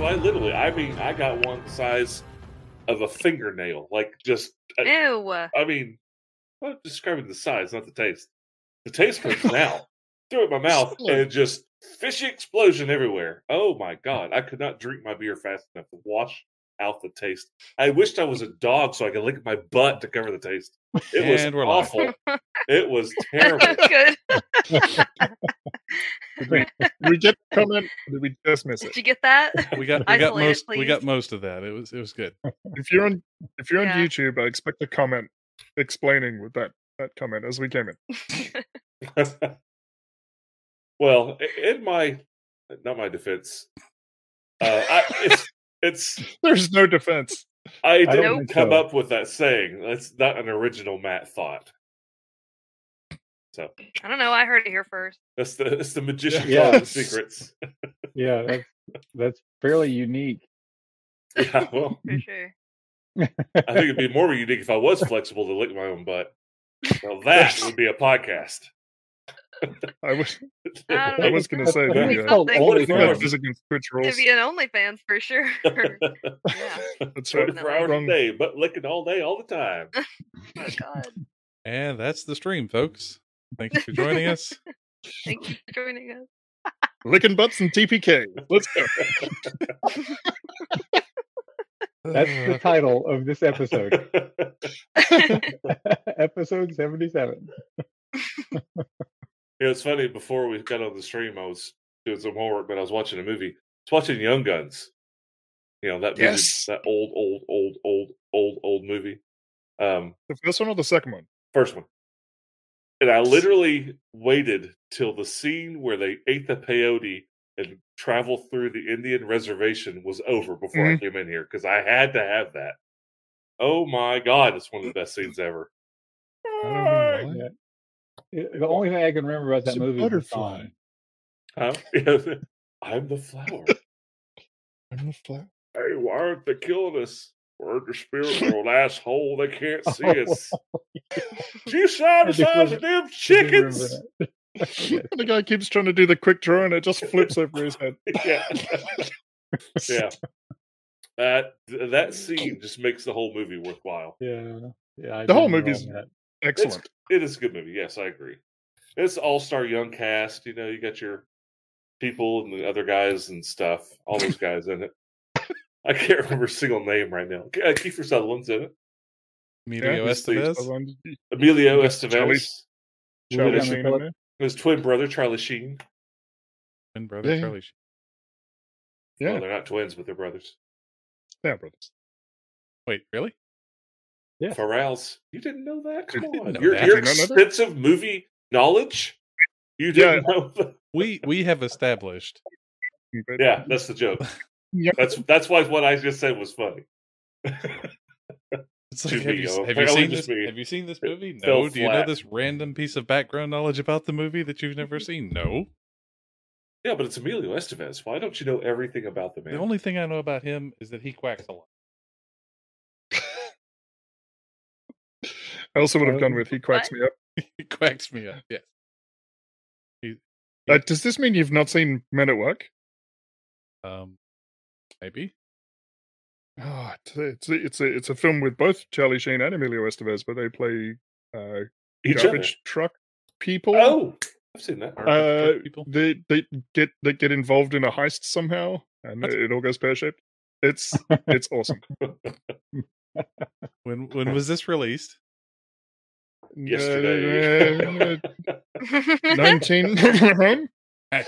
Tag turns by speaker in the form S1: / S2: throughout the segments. S1: I mean, I got one the size of a fingernail. Like just,
S2: Eh.
S1: I,
S2: Ew.
S1: I mean, I'm describing the size, not the taste. The taste comes now. Threw it in my mouth and just fishy explosion everywhere. Oh my god! I could not drink my beer fast enough to wash out the taste. I wished I was a dog so I could lick my butt to cover the taste. It was
S3: And we're live.
S1: awful. It was terrible.
S2: That's good.
S4: Did we just come in? or Did we just miss
S2: Did
S4: it?
S2: you get that?
S3: We got we got
S2: Isolated,
S3: most we
S2: please.
S3: got most of that. It was it was good.
S4: If you're on, if you're on
S2: Yeah.
S4: YouTube, I expect a comment explaining with that that comment as we came in.
S1: well, i- in my not my defense, uh, I, it's it's
S4: There's no defense.
S1: I
S5: don't
S1: didn't
S5: think
S1: come
S5: so.
S1: up with that saying. That's not an original Matt thought. So
S2: I don't know. I heard it here first.
S1: that's the that's the magician
S5: Yeah.
S1: yeah.
S5: Yes.
S1: secrets.
S5: Yeah, that's that's fairly unique.
S1: Yeah, well,
S2: For sure.
S1: I think it'd be more unique if I was flexible to lick my own butt. Now that would be a podcast.
S4: I was
S2: I
S4: I
S2: don't know.
S4: was gonna say uh,
S2: That'd
S4: that.
S2: be
S4: Yeah.
S5: called
S2: something.
S5: only
S4: Well, if
S5: fans.
S4: this is against Twitch
S2: To
S4: rules.
S2: be an OnlyFans for sure. yeah.
S4: That's right.
S1: 24 hours
S4: Wrong-
S1: a day, but licking all day, all the time.
S2: Oh God.
S3: And that's the stream, folks. Thank you for joining us.
S2: Thank you for joining us.
S4: Licking butts and TPK. Let's go.
S5: That's the title of this episode, episode seventy-seven.
S1: It was funny before we got on the stream. I was doing some homework, but I was watching a movie. I was watching Young Guns. You know that movie,
S4: Yes.
S1: that old, old, old, old, old, old movie. Um,
S4: The first one or the second one?
S1: first one, and I literally waited till the scene where they ate the peyote and traveled through the Indian reservation was over before I came in here because I had to have that. Oh my god, it's one of the best scenes ever.
S4: I don't
S1: Uh,
S4: know why.
S5: Yeah. Yeah, The only thing I can remember about
S3: It's
S5: that
S3: a
S5: movie is the
S3: butterfly.
S5: song.
S1: Huh? I'm the flower.
S4: I'm the flat.
S1: hey, why aren't they killing us? We're in the spirit world, asshole. They can't see us. You sound the
S5: Oh, I do
S1: size of them
S5: remember- I do remember
S1: chickens.
S5: that. Yes.
S4: the guy keeps trying to do the quick draw and it just flips over his head.
S1: yeah. yeah. That that scene just makes the whole movie worthwhile.
S5: Yeah, yeah. I
S4: The whole
S5: do remember
S4: movie's-
S5: all that.
S4: Excellent.
S1: It is a good movie. Yes, I agree. It's all star young cast. You know, you got your people and the other guys and stuff. All those guys in it. I can't remember a single name right now. Uh, Kiefer Sutherland's in it.
S3: Emilio
S1: you see,
S3: Estevez.
S1: Emilio
S4: Charlie-
S1: Estevez.
S4: Charlie
S5: Literally-
S4: Sheen in there.
S1: His twin brother Charlie Sheen.
S3: And brother
S4: Yeah, yeah.
S3: Charlie. Sheen.
S1: Well,
S4: Yeah,
S1: they're not twins, but they're brothers.
S4: yeah, brothers.
S3: Wait, really?
S5: Yeah.
S1: Farrell's. You didn't know that? Come
S4: Did-
S1: on.
S3: know
S1: Your,
S3: that.
S1: your
S4: Did you know that?
S1: extensive movie knowledge? You didn't know that?
S3: We we have established
S4: But-
S1: Yeah, that's the joke.
S4: Yeah.
S1: That's that's why what I just said was funny.
S3: It's like,
S1: Should
S3: have,
S1: be,
S3: you,
S1: uh,
S3: s- have you
S1: apparently
S3: seen
S1: just
S3: this?
S1: be-
S3: Have you seen this
S1: it
S3: movie?
S1: fell
S3: No. Do you know
S1: flat.
S3: this random piece of background knowledge about the movie that you've never seen? No.
S1: Yeah, but it's Emilio Estevez. Why don't you know everything about the man?
S3: The only thing I know about him is that he quacks a lot.
S4: I also would have
S1: Uh,
S4: gone with he quacks me up.
S3: He quacks me up. Yeah.
S4: Uh, does this mean you've not seen Men at Work?
S3: Um, maybe.
S4: Oh, it's a, it's a, it's a, it's a film with both Charlie Sheen and Emilio Estevez, but they play uh,
S1: Each other.
S4: garbage truck people.
S1: Oh, I've seen that.
S3: Garbage
S4: Uh,
S3: truck people.
S4: they they get they get involved in a heist somehow, and
S3: That's-
S4: it all goes pear shaped. It's it's awesome.
S3: When when was this released?
S1: Yesterday.
S4: Nineteen.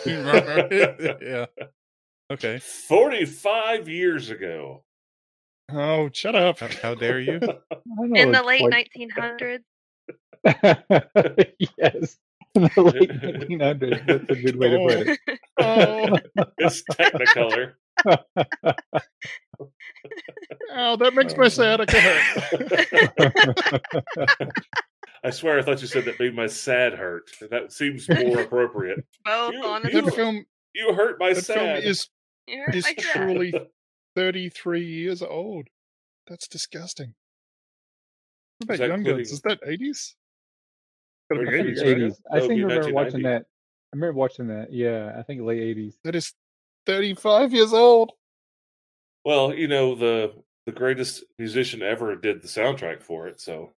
S3: yeah. Okay.
S1: Forty-five years ago.
S4: oh, shut up!
S3: How, how dare you?
S5: I don't know,
S2: In the
S5: it's
S2: late
S5: like-
S2: 1900s.
S5: yes, in the late 1900s. That's a good way to put it.
S4: Oh,
S1: It's Technicolor.
S4: ow, that makes my sciatica hurt.
S1: I swear, I thought you said that made my sad hurt. That seems more appropriate.
S2: Both,
S1: You-
S2: honestly.
S4: That film
S1: You hurt my
S4: that film
S1: sad.
S4: is
S2: You heard
S4: is
S2: like that.
S4: truly thirty three years old. That's disgusting.
S1: Is
S4: What about
S1: that
S4: Young
S1: including-
S4: Guns? Is that eighties? Gotta
S1: Or
S4: be
S5: I think
S4: eighties,
S5: it's
S1: 80s, right?
S5: 80s. I
S1: That would
S5: think
S1: be
S5: I remember watching
S1: 1990.
S5: that. I remember watching that. Yeah, I think late 80s.
S4: That is 35 years old.
S1: Well, you know the the greatest musician ever did the soundtrack for it. So,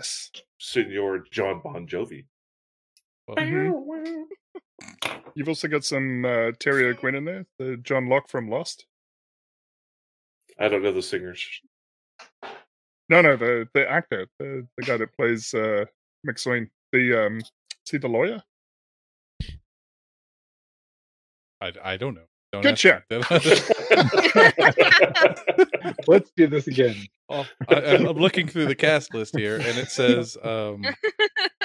S4: Yes.
S1: Senor John Bon Jovi.
S4: You've also got some uh, Terry O'Quinn in there, the John Locke from Lost.
S1: I don't know the singers.
S4: No, no, the the actor, the, the guy that plays uh, McSween, the um, see the lawyer.
S3: I, I don't know. Don't
S4: Good
S3: ask
S4: check.
S3: me that.
S1: I
S5: Let's do this again.
S3: Oh, I, I'm I'm looking through the cast list here, and it says um, it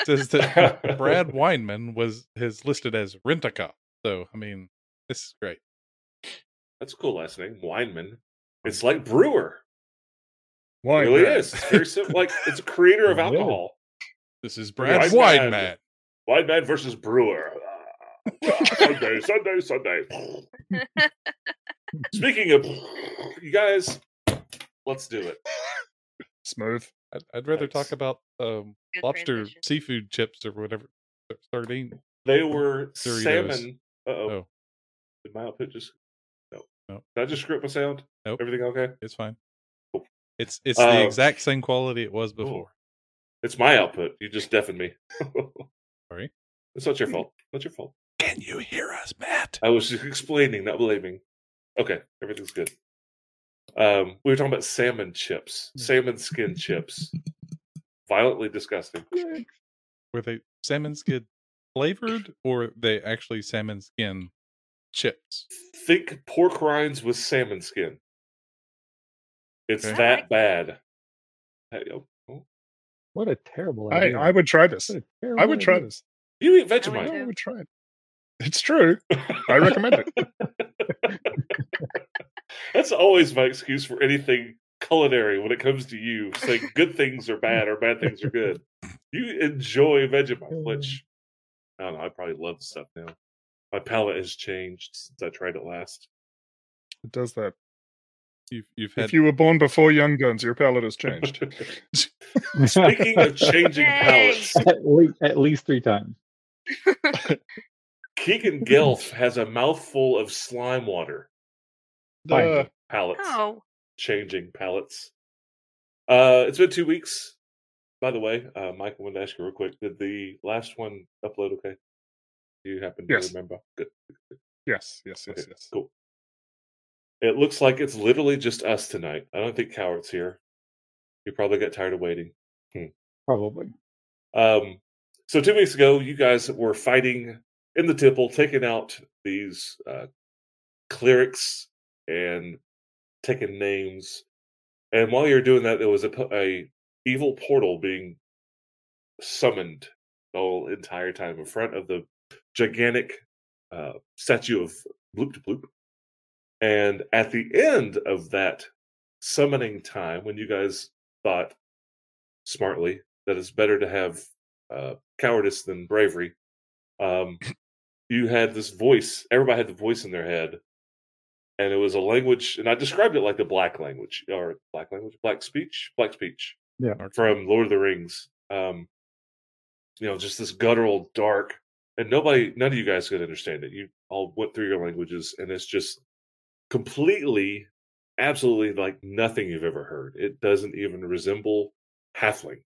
S3: says that Brad Weinman was is listed as Rent a Cop. So I mean, this is great.
S1: That's a cool last name, Weinman. It's like brewer. It
S4: Why?
S1: really is. It's very simple. Like it's a creator of
S5: Really?
S1: alcohol.
S3: This is Brad
S1: Weinman.
S3: Weinman.
S1: Weinman versus brewer. Sunday, Sunday, Sunday. Speaking of, you guys, let's do it.
S4: Smooth.
S3: I'd, I'd rather
S1: That's-
S3: talk about um,
S2: Good
S3: lobster
S2: transition.
S3: seafood chips or whatever sardine.
S1: They were
S3: Doritos.
S1: salmon. Uh oh.
S3: Oh,
S1: Did my outfit just? No.
S3: Nope.
S1: Did I just screw up my sound?
S3: Nope.
S1: Everything okay?
S3: it's fine.
S1: Cool.
S3: It's it's
S1: Uh,
S3: the exact same quality it was before.
S1: It's my output. You just deafened me.
S3: Sorry.
S1: It's not your fault. Not your fault.
S3: Can you hear us, Matt?
S1: I was just explaining, not blaming. Okay, everything's good. Um, we were talking about salmon chips, salmon skin chips. Violently disgusting.
S3: Were they salmon skin flavored, or they actually salmon skin chips?
S1: Think pork rinds with salmon skin. It's
S3: Okay.
S2: I
S1: that
S2: like
S1: bad. Hey, oh, oh.
S5: What a terrible
S4: I,
S5: idea.
S4: I would try this.
S5: What a terrible
S4: I would try
S5: idea.
S4: this.
S1: You eat
S2: I would
S4: No,
S1: Vegemite.
S4: I
S2: too.
S4: would try it. It's true. I recommend it.
S1: That's always my excuse for anything culinary when it comes to you saying good things are bad or bad things are good. You enjoy Vegemite, which I don't know. I probably love stuff now. My palate has changed since I tried it last.
S4: It does that.
S3: You've you've had
S4: If you were born before Young Guns, your palate has changed.
S1: Speaking of changing
S2: Yay.
S1: palates,
S5: at, least, at least three times.
S1: Keegan Gelf has a mouthful of slime water.
S5: Fine.
S4: Uh,
S1: Palates.
S2: Oh,
S1: changing palettes. Uh, it's been two weeks. By the way, uh, Mike, I wanted to ask you real quick: Did the last one upload okay? Do you happen to
S4: Yes.
S1: remember? Good.
S4: yes, yes, yes,
S1: Okay,
S4: yes.
S1: Cool. It looks like it's literally just us tonight. I don't think Coward's here. You probably got tired of waiting.
S5: Probably.
S1: Um, so two weeks ago, you guys were fighting in the temple, taking out these uh, clerics and taking names. And while you're doing that, there was a, po- a evil portal being summoned the whole entire time in front of the gigantic uh, statue of Bloop to Bloop. And at the end of that summoning time, when you guys thought smartly that it's better to have uh, cowardice than bravery. Um, you had this voice. Everybody had the voice in their head, and it was a language. And I described it like the black language or black language, black speech, black speech.
S5: Yeah.
S1: from Lord of the Rings. Um, you know, just this guttural, dark, and nobody, none of you guys could understand it. You all went through your languages, and it's just completely, absolutely like nothing you've ever heard. It doesn't even resemble halfling.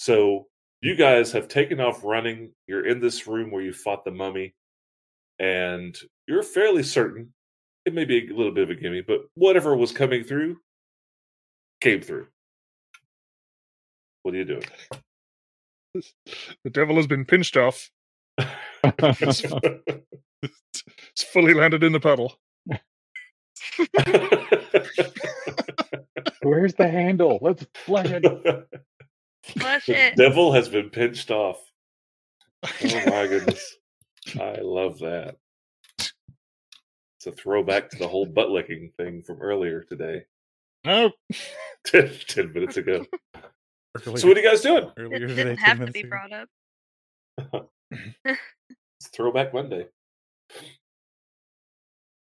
S1: So you guys have taken off running. You're in this room where you fought the mummy, and you're fairly certain it may be a little bit of a gimme, but whatever was coming through came through. What are you doing?
S4: The devil has been pinched off. It's fully landed in the puddle.
S5: Where's the handle? Let's fling it.
S2: flush
S1: the
S2: it.
S1: devil has been pinched off. Oh my goodness. I love that. It's a throwback to the whole butt licking thing from earlier today,
S4: no.
S1: 10, 10 minutes ago.
S3: earlier,
S1: So, what are you guys doing?
S2: It
S3: earlier today,
S2: didn't
S3: 10
S2: have to
S3: minutes
S2: be
S3: ago.
S2: brought up.
S1: It's Throwback Monday.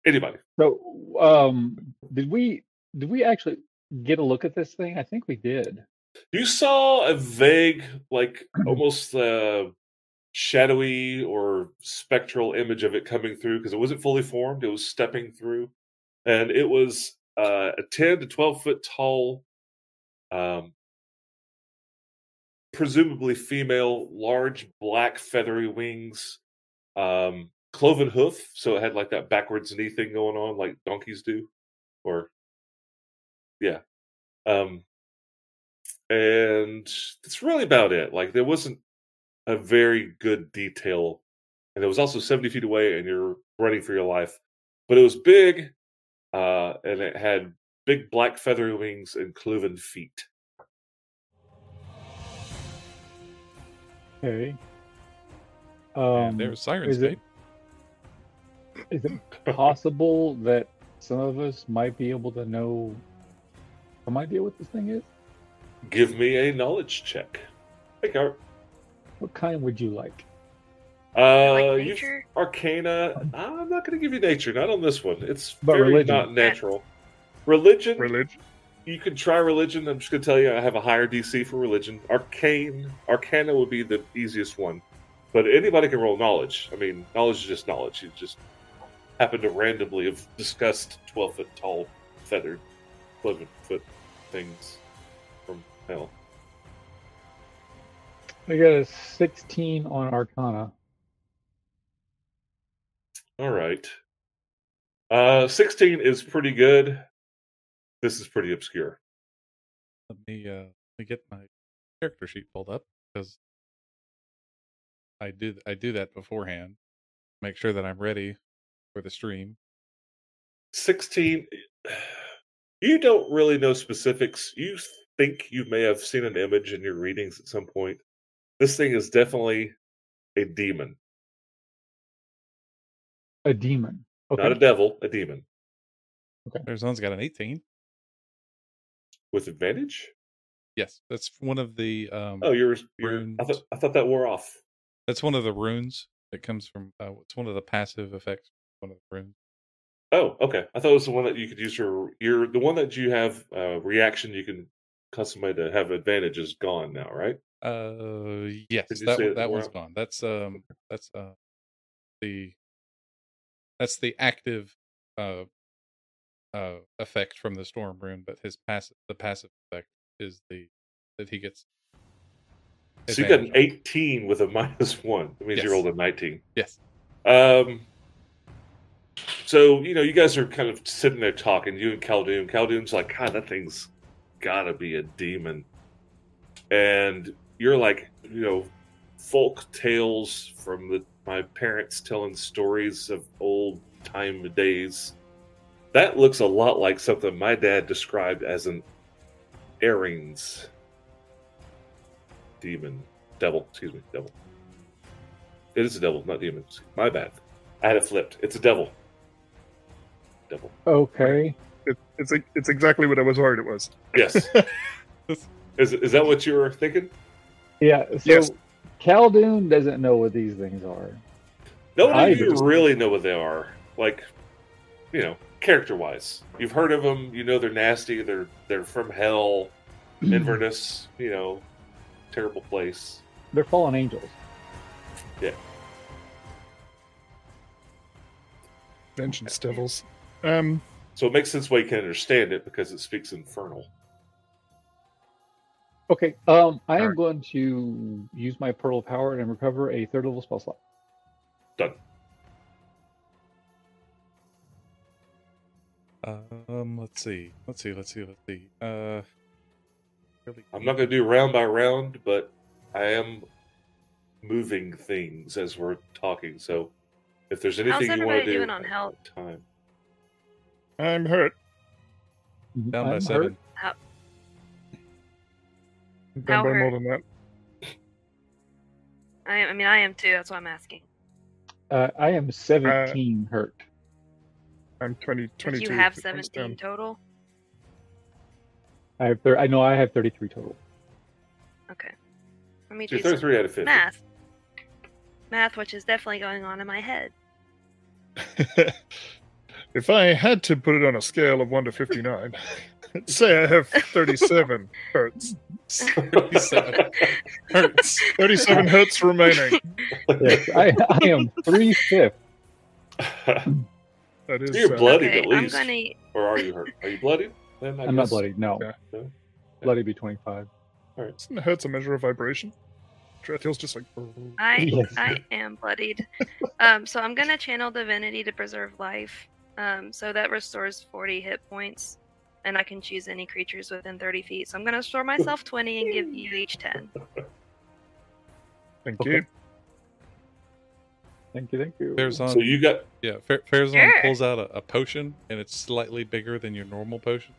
S1: Anybody?
S5: So, um, did we did we actually get a look at this thing? I think we did.
S1: You saw a vague, like almost uh, shadowy or spectral image of it coming through because it wasn't fully formed. It was stepping through. and it was uh, a ten to twelve foot tall, um, presumably female, large black feathery wings, um, cloven hoof. So it had like that backwards knee thing going on, like donkeys do, or yeah. Um, and that's really about it. Like there wasn't a very good detail, and it was also seventy feet away, and you're running for your life. But it was big, uh, and it had big black feathery wings and cloven feet.
S5: Okay.
S3: Yeah,
S5: Um,
S3: there's Sirens
S5: is it-
S3: Gate.
S5: is it possible that some of us might be able to know some idea what this thing is?
S1: Give me a knowledge check. Hey, Gar.
S5: What kind would you like?
S1: Uh,
S2: like
S1: you've-
S2: nature?
S1: Arcana. I'm not going to give you nature. Not on this one. It's
S5: But
S1: very
S5: religion.
S1: not natural. Religion.
S4: Religion.
S1: you can try religion. I'm just going to tell you, I have a higher DC for religion. Arcane, Arcana would be the easiest one, but anybody can roll knowledge. I mean, knowledge is just knowledge. You just happen to randomly have discussed twelve foot tall feathered, eleven foot things from hell.
S5: I got a 16 on Arcana.
S1: All right, uh, sixteen is pretty good. This is pretty obscure.
S3: Let me uh, let me get my character sheet pulled up because I do I do that beforehand. Make sure that I'm ready for the stream.
S1: 16 you don't really know specifics you think you may have seen an image in your readings at some point this thing is definitely a demon
S5: A demon. Okay.
S1: not a devil a demon
S3: There's one's got an 18.
S1: with advantage
S3: Yes, that's one of the um
S1: oh you're, you're I,
S3: Runes.
S1: thought, I thought that wore off
S3: that's one of the runes that comes from uh, it's one of the passive effects. One of the runes.
S1: oh okay i thought it was the one that you could use your your the one that you have uh reaction you can customize to have advantage is gone now right
S3: Uh, yes,
S1: Did you
S3: that
S1: say
S3: one-
S1: it
S3: that one's
S1: were-
S3: gone. That's um, that's uh, the that's the active uh uh effect from the storm rune, but his passive the passive effect is the that he gets.
S1: so you got
S3: advantage
S1: an
S3: on.
S1: 18 with a minus one that means you
S3: Yes.
S1: rolled a 19
S3: Yes,
S1: Um, so you know, you guys are kind of sitting there talking. You and Khaldun. Khaldun's like, God, that thing's gotta be a demon. And you're like, you know, folk tales from the, my parents telling stories of old time days. That looks a lot like something my dad described as an Airings demon, devil. Excuse me, devil. It is a devil, not demon. My bad. I had it flipped. It's a devil. Devil.
S5: Okay.
S4: It, it's e, it's exactly what I was worried it was.
S1: Yes. is is that what you were thinking?
S5: Yeah. So
S4: Yes.
S5: Khaldun doesn't know what these things are.
S1: Nobody
S5: I
S1: of you really know what they are. Like, you know, character wise, you've heard of them. You know they're nasty. They're they're from hell,
S5: Hmm.
S1: Inverness. You know, terrible place.
S5: They're fallen angels.
S4: Vengeance devils. Um,
S1: So it makes sense why you can understand it because it speaks infernal.
S5: Okay. Um, I am
S4: Alright.
S5: going to use my pearl of power and recover a third level spell slot.
S3: um, let's see, let's see, let's see, let's see. Uh, really-
S1: I'm not going to do round by round, but I am moving things as we're talking. So if there's anything you want to
S2: everybody
S1: do, uh,
S2: doing on health?
S1: time.
S4: I'm hurt.
S3: down by
S5: I'm
S3: seven.
S5: hurt.
S4: I'm Down by
S2: How
S4: more than that.
S2: I, am, I mean, I am too. That's why I'm asking.
S5: Uh, I am 17 hurt.
S4: I'm 20,
S2: Like,
S4: 22.
S2: you have
S4: if it comes
S2: 17
S4: down.
S2: total.
S5: I have thir- I know I have 33 total.
S2: Okay. Let me
S1: So
S2: do
S1: you're
S2: some
S1: 33 out of 50.
S2: math. Math, which is definitely going on in my head.
S4: if I had to put it on a scale of 1 to 59, say I have 37 hertz.
S3: Thirty-seven hurts.
S4: 37 hertz remaining.
S5: Yes, I, I am three fifths.
S4: That is
S1: You're
S4: uh,
S1: blood- Bloodied
S2: okay,
S1: at
S2: I'm
S1: least.
S2: gonna.
S1: Or are you hurt? Are you bloodied? Then I
S5: I'm not
S1: guess-
S5: bloody. No,
S4: Yeah.
S1: No?
S5: bloody be 25.
S4: Isn't hertz a measure of vibration? Dreadheel's just like.
S2: I
S5: Yes.
S2: I am bloodied. Um, so I'm gonna channel divinity to preserve life. Um, so that restores 40 hit points, and I can choose any creatures within 30 feet. So I'm gonna restore myself 20 and give you each 10.
S4: Thank
S5: Okay.
S4: you.
S5: Thank you, thank you.
S3: Fares on,
S1: So you got
S3: yeah. Fa- Fares on
S2: Sure.
S3: pulls out a, a potion, and it's slightly bigger than your normal potion.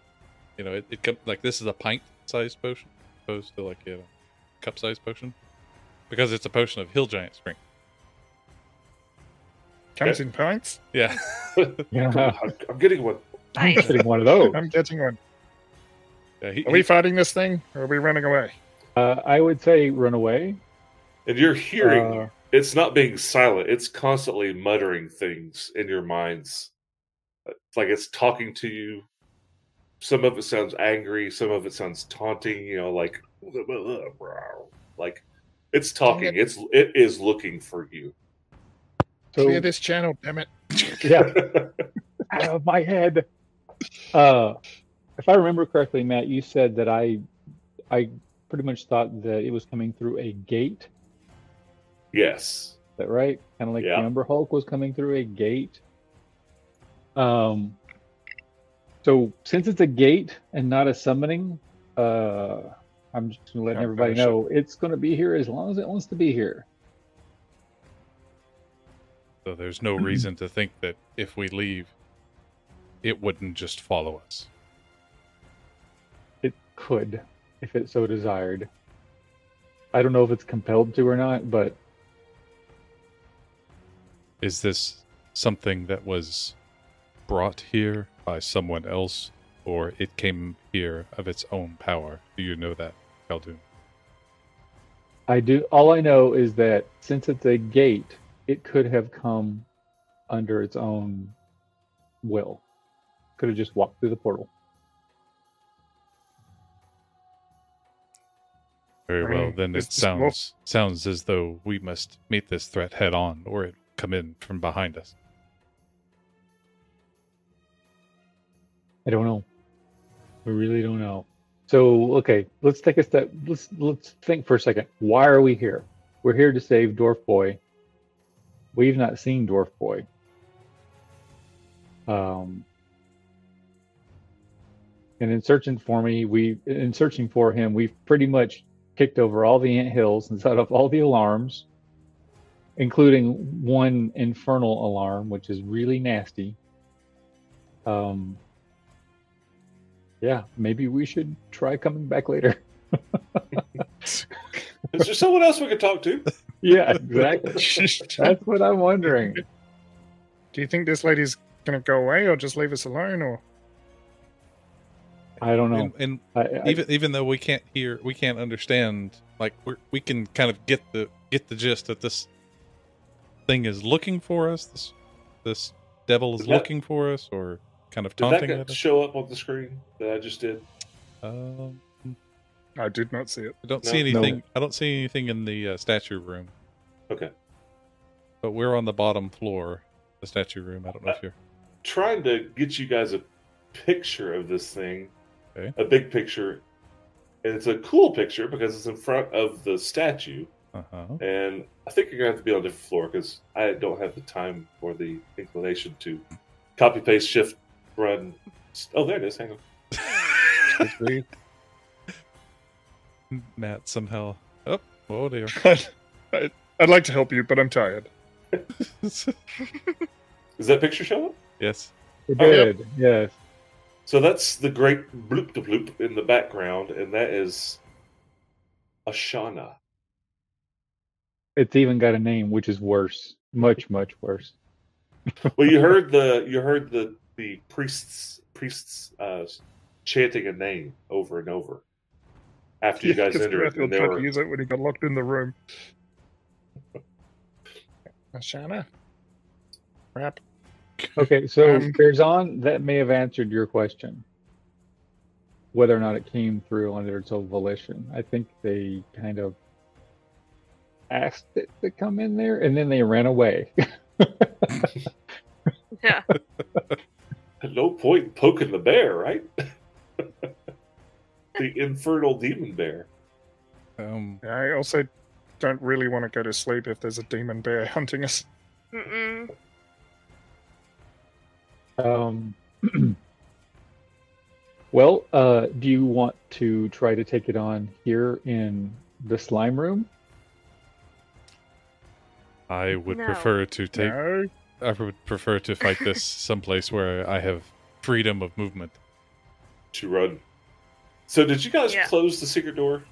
S3: You know, it, it com- like this is a pint-sized potion, opposed to like you know, cup-sized potion, because it's a potion of hill giant strength.
S4: Counting pints.
S3: Yeah,
S5: yeah,
S1: I'm, I'm getting one.
S5: I'm
S2: Nice.
S5: getting one of those.
S4: I'm getting one.
S3: yeah he,
S4: Are we
S3: he-
S4: fighting this thing, or are we running away?
S5: Uh, I would say run away.
S1: And you're hearing
S5: Uh,
S1: it's not being silent it's constantly muttering things in your minds it's like it's talking to you some of it sounds angry some of it sounds taunting you know like like it's talking it's it is looking for you
S5: so
S4: Clear this channel, damn it!
S5: yeah, out of my head. Uh, if I remember correctly, Matt, you said that I, I pretty much thought that it was coming through a gate. Is
S1: yes
S5: that right? Kind of like
S1: Yeah.
S5: the Umber Hulk was coming through a gate. Um. So since it's a gate and not a summoning, uh, I'm just gonna let
S4: Yeah,
S5: everybody
S4: finish it.
S5: know it's gonna be here as long as it wants to be here.
S3: so there's no reason to think that if we leave, it wouldn't just follow us.
S5: It could, if it so desired. I don't know if it's compelled to or not, but
S3: Is this something that was brought here by someone else, or it came here of its own power? Do you know that, Khaldun?
S5: I do. All I know is that since it's a gate, it could have come under its own will. Could have just walked through the portal.
S3: Very
S4: I
S3: well.
S4: mean,
S3: Then
S4: it's
S3: it
S4: just more-
S3: sounds sounds as though we must meet this threat head on, or it will come in from behind us.
S5: I don't know. We really don't know. So okay, let's take a step. Let's let's think for a second. Why are we here? We're here to save Dwarf Boy. We've not seen Dwarf Boy. Um, and in searching for me, we in searching for him, we've pretty much kicked over all the ant hills and set off all the alarms, including one infernal alarm, which is really nasty. Um, yeah, maybe we should try coming back later.
S1: is there someone else we could talk to
S5: Yeah, exactly.
S4: Do
S5: That's what I'm wondering.
S4: you think this lady's gonna go away, or just leave us alone, or
S5: I don't know.
S3: And, and
S5: I, I,
S3: even even though we can't hear, we can't understand. Like we we can kind of get the get the gist that this thing is looking for us. This this devil is
S1: Did that-
S3: looking for us, or kind of
S1: did that
S3: taunting at
S1: guy
S3: us.
S1: show up on the screen that i just did
S3: Um,
S4: I did not see it.
S3: I don't
S1: No.
S3: see
S5: No.
S3: anything. I don't see anything in the uh, statue room.
S1: Okay.
S3: But we're on the bottom floor, the statue room. I don't know if you're.
S1: trying to get you guys a picture of this thing,
S3: Okay.
S1: a big picture, and it's a cool picture because it's in front of the statue.
S3: Uh huh.
S1: And I think you're gonna have to be on a different floor because I don't have the time or the inclination to copy paste shift run. Oh, there it is. Hang on.
S3: Matt somehow. Oh, oh dear.
S4: I'd, I'd like to help you, but I'm tired.
S1: Is that picture showing?
S3: yes.
S5: it
S1: Oh, yeah.
S5: did. Yes.
S1: So that's the great bloop de bloop in the background, and that is Ashana.
S5: It's even got a name, which is worse. Much, much worse.
S1: well you heard the you heard the the priests priests uh chanting a name over and over after you guys
S4: Because
S1: entered it,
S4: Dreadheel
S1: and they
S4: tried
S1: were
S4: to use it when he got locked in the room. Ashana, wrap.
S5: Okay, so
S4: Um,
S5: there's on that may have answered your question. Whether or not it came through under its own volition. I think they kind of asked it to come in there and then they ran away.
S2: Yeah.
S1: no point in poking the bear, right? the infernal demon bear.
S3: Um,
S4: I also don't really want to go to sleep if there's a demon bear hunting us.
S2: Mm-mm.
S5: Um, well, uh, do you want to try to take it on here in the slime room?
S3: I would
S2: No.
S3: prefer to take.
S4: No,
S3: I would prefer to fight this someplace where I have freedom of movement.
S1: to run. So did you guys
S2: Yeah.
S1: close the secret door?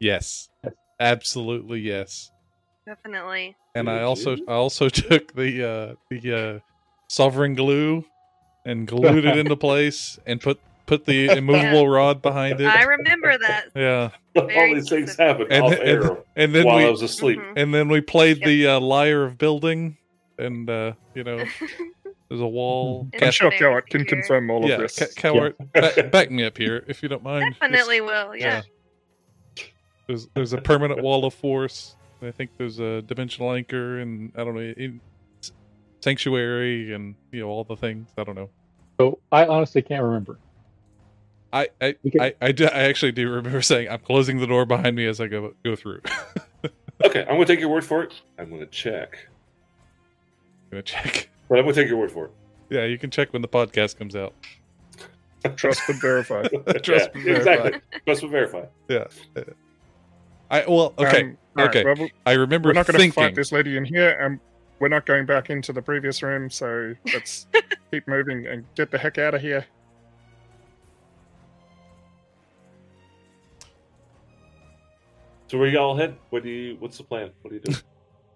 S3: Yes, absolutely yes.
S2: Definitely.
S3: And I
S1: You
S3: also
S1: did?
S3: I also took the uh, the uh, sovereign glue and glued it into place and put put the immovable rod behind it.
S2: I remember that.
S3: yeah,
S2: Very
S1: All these things
S2: specific.
S1: happened
S3: And-
S1: off
S3: and-
S1: air
S3: and then
S1: while I
S3: we
S1: was asleep.
S2: Mhm.
S3: and then we played the uh, liar of building, and uh, you know there's a wall.
S2: It's
S4: I'm sure
S2: very
S4: Cowart can
S2: secure.
S4: confirm Mm-hmm. all
S3: yeah,
S4: of this.
S3: Ca- Cowart, ba- back me up here if you don't mind.
S2: Definitely will. Yeah.
S3: There's there's a permanent wall of force. and I think there's a dimensional anchor and I don't know in, sanctuary and you know all the things. I don't know.
S5: So I honestly can't remember.
S3: I I,
S5: We can-
S3: I, I, do, I actually do remember saying I'm closing the door behind me as I go go through.
S2: Mm-hmm.
S1: Okay, I'm gonna take your word for it. I'm gonna check.
S3: gonna check.
S1: But I'm gonna take your word for
S3: Yeah, you can check when the podcast comes out.
S1: it.
S4: Trust but verify. Um,
S1: Trust
S3: Trust
S1: yeah,
S3: but verify.
S1: Exactly. Trust but verify.
S3: I well okay
S4: Um, all right,
S3: okay.
S4: well,
S3: I remember
S4: we're not going to
S3: thinking.
S4: fight this lady in here, and we're not going back into the previous room. So let's keep moving and get the heck out of here.
S1: So where y'all head? What do you what's the plan? What are you doing?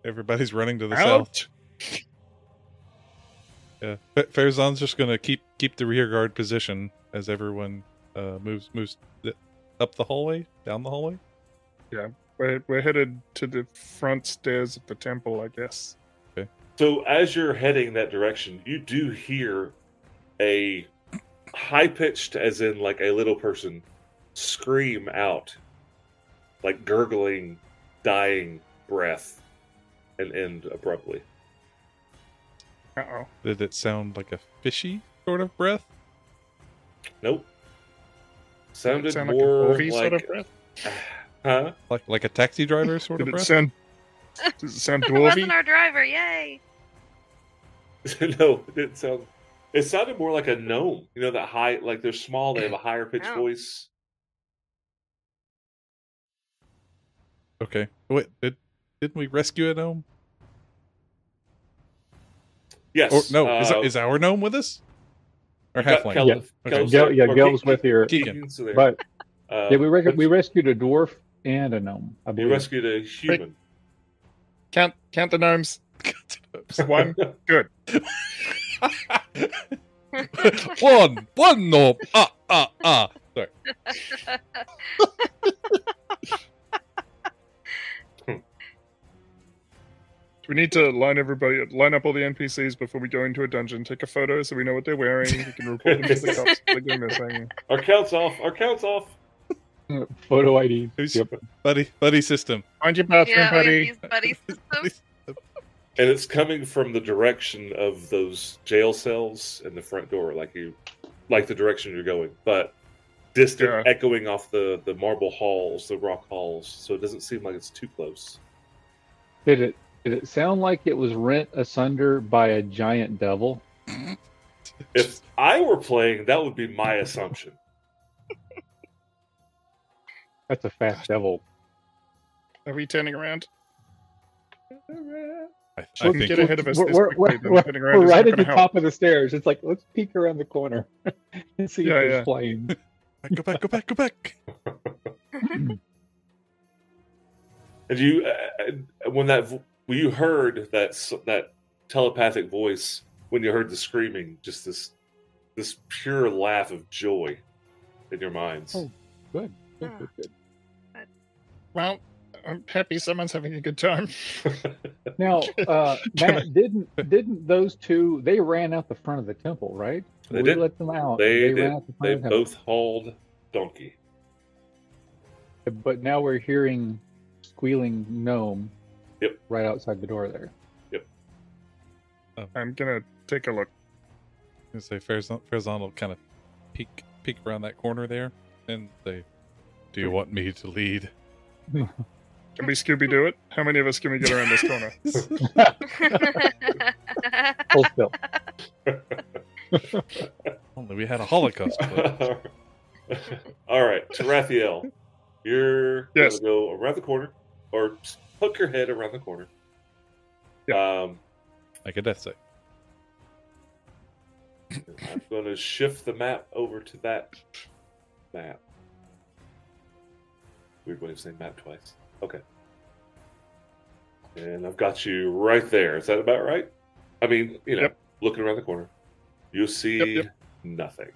S3: Everybody's running to the south.
S4: Out.
S3: Yeah, Fa- Farazan's just gonna keep keep the rear guard position as everyone uh, moves moves th- up the hallway, down the hallway.
S4: We're, we're headed to the front stairs of the temple, I guess.
S1: So as you're heading that direction, you do hear a high pitched, as in like a little person, scream out, like gurgling, dying breath, and end abruptly.
S4: Uh oh.
S3: Did it sound like a fishy sort of breath?
S1: Nope. Sounded
S4: sound like a
S1: more like,
S4: movie sort of breath?
S1: huh?
S3: Like like a taxi driver sort of
S4: Did it
S3: breath?
S4: sound? Does it sound
S2: It wasn't
S4: dwarvy?
S2: our driver. Yay.
S1: no, it didn't sound. It sounded more like a gnome. You know that high, like they're small. They have a higher pitched
S2: Oh.
S1: voice.
S3: okay. Wait, did didn't we rescue a gnome?
S1: Yes.
S3: Or Oh, no, is,
S1: uh,
S3: is our gnome with us? Or
S1: you got
S3: halfling?
S1: Kel-
S5: Yeah.
S3: Okay.
S1: Kel's
S5: Gail,
S1: there,
S5: yeah,
S1: or
S5: Gail was
S1: Keaton-
S5: with you,
S3: Keaton.
S1: Keaton's there.
S5: but
S1: Uh,
S5: yeah, we rec-
S1: but
S5: we rescued a dwarf and a gnome. I
S1: They
S5: believe.
S1: rescued a human.
S4: Count count the gnomes. One.
S3: one, one gnome. Ah, ah, ah.
S4: Do we need to line everybody, line up all the NPCs before we go into a dungeon, take a photo so we know what they're wearing, we can report them to the cops if they're missing.
S1: Our count's off. Our count's off.
S5: Photo ID.
S3: Who's-
S5: Yep.
S3: Buddy, buddy system.
S4: Find your bathroom,
S2: yeah, we
S4: buddy.
S2: have these buddy systems.
S1: And it's coming from the direction of those jail cells and the front door, like you, like the direction you're going, but distant,
S4: Yeah.
S1: echoing off the the marble halls, the rock halls. So it doesn't seem like it's too close.
S5: Did it did it sound like it was rent asunder by a giant devil?
S1: If I were playing, that would be my assumption.
S5: That's a fast devil.
S4: Are we turning around?
S3: I, I
S4: Sure,
S3: think
S4: get ahead of us
S5: We're,
S4: this
S5: we're-
S4: quickly,
S5: we're-
S4: then
S5: we're-
S4: turning around
S5: we're
S4: is
S5: right
S4: not
S5: at the
S4: gonna help.
S5: top of the stairs. It's like let's peek around the corner and see
S4: Yeah,
S5: if
S4: yeah.
S5: it's playing.
S3: go back, go back, go back.
S1: And you, uh, when that vo- when you heard that s- that telepathic voice, when you heard the screaming, just this this pure laugh of joy in your minds.
S5: Oh. Good. good,
S2: Ah.
S5: good, good.
S4: Well, I'm happy someone's having a good time.
S5: Now, uh, Matt, didn't didn't those two? They ran out the front of the temple, right?
S1: They
S5: we
S1: did.
S5: let them out.
S1: They did.
S5: ran out the front
S1: They
S5: of the temple.
S1: both hauled donkey.
S5: But now we're hearing squealing gnome.
S1: Yep.
S5: Right outside the door there.
S4: I'm gonna take a look.
S3: gonna say Farazan Farazan will kind of peek peek around that corner there and say, "Do you want me to lead?"
S4: Can we Scooby Doo it? How many of us can we get around this corner?
S5: Hold still.
S3: Only we had a Holocaust. play.
S1: All right, Tarathiel, you're
S4: Yes.
S1: gonna go around the corner, or s- hook your head around the corner. Um,
S3: Like a death save.
S1: I'm gonna shift the map over to that map. Weird way of saying map twice. Okay. And I've got you right there. Is that about right? I mean, you know,
S4: Yep.
S1: looking around the corner, you'll see
S4: Yep, yep.
S1: nothing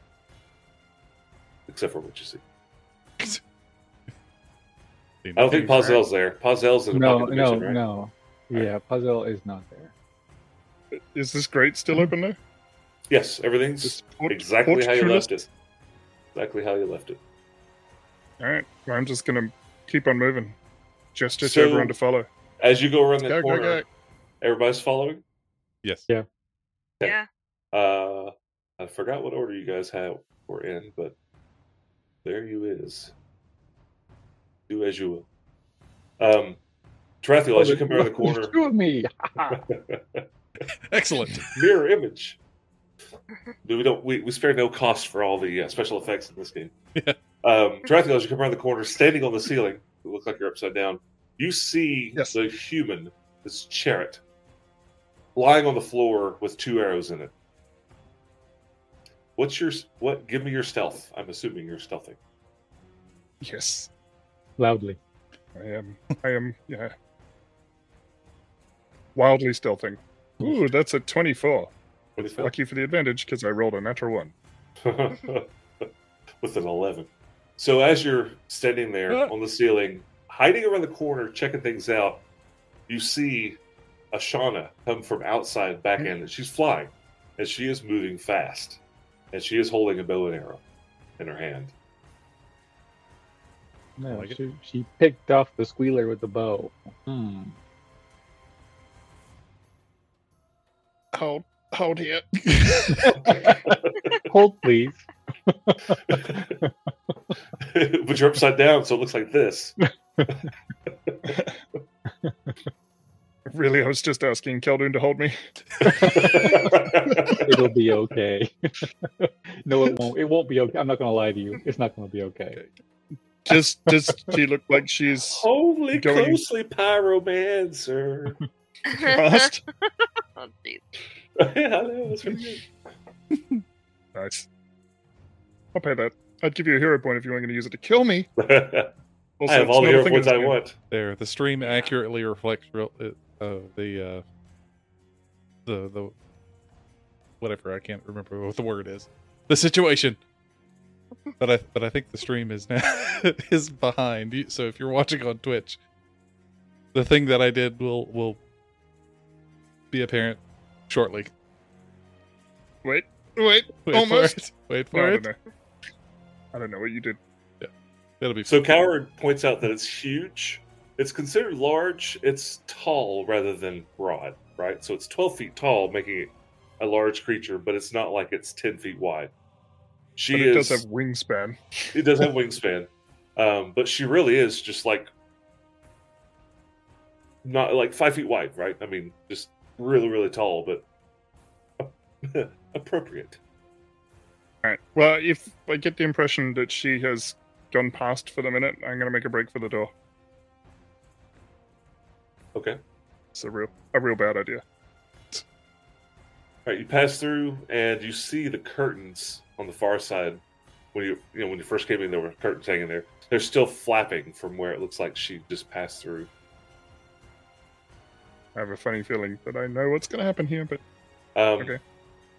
S1: except for what you see. I don't think Pazel's there. Pazel's in the
S5: No,
S1: bucket
S5: no,
S1: division, right?
S5: no.
S1: Right.
S5: Yeah, puzzle is not there.
S4: Is this grate still open now?
S1: Yes, everything's
S4: This port-
S1: exactly
S4: port
S1: how you
S4: true
S1: left
S4: list?
S1: it. Exactly how you left it.
S4: All right. Well, I'm just gonna keep on moving. Gesture
S1: So-
S4: to everyone to follow.
S1: As you go around that
S4: Go, go,
S1: corner,
S4: go.
S1: everybody's following.
S3: Yes.
S5: Yeah.
S2: yeah.
S1: Uh, I forgot what order you guys had were in, but there you is. Do as you will. Um, Tarathiel, as you come around the corner,
S5: Screw with me.
S3: Excellent.
S1: mirror image. we don't. We, we spare no cost for all the uh, special effects in this game.
S3: Yeah.
S1: Um, Tarathiel, as you come around the corner, standing on the ceiling, it looks like you're upside down. You see
S4: Yes.
S1: the human, this chariot, lying on the floor with two arrows in it. What's your what? Give me your stealth. I'm assuming you're stealthing.
S4: Yes.
S5: Loudly.
S4: I am. I am. Yeah. Wildly stealthing. Ooh, that's a 24.
S1: What do you
S4: Lucky for the advantage because I rolled a natural one.
S1: with an 11. So as you're standing there
S3: Ah.
S1: on the ceiling, hiding around the corner, checking things out, you see Ashana come from outside back in, and she's flying, and she is moving fast, and she is holding a bow and arrow in her hand.
S5: No,
S3: like it.
S5: she, she picked off the squealer with the bow. Hmm.
S4: Hold, hold here.
S5: Hold, please.
S1: but you're upside down, so it looks like this.
S4: Really, I was just asking Keldun to hold me.
S5: It'll be okay. no, it won't. It won't be okay. I'm not going to lie to you. It's not going to be okay.
S4: Does does she look like she's
S1: Holy
S4: Going-
S1: closely pyromancer.
S4: fast?
S2: oh, jeez.
S1: yeah, I know, that's pretty good.
S4: nice. I'll pay that. I'd give you a hero point if you weren't going to use it to kill me.
S1: I
S4: Also,
S1: have
S4: it's
S1: all the
S4: not a
S1: hero
S4: thing
S1: points
S4: that's
S1: I
S4: gonna-
S1: want.
S3: there, the stream accurately reflects real, uh, uh, the uh, the the whatever I can't remember what the word is. The situation. But I but I think the stream is now is behind. You- So if you're watching on Twitch, the thing that I did will will be apparent shortly.
S4: Wait, wait.
S3: Wait
S4: Almost.
S3: for it. Wait
S4: No, I
S3: for
S4: don't
S3: it.
S4: know. I don't know what you did.
S3: It'll be
S1: So Coward points out that it's huge. It's considered large. It's tall rather than broad, right? So it's 12 feet tall, making it a large creature, but it's not like it's 10 feet wide. She
S4: But it
S1: is.
S4: does have wingspan.
S1: it does have wingspan, um, but she really is just like not like five feet wide, right? I mean, just really, really tall, but appropriate.
S4: All right. Well, if I get the impression that she has gone past for the minute, I'm going to make a break for the door.
S1: Okay.
S4: It's a real, a real bad idea.
S1: All right, you pass through and you see the curtains on the far side. When you you know when you first came in, there were curtains hanging there. They're still flapping from where it looks like she just passed through.
S4: I have a funny feeling that I know what's going to happen here, but
S1: Um,
S4: Okay.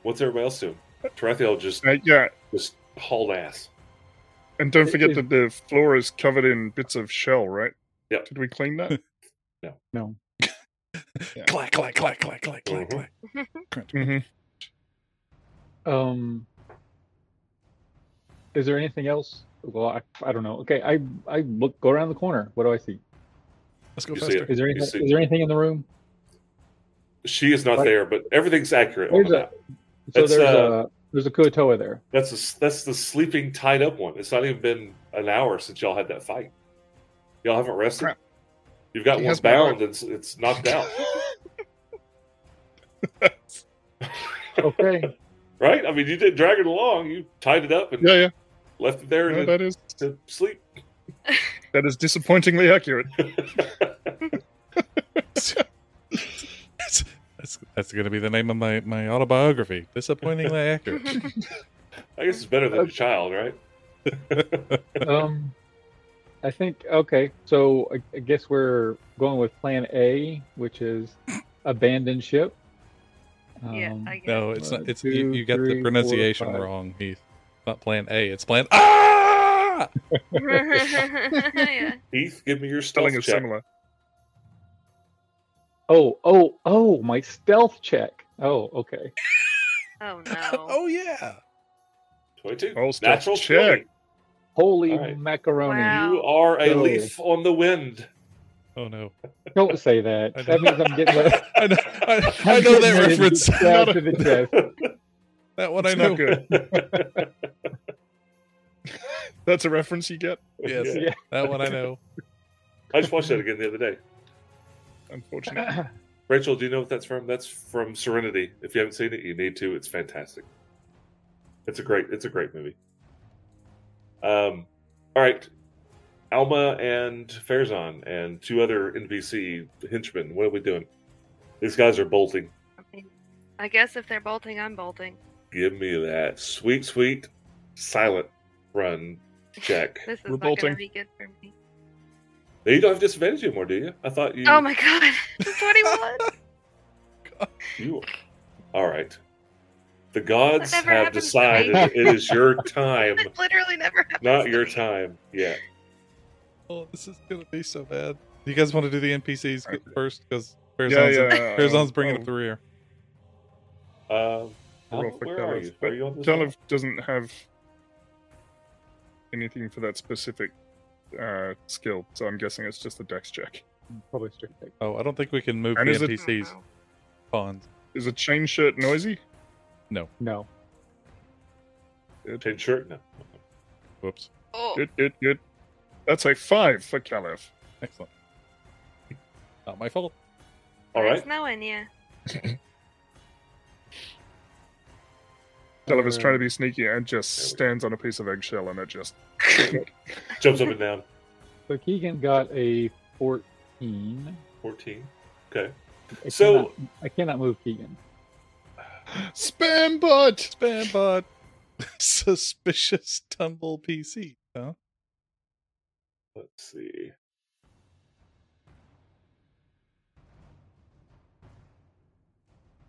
S1: What's everybody else doing? Tarathiel just
S4: uh, yeah.
S1: just hauled ass.
S4: And don't
S5: It
S4: forget
S5: is-
S4: that the floor is covered in bits of shell, right?
S1: Yep.
S4: Did we clean that?
S5: No.
S4: Yeah.
S3: clack clack clack clack clack clack
S1: Mhm.
S3: clack.
S4: mm-hmm.
S5: Um. Is there anything else? Well, I, I don't know. Okay, I I look go around the corner. What do I see?
S3: Let's go
S1: You see
S3: faster.
S5: Is there
S1: You
S5: anything?
S1: see-
S5: Is there anything in the room?
S1: She is not
S5: Right.
S1: there, but everything's accurate on
S5: There's
S1: the
S5: a-
S1: map.
S5: So
S1: It's,
S5: there's
S1: uh,
S5: a There's a Kuotoa there.
S1: That's a, that's the sleeping tied up one. It's not even been an hour since y'all had that fight. Y'all haven't rested.
S4: Crap.
S1: You've got
S4: He
S1: one
S4: has my
S1: bound and it's, it's knocked out,
S5: Okay.
S1: right? I mean, you didn't drag it along. You tied it up and
S4: yeah, yeah.
S1: left it there
S4: No,
S1: and
S4: that is
S1: to sleep.
S4: that is disappointingly accurate.
S3: That's that's, that's going to be the name of my, my autobiography. Disappointingly accurate.
S1: I guess it's better than a child, right?
S5: um, I think okay. So I, I guess we're going with Plan A, which is abandon ship.
S2: yeah,
S5: Um,
S2: I guess.
S3: No, it's not.
S5: One,
S3: It's
S5: two,
S3: you, you got
S5: three,
S3: the
S5: four,
S3: pronunciation
S5: five.
S3: wrong, Heath. Not plan A. It's plan Ah.
S2: yeah.
S1: Heath, give me your stealth
S4: Spelling is
S1: check.
S4: similar.
S5: oh, oh, oh! My stealth check. Oh, okay.
S2: Oh no.
S3: Oh yeah.
S1: 22.
S4: I'll still
S1: Natural
S4: check.
S1: 20.
S5: Holy
S1: All right.
S5: macaroni!
S2: Wow.
S1: You are a
S5: So-
S1: leaf on the wind.
S3: Oh no.
S5: Don't say that.
S3: I
S5: That
S3: know.
S5: means I'm getting. That,
S3: I know, I,
S5: I'm
S3: I know
S5: getting
S3: that
S5: ready to
S3: reference.
S5: get stabbed to the chest.
S3: that one I
S4: It's
S3: know.
S4: not good. That's a reference you get,
S3: Yes.
S1: Yeah.
S5: Yeah.
S3: That one I know.
S1: I just watched that again the other day.
S4: unfortunately.
S1: Rachel, do you know what that's from? That's from Serenity. If you haven't seen it, you need to. It's fantastic. It's a great. It's a great movie. Um, all right, Alma and Farazan and two other NPC henchmen. What are we doing? These guys are bolting.
S2: I, mean, I guess if they're bolting, I'm bolting.
S1: Give me that sweet, sweet silent run check.
S2: This is
S4: We're
S2: not
S4: bolting.
S2: gonna be good for me.
S1: Now, you don't have disadvantage anymore, do you? I thought you.
S2: Oh my god, twenty-one.
S1: You. All right. The gods
S2: never
S1: have
S2: happens to me.
S1: decided it is your time,
S2: It literally never happens.
S1: not
S2: to
S1: your
S2: me.
S1: time. Yeah.
S3: Oh, this is gonna be so bad. You guys want to do the NPCs
S4: Okay.
S3: first because
S4: yeah,
S3: Farazan's,
S4: yeah.
S3: Farazan's bringing
S4: oh,
S3: up the rear.
S1: Um,
S5: Real
S1: Alma,
S4: quick,
S1: where
S4: that
S1: are
S4: was-
S1: you? Are you on this
S4: Talif doesn't have anything for that specific uh, skill, so I'm guessing it's just a dex check.
S5: Probably strict. thing.
S3: Oh, I don't think we can move
S4: And
S3: the
S4: is it-
S2: Oh,
S3: NPCs
S2: no.
S3: pawns.
S4: Is a chain shirt noisy?
S5: No.
S1: one? Tin shirt? No.
S3: Whoops.
S2: Oh,
S4: Good, good, good. That's a five for Caliph.
S3: Excellent. Not my fault.
S1: All right.
S2: It's snowing, yeah.
S4: Caliph is
S5: Uh,
S4: trying to be sneaky and just
S1: There we go.
S4: stands on a piece of eggshell and it just.
S1: Jumps up and down.
S5: So Keegan got a fourteen.
S1: 14. Okay.
S5: I
S1: So-
S5: cannot, I cannot move Keegan.
S4: Spam bot!
S3: Spam bot. Suspicious tumble PC. Huh?
S1: Let's see.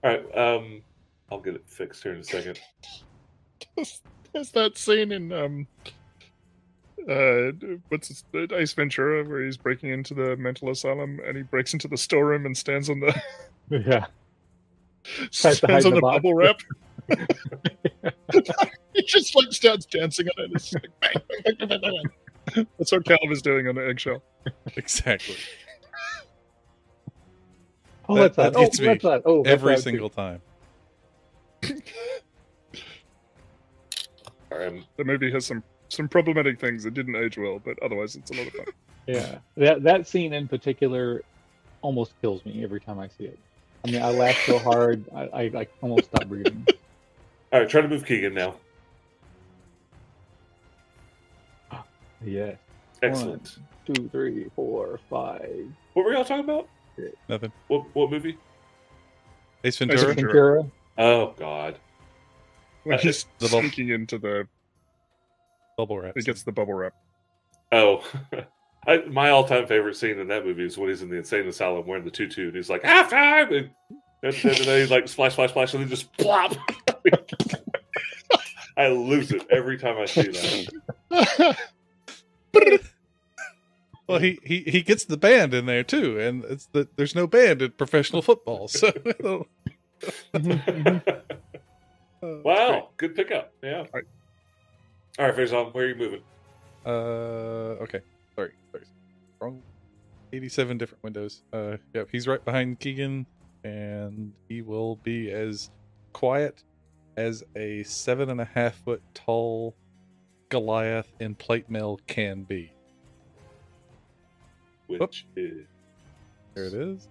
S1: All right. Um, I'll get it fixed here in a second.
S4: There's that scene in um uh what's his, uh, Ace Ventura where he's breaking into the mental asylum and he breaks into the storeroom and stands on the
S5: Yeah. Tries to hide
S4: stands on
S5: the
S4: the
S5: box.
S4: bubble wrap. he just like starts dancing on it. It's just like bang, bang, bang, bang, bang, bang. That's what Calv is doing on an eggshell.
S3: Exactly.
S5: Oh,
S3: That-
S5: that's that.
S3: that
S5: Oh,
S3: gets me
S5: that's that. Oh, that's
S3: Every
S5: that too.
S3: single time.
S1: All right, um, I'm-
S4: The movie has some some problematic things. It didn't age well, but otherwise it's a lot of fun.
S5: Yeah, that that scene in particular almost kills me every time I see it. I mean, I laugh so hard, I, I like almost stop breathing.
S1: all right. Try to move Keegan now.
S5: Yes,
S1: Excellent.
S5: two, three, four, five.
S1: What were y'all talking about?
S3: Nothing.
S1: What what movie?
S3: Ace Ventura.
S4: Ventura.
S5: Ventura.
S1: Oh God.
S4: When he's
S3: Uh, The bubble-
S4: sneaking into the
S3: Bubble wrap.
S4: he gets the bubble wrap.
S1: Oh, I, my all-time favorite scene in that movie is when he's in the insane asylum wearing the tutu, and he's like halftime, and and then and then he's like splash, splash, splash, and then just plop. I lose it every time I see that.
S3: Well, he, he he gets the band in there too, and it's the, there's no band in professional football, so uh, it's
S1: wow, good pickup. Yeah.
S4: Right.
S1: All right, Faison, where are you moving?
S3: great. Uh, okay. Sorry, sorry. Wrong. Eighty-seven different windows. Uh, yep. He's right behind Keegan, and he will be as quiet as a seven and a half foot tall Goliath in plate mail can be.
S1: which is
S3: There it is.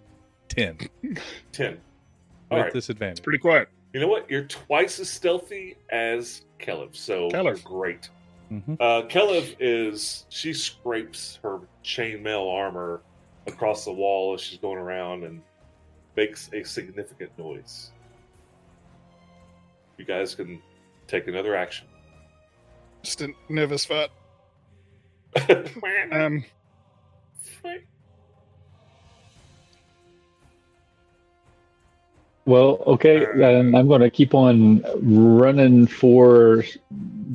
S3: Ten.
S1: 10. All
S3: with
S1: right.
S3: disadvantage.
S4: Pretty quiet.
S1: You know what? You're twice as stealthy as Caleb, so you're
S4: Caleb.
S1: great.
S3: Mhm.
S1: Uh, Caleb is she scrapes her chainmail armor across the wall as she's going around and makes a significant noise. You guys can take another action.
S4: Just a nervous fart.
S1: All
S4: Um,
S5: Well, okay, then I'm going to keep on running for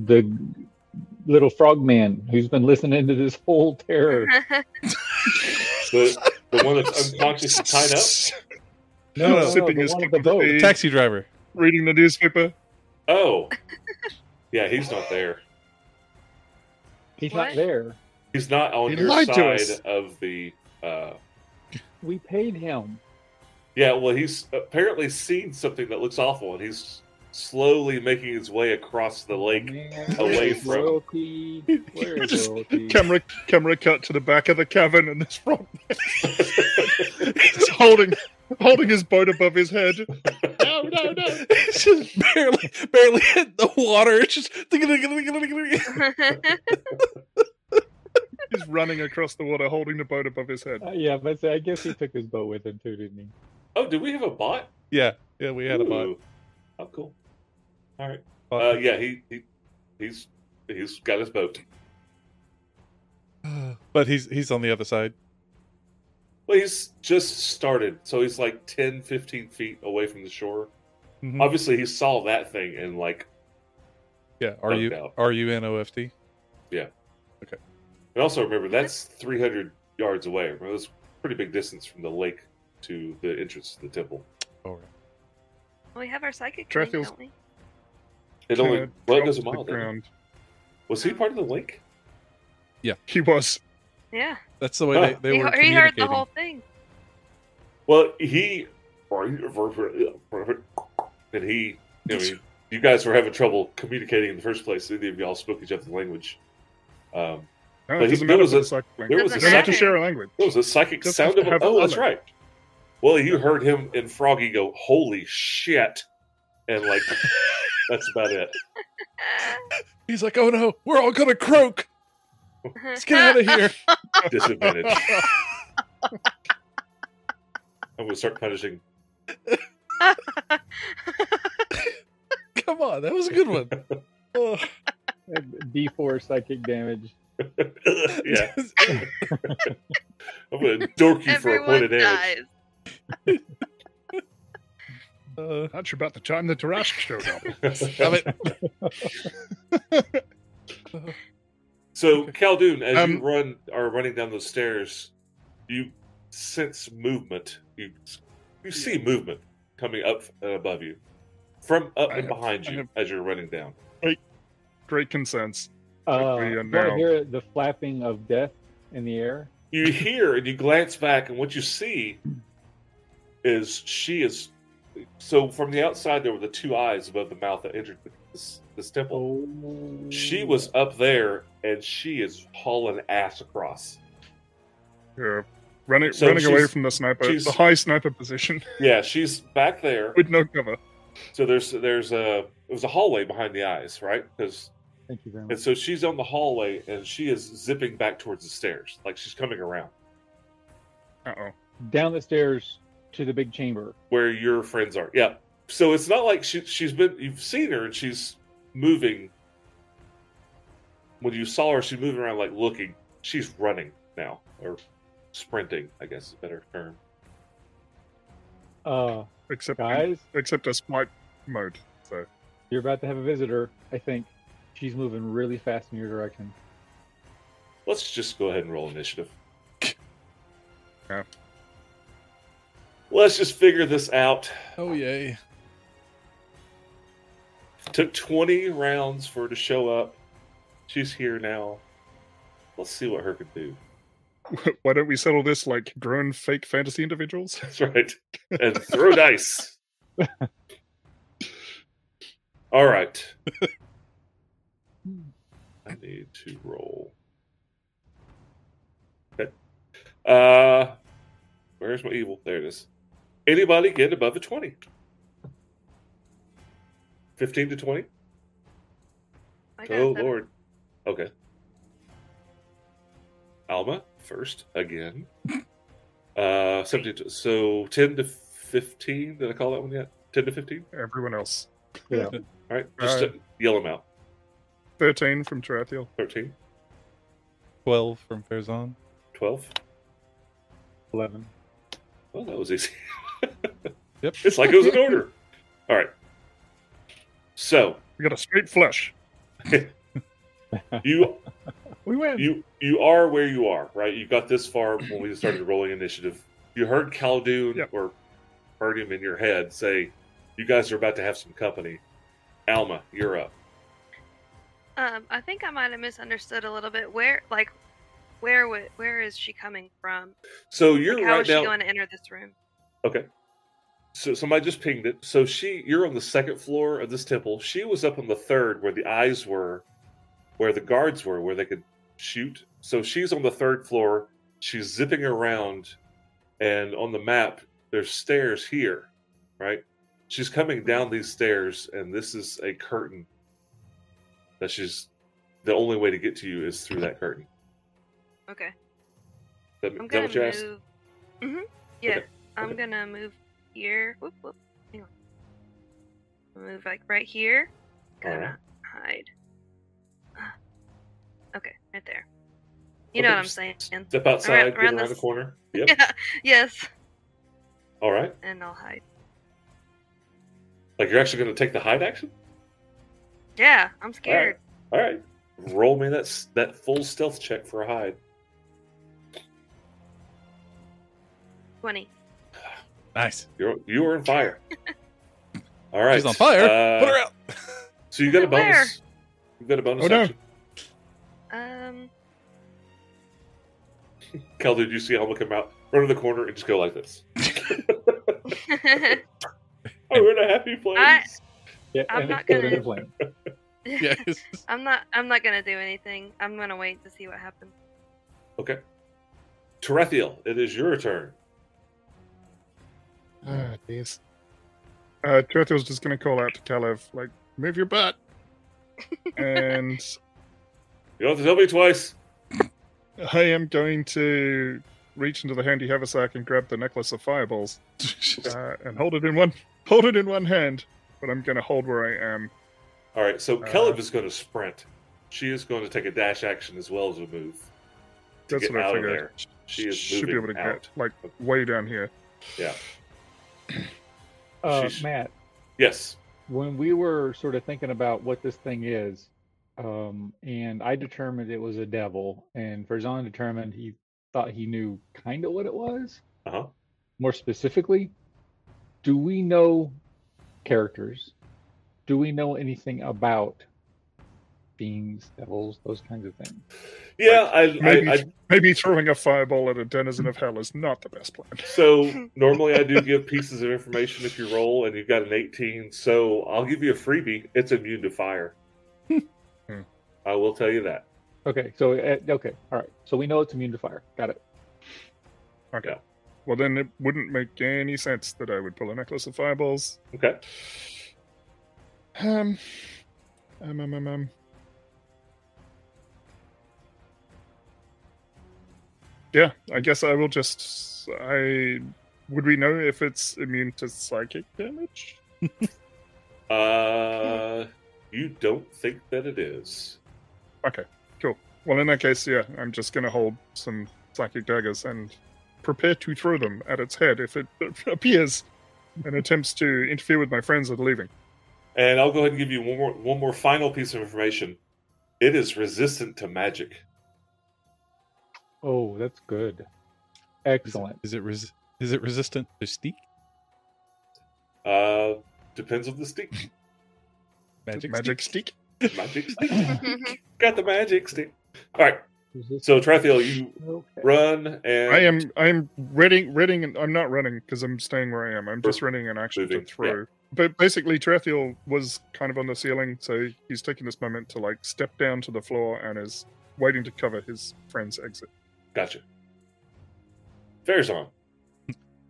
S5: the little frogman who's been listening to this whole terror.
S1: the, the one that's unconscious and tied up.
S5: No, no, no,
S4: Sipping
S5: the
S4: his
S5: one with
S4: cup
S5: the
S4: of
S5: boat.
S4: tea,
S3: Taxi driver.
S4: reading the newspaper.
S1: Oh, yeah, he's not there.
S5: He's
S2: What?
S5: not there.
S1: He's not on
S4: He
S1: your
S4: lied to
S1: side
S4: us.
S1: of the. Uh,
S5: We paid him.
S1: Yeah, well, he's apparently seen something that looks awful, and he's slowly making his way across
S3: Oh,
S1: the lake.
S5: Man,
S1: away
S5: where's
S1: from-
S5: royalty? Where is
S4: Just
S5: royalty?
S4: Camera, camera cut to the back of the cavern, and this frog is holding, holding his boat above his head. No, no, no.
S3: It's just barely, barely hit the water. It's just.
S4: He's running across the water, holding the boat above his head.
S5: Uh, yeah, but I guess he took his boat with him too, didn't he?
S1: oh, do we have a bot?
S3: Yeah, yeah, we had a bot.
S1: Ooh. Oh, cool. All right.
S3: Bot.
S1: Uh, yeah, he, he he's he's got his boat.
S3: But he's he's on the other side.
S1: Well, he's just started, so he's like 10, 15 feet away from the shore.
S3: Mhm.
S1: Obviously, he saw that thing and like,
S3: Yeah. Are
S1: Bugged
S3: you
S1: out.
S3: are you in OFT?
S1: and also remember that's three hundred yards away. Remember, that's a pretty big distance from the lake to the entrance to the temple.
S3: All right.
S2: we have our psychic thing,
S4: Traffiel's-
S2: don't we?
S1: It only
S4: Uh,
S1: well, it
S4: dropped
S1: goes a
S4: to the
S1: mile. doesn't it?
S4: ground.
S1: Was he part of the lake?
S4: He was.
S2: Yeah.
S3: That's the way
S1: Huh.
S3: they, they
S2: he,
S3: were
S2: he heard the
S3: communicating.
S2: whole thing.
S1: Well, he and he. I mean, you guys were having trouble communicating in the first place. Either of y'all spoke each other's language. Um,
S4: No,
S1: But
S4: it
S1: he-
S4: doesn't
S1: there
S4: matter
S1: was
S4: if
S1: a-
S4: it's like
S1: there
S4: language.
S1: was a
S4: They have to
S1: psychic.
S4: share a language.
S1: There was a psychic
S4: Just
S1: sound
S4: to
S1: of.
S4: have
S1: Oh, that's
S4: color.
S1: right. Well, you heard him and Froggy go, "Holy shit!" and like that's about it.
S3: He's like, oh no, we're all gonna croak. Let's get out of here.
S1: Disadvantage. I'm gonna start punishing.
S3: Come on, that was a good one. Ugh.
S5: D4 Uh, psychic damage.
S1: yeah, I'm gonna dork you for a point
S2: Everyone
S1: of damage.
S2: dies.
S3: Uh,
S4: That's about the time the Tarash showed up.
S3: damn it.
S1: So Caldoon, as you
S4: Um,
S1: run are running down those stairs, you sense movement. You you see movement coming up and above you, from up
S4: I
S1: and
S4: have-
S1: behind
S4: I
S1: you
S4: have-
S1: as you're running down.
S4: Great concerns.
S5: Uh,
S4: we are
S5: do I
S4: now-
S5: hear the flapping of death in the air?
S1: You hear and you glance back, and what you see is she is. So from the outside, there were the two eyes above the mouth that entered this this temple.
S5: Oh,
S1: She was up there, and she is hauling ass across.
S4: Yeah. Running,
S1: So
S4: running away
S1: she's-
S4: from the sniper,
S1: she's-
S4: the high sniper position
S1: Yeah, she's back there.
S4: with no cover.
S1: So there's there's a it was a hallway behind the eyes, right? 'Cause-
S5: Thank you very much.
S1: and so she's on the hallway and she is zipping back towards the stairs, like she's coming around
S4: Uh oh.
S5: Down the stairs to the big chamber.
S1: where your friends are. Yeah. So it's not like she she's been you've seen her and she's moving. When you saw her, she's moving around like looking. She's running now or sprinting, I guess is a better term.
S5: Uh,
S4: Except,
S5: guys,
S4: except a smite mode. So
S5: you're about to have a visitor. I think she's moving really fast in your direction.
S1: Let's just go ahead and roll initiative.
S4: Yeah.
S1: Let's just figure this out.
S3: Oh yay.
S1: Took 20 rounds for her to show up. She's here now. Let's see what her can do.
S4: why don't we settle this like grown fake fantasy individuals?
S1: That's right. And throw dice. All right. I need to roll. Okay. Uh, where's my evil? There it is. Anybody get above a 20? 15 to 20?
S2: I got
S1: Oh,
S2: that.
S1: Lord. Okay. Alma first again. uh, 17 to- so 10 to 15. Did I call that one yet? 10 to 15?
S4: Everyone else.
S1: All right. Just
S4: Alright.
S1: uh, yell them out.
S4: 13 from Tarathiel.
S1: 13,
S3: 12 from Farazan.
S1: 12.
S5: 11.
S1: Well, Oh, that was easy.
S3: Yep.
S1: It's like it was an order. All right. So
S4: We got a straight flush.
S1: you
S5: We win.
S1: you you are where you are, right? You got this far when we started rolling initiative. You heard Khaldun
S4: Yep.
S1: or heard him in your head say, "You guys are about to have some company." Alma, you're up.
S2: Um, I think I might have misunderstood a little bit. Where, like, where would, where is she coming from?
S1: So you're
S2: Like, how
S1: right
S2: is
S1: now.
S2: she going to enter this room?
S1: Okay. So somebody just pinged it. So she, you're on the second floor of this temple. She was up on the third, where the eyes were, where the guards were, where they could shoot. So she's on the third floor. She's zipping around, and on the map, there's stairs here, right? She's coming down these stairs, and this is a curtain that she's. The only way to get to you is through that curtain.
S2: Okay,
S1: That,
S2: I'm
S1: that
S2: gonna
S1: what you asked?
S2: move. hmm Yeah,
S1: Okay,
S2: I'm
S1: okay.
S2: gonna move here. Whoop whoop. Hang on. Move like right here. Gonna
S1: Alright.
S2: hide. Okay, right there. You know
S1: Okay,
S2: what I'm
S1: just
S2: saying?
S1: Step outside, get
S2: around
S1: around the
S2: this-
S1: corner. Yep.
S2: Yeah. Yes,
S1: All right.
S2: and I'll hide.
S1: Like you're actually going to take the hide action?
S2: Yeah, I'm scared.
S1: All right, roll me that s- that full stealth check for a hide.
S2: Twenty.
S3: Nice.
S1: You're you are on fire. All right,
S3: She's on fire.
S1: Uh,
S3: Put her out.
S1: So you got a
S2: Where?
S1: bonus. You got a bonus
S4: Oh, no.
S1: action.
S2: Um.
S1: Kel, did you see Alma come out, run to the corner, and just go like this? Oh, we're in a happy place.
S2: I-
S5: Yeah,
S2: I'm
S5: and
S2: not
S5: it's still
S2: gonna-
S5: in plan.
S3: yeah, it's-
S2: I'm not. I'm not gonna do anything. I'm gonna wait to see what happens.
S1: Okay, Terethiel, it is your turn.
S4: Ah, jeez. Uh, Turtle's just gonna call out to Caleb, like, move your butt. and
S1: You don't have to tell me twice.
S4: I am going to reach into the handy haversack and grab the necklace of fireballs uh, and hold it in one hold it in one hand, but I'm gonna hold where I am.
S1: All right, so
S4: Uh,
S1: Caleb is going to sprint. She is going to take a dash action as well as a move. to
S4: That's
S1: get
S4: what I
S1: out of
S4: figured.
S1: there. She is
S4: should be
S1: moving
S4: able to
S1: out.
S4: get like way down here.
S5: Uh,
S1: Sheesh.
S5: Matt,
S1: Yes.
S5: when we were sort of thinking about what this thing is, um, and I determined it was a devil, and Verzon determined he thought he knew kind of what it was.
S1: Uh huh.
S5: More specifically, do we know characters? Do we know anything about fiends, devils, those kinds of things?
S1: Yeah, I,
S4: Maybe
S1: I, I
S4: maybe throwing a fireball at a denizen of hell is not the best plan.
S1: So normally I do give pieces of information if you roll, and you've got an 18. So I'll give you a freebie. It's immune to fire.
S4: Hmm.
S1: I will tell you that.
S5: Okay, so uh, okay, all right. So we know it's immune to fire. Got it.
S4: Okay.
S1: Yeah.
S4: Well then it wouldn't make any sense that I would pull a necklace of fireballs.
S1: Okay.
S4: Um um um um, um. Yeah, I guess I will just I would we know if it's immune to psychic damage?
S1: Uh, you don't think that it is.
S4: Well, in that case, yeah, I'm just going to hold some psychic daggers and prepare to throw them at its head if it appears and attempts to interfere with my friends that are leaving.
S1: And I'll go ahead and give you one more, one more final piece of information. It is resistant to magic.
S5: Oh, that's good.
S3: Is it-
S5: Excellent.
S3: Is it, res- is it resistant to steak?
S1: Uh, depends on the stick.
S3: Magic,
S4: Magic stick.
S1: Magic stick. got the magic stick. All right.
S5: Resist-
S1: So Trathiel, you
S5: Okay.
S1: run and
S4: I am I'm running running and I'm not running because I'm staying where I am. I'm just
S1: Or
S4: running an action
S1: moving,
S4: to
S1: yeah.
S4: throw. But basically Tarathiel was kind of on the ceiling, so he's taking this moment to like step down to the floor and is waiting to cover his friend's exit.
S1: gotcha. Fair's on.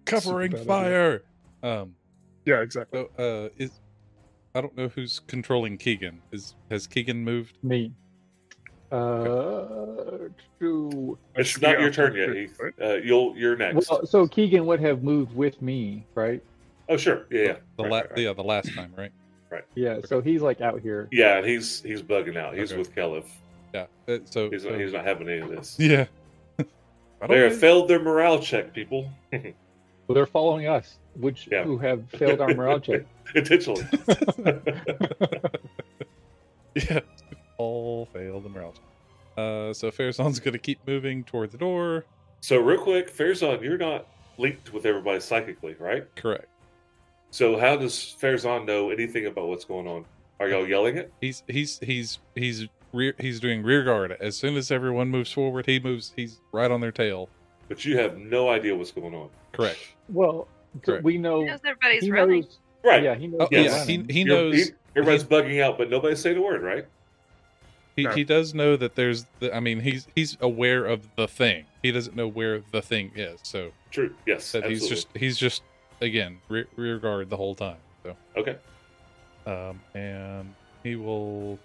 S3: Covering
S4: bad idea.
S3: fire. Um.
S4: Yeah, exactly.
S3: So, uh, is I don't know who's controlling Keegan. Is has Keegan moved?
S5: Me. Uh, to,
S1: It's
S4: should be
S1: not your
S4: up
S1: turn
S4: here,
S1: yet.
S4: right?
S1: He, uh, you'll you're next.
S5: well, so Keegan would have moved with me, right?
S1: oh sure, yeah, yeah,
S3: The
S1: Right,
S3: la-
S1: right, right.
S3: yeah, the last time, right?
S5: Yeah. So he's like out here.
S1: yeah. And he's he's bugging out. He's
S3: Okay.
S1: with Kellev.
S3: Yeah. uh, so
S1: He's not,
S3: uh,
S1: he's not having any of this.
S3: yeah. I
S1: They
S3: don't
S1: have
S3: know.
S1: failed their morale check, people.
S5: Well, they're following us, which
S1: Yeah.
S5: who have failed our morale check.
S1: Intentionally.
S3: yeah. All failed the morale. check. Uh, so Farazan's gonna keep moving toward the door.
S1: so real quick, Fairzon, you're not linked with everybody psychically, right?
S3: Correct.
S1: So how does Fairzon know anything about what's going on? Are y'all yelling it?
S3: He's he's he's he's rear, he's doing rear guard. As soon as everyone moves forward, he moves. He's right on their tail.
S1: But you have no idea what's going on.
S3: Correct.
S5: Well, so
S3: Correct.
S5: we know.
S2: Because everybody's
S5: he
S2: running.
S5: knows-
S1: Right.
S5: Yeah, he knows.
S3: Oh,
S5: we're
S1: Yes.
S3: yeah. He,
S5: running.
S3: he
S1: You're-
S3: knows.
S1: everybody's bugging out, but nobody's saying a word, right?
S3: He,
S4: No.
S3: he does know that there's the, I mean he's he's aware of the thing. He doesn't know where the thing is. So
S1: True. Yes.
S3: that he's
S1: absolutely.
S3: just he's just again re- rear guard the whole time. So
S1: okay.
S3: um and he will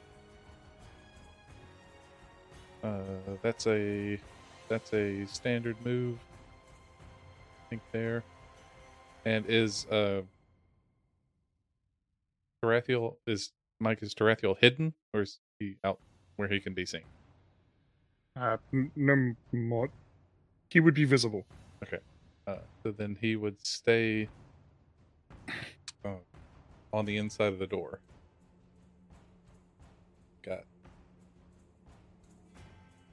S3: uh that's a that's a standard move I think there and is uh Tarathiel is Mike is Tarathiel hidden or is he out where he can be seen?
S4: Uh, n- no more. He would be visible.
S3: Uh, so then he would stay uh, on the inside of the door. Got.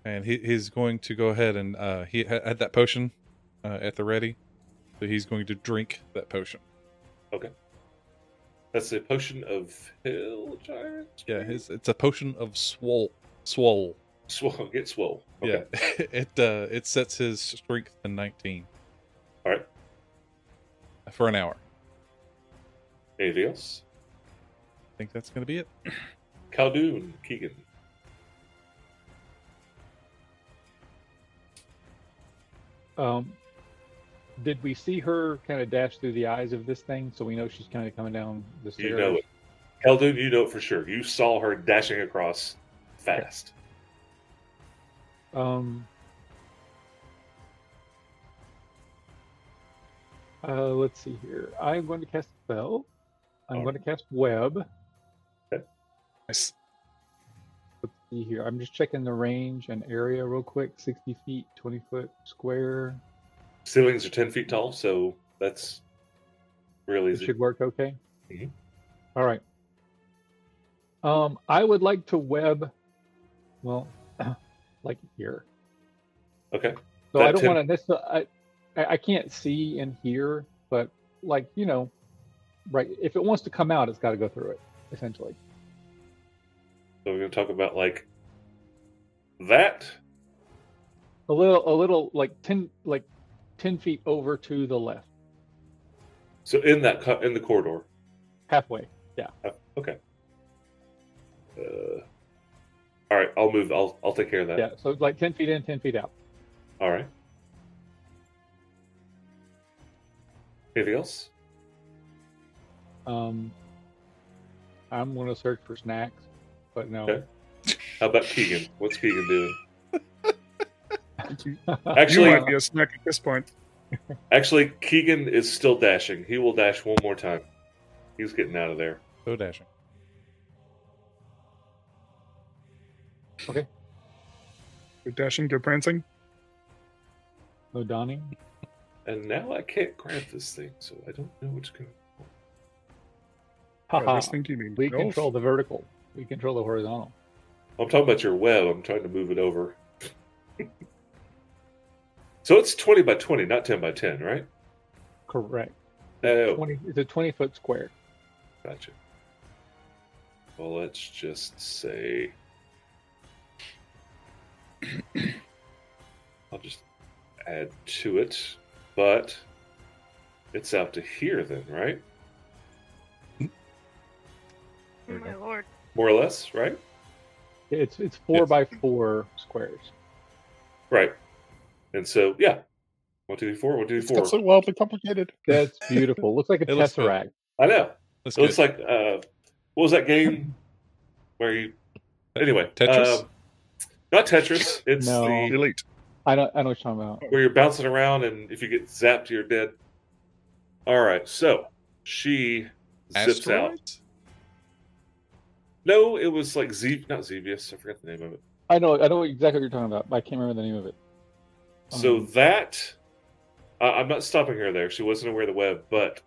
S3: And he, he's going to go ahead and uh, he ha- had that potion uh, at the ready, so he's going to drink that potion.
S1: That's a potion of hill giant.
S3: Yeah, his, it's a potion of swole. Swole.
S1: swole. Get swole. Okay.
S3: Yeah, it uh, it sets his strength to nineteen
S1: All right.
S3: for an hour.
S1: Anything else?
S3: I think that's going to be it.
S1: Khaldun, Keegan.
S5: Um, did we see her kind of dash through the eyes of this thing, so we know she's kind of coming down the stairs?
S1: You know it. Khaldun, you know it for sure. You saw her dashing across fast.
S5: Um, uh, let's see here. I'm going to cast spell. I'm
S1: All
S5: going to cast web.
S4: Nice.
S5: Let's see here. I'm just checking the range and area real quick. 60 feet, 20 foot square.
S1: Ceilings are 10 feet tall, so that's real
S5: It
S1: easy.
S5: should work okay.
S1: Mhm.
S5: All right. Um, I would like to web. Well, like here.
S1: Okay.
S5: So
S1: That
S5: I don't
S1: tip-
S5: want to necessarily. I, I I can't see and hear, but like you know, right? If it wants to come out, it's got to go through it, essentially.
S1: So we're going to talk about like that.
S5: A little, a little like ten, like ten feet over to the left,
S1: So in that co- in the corridor.
S5: halfway.
S1: Uh, Okay. Uh, all right, I'll move. I'll I'll take care of that.
S5: Yeah, so like ten feet in, ten feet out.
S1: All right. Anything else?
S5: Um, I'm gonna search for snacks, but no.
S1: Okay. How about Keegan? What's Keegan doing?
S4: You, you
S1: Actually,
S4: might be a snack at this point.
S1: actually, Keegan is still dashing. He will dash one more time. He's getting out of there.
S3: So dashing.
S4: Go dashing, go prancing.
S5: No donning.
S1: And now I can't grab this thing, so I don't know what's going.
S4: I
S5: Haha.
S4: was thinking, you mean
S5: We
S4: golf?
S5: control the vertical. We control the horizontal.
S1: I'm talking about your web. I'm trying to move it over. so it's twenty by twenty, not ten by ten, right? Oh,
S5: Correct.
S1: No.
S5: Twenty. It's a twenty foot square.
S1: Gotcha. Well, let's just say I'll just add to it, but it's out to here then, right?
S2: Oh
S4: There we
S2: my
S4: go.
S2: lord.
S1: More or less, right?
S5: It's it's four
S3: Yes.
S5: by four squares.
S1: Right. And so, yeah. One, two, three, four. One, two,
S4: It's
S1: three, four.
S4: got so wildly complicated.
S5: That's beautiful. Looks like
S3: It
S5: a
S3: looks good.
S5: tesseract.
S1: I know.
S3: That's
S1: It looks
S3: good.
S1: like uh, what was that game where you?
S3: Uh,
S1: Anyway,
S3: Tetris?
S1: um, not Tetris. It's
S5: No.
S1: the
S4: Elite.
S5: I don't I know what you're talking about.
S1: where you're bouncing around, and if you get zapped, you're dead. All right, so she zips out.
S3: Asteroids?
S1: No, it was like Z, not Xevious. I forgot the name of it.
S5: I know I know exactly what you're talking about, but I can't remember the name of it.
S1: So
S5: Um,
S1: that I I'm not stopping her there. She wasn't aware of the web, but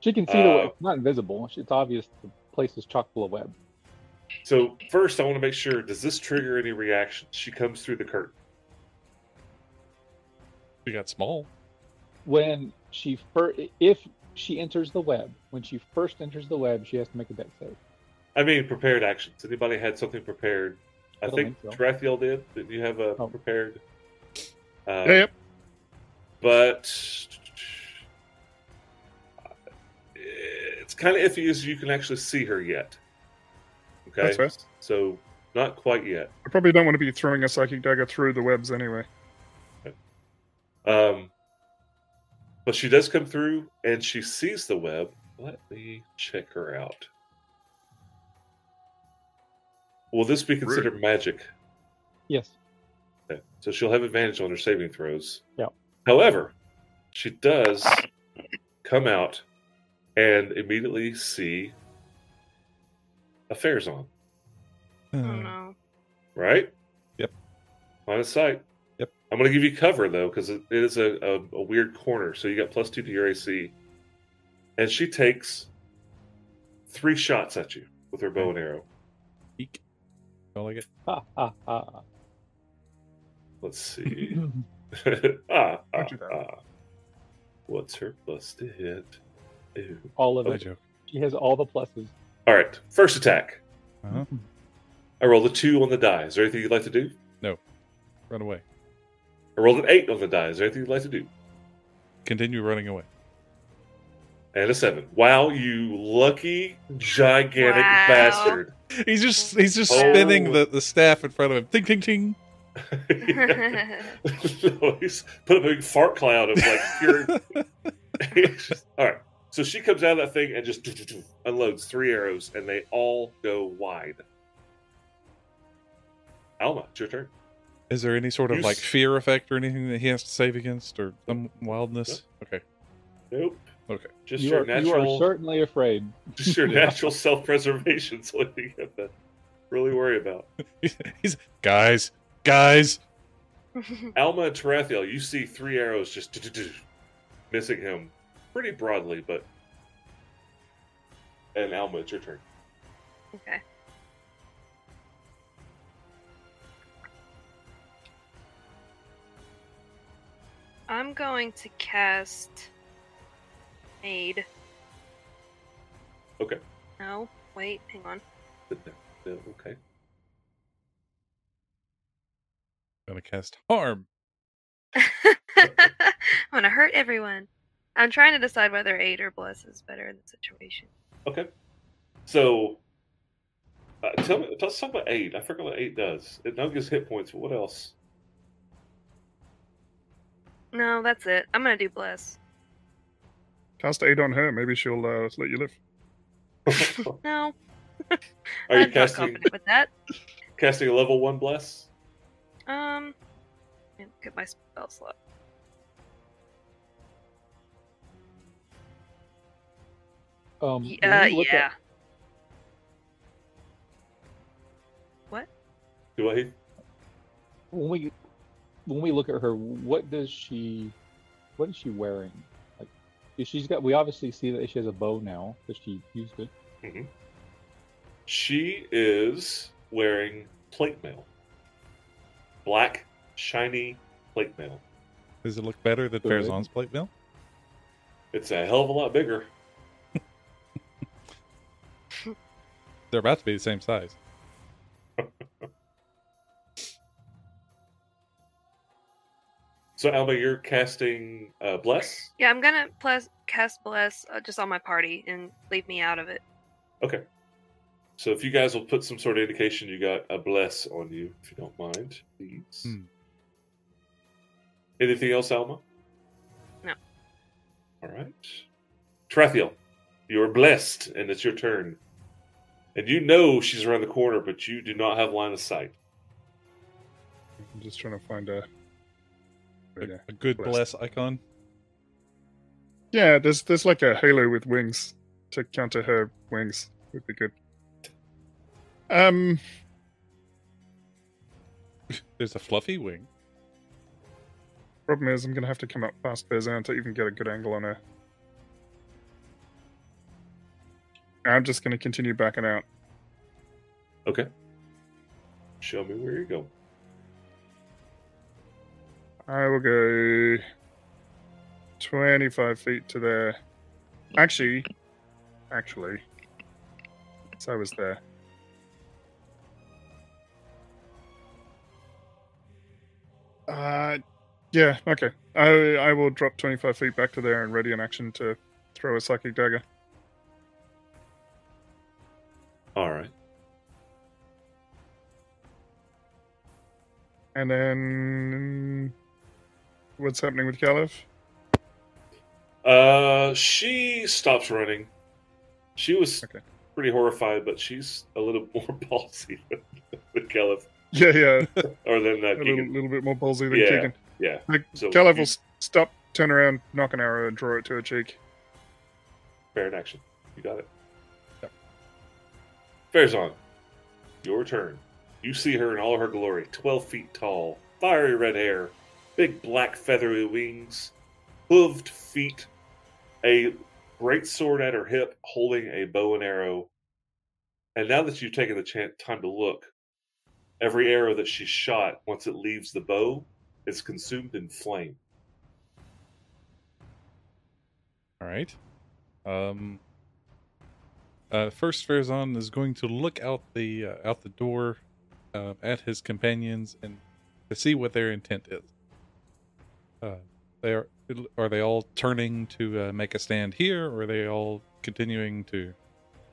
S5: she can see the
S1: uh,
S5: web. It's not invisible. It's obvious the place is chock full of web.
S1: so first, I want to make sure. Does this trigger any reactions? She comes through the curtain.
S3: We got small.
S5: When she fir- if she enters the web, when she first enters the web, she has to make a deck save.
S1: I mean, prepared actions. Anybody had something prepared? I,
S5: I don't
S1: think,
S5: think so.
S1: Tarathiel did. Did you have a
S5: Oh.
S1: prepared? Um,
S4: Yeah, yep.
S1: But it's kind of iffy as you can actually see her yet. Okay,
S4: That's fair.
S1: so not quite yet.
S4: I probably don't want to be throwing a psychic dagger through the webs anyway.
S1: Um, but she does come through and she sees the web. Let me check her out. Will this be considered magic?
S5: Yes.
S1: Okay. So she'll have advantage on her saving throws.
S5: Yeah.
S1: However, she does come out and immediately see affairs on,
S2: Oh
S3: Uh.
S2: no.
S1: right?
S3: Yep.
S1: Line of sight.
S3: Yep.
S1: I'm going to give you cover, though, because it it is a, a, a weird corner. So you got plus two to your AC. And she takes three shots at you with her bow and arrow.
S3: Eek. Don't like it.
S5: Ha ha ha.
S1: Let's see. ah, ah,
S4: Don't do that.
S1: ah. What's her plus to hit? Ew.
S5: all of
S1: Okay.
S3: No
S5: it.
S3: joke.
S5: She has all the pluses.
S1: All right, first attack.
S3: Uh-huh.
S1: I rolled a two on the die. Is there anything you'd like to do?
S3: Run away.
S1: I rolled an eight on the die. Is there anything you'd like to do?
S3: Continue running away.
S1: And a seven. Wow, you lucky gigantic
S2: Wow.
S1: bastard!
S3: He's just he's just
S1: Oh.
S3: spinning the, the staff in front of him. Ting ting ting.
S1: no, he's put up a big fart cloud of like pure. It's just- all right, so she comes out of that thing and just unloads three arrows, and they all go wide. Alma, it's your turn.
S3: Is there any sort of
S1: You
S3: like
S1: s-
S3: fear effect or anything that he has to save against or some wildness? Okay.
S1: Nope.
S3: Okay.
S1: Just
S5: You
S1: your
S5: are, you
S1: natural.
S5: are certainly afraid.
S1: just your
S5: Yeah.
S1: natural self-preservation is what you have to really worry about.
S3: He's guys, guys.
S1: Alma and Tarathiel, you see three arrows just missing him pretty broadly, but and Alma, it's your turn.
S2: okay. I'm going to cast aid.
S1: Okay.
S2: No, wait, hang on.
S1: Yeah, Okay.
S3: Gonna cast harm.
S2: I'm gonna hurt everyone. I'm trying to decide whether aid or bless is better in the situation.
S1: Okay. So uh, tell me tell us something about eight. I forgot what eight does. It now gives hit points, but what else?
S2: No, that's it. I'm gonna do bless.
S4: Cast aid on her. Maybe she'll uh, let you live.
S2: No,
S1: Are you
S2: I'm not
S1: casting
S2: confident with that.
S1: casting a level one bless?
S2: Um, let me look at my spell slot.
S5: Um,
S2: Y-
S5: when
S2: Uh,
S5: you look
S2: yeah.
S5: at-
S1: Do I
S5: when we when we look at her, what does she? What is she wearing? Like, if she's got. We obviously see that she has a bow now because she used it.
S1: She is wearing plate mail. Black, shiny plate mail.
S3: Does it look better than
S5: Good.
S3: Farazan's plate mill?
S1: It's a hell of a lot bigger.
S3: They're about to be the same size.
S1: So Alma, you're casting uh, bless.
S2: Yeah, I'm gonna plus cast bless uh, just on my party and leave me out of it.
S1: So if you guys will put some sort of indication, you got a bless on you, if you don't mind, please.
S3: Hmm.
S1: Anything else, Alma?
S2: No.
S1: All right. Trathiel, you are blessed, and it's your turn. And you know she's around the corner, but you do not have line of sight.
S4: I'm just trying to find a.
S3: A, a good
S4: Blessed.
S3: bless icon.
S4: Yeah, there's there's like a halo with wings to counter her wings would be good. Um,
S3: There's a fluffy wing.
S4: problem is I'm gonna have to come up past Bezan to even get a good angle on her. I'm just gonna continue backing out.
S1: Show me where you go.
S4: I will go 25 feet to there. Actually, actually, so I was there. Uh, yeah, okay. I I will drop 25 feet back to there and ready in action to throw a psychic dagger.
S1: All right.
S4: And then. What's happening with Caliph?
S1: Uh, she stops running. She was
S4: Okay.
S1: pretty horrified, but she's a little more ballsy than Caliph,
S4: Yeah, yeah,
S1: or than uh,
S4: a little,
S1: Keegan.
S4: little bit more ballsy than
S1: Yeah.
S4: Keegan.
S1: Yeah.
S4: Like,
S1: So
S4: Caliph
S1: you-
S4: will s- stop, turn around, knock an arrow, and draw it to her cheek.
S1: Fair in action. You got it. Fair's on. Your turn. You see her in all her glory, 12 feet tall, fiery red hair, big black feathery wings, hooved feet, a great sword at her hip, holding a bow and arrow. And now that you've taken the chan- time to look, every arrow that she shot, once it leaves the bow, is consumed in flame.
S3: All right. Um. Uh, first, Farazan is going to look out the uh, out the door uh, at his companions and to see what their intent is. Uh, they are are they all turning to uh, make a stand here, or are they all continuing to?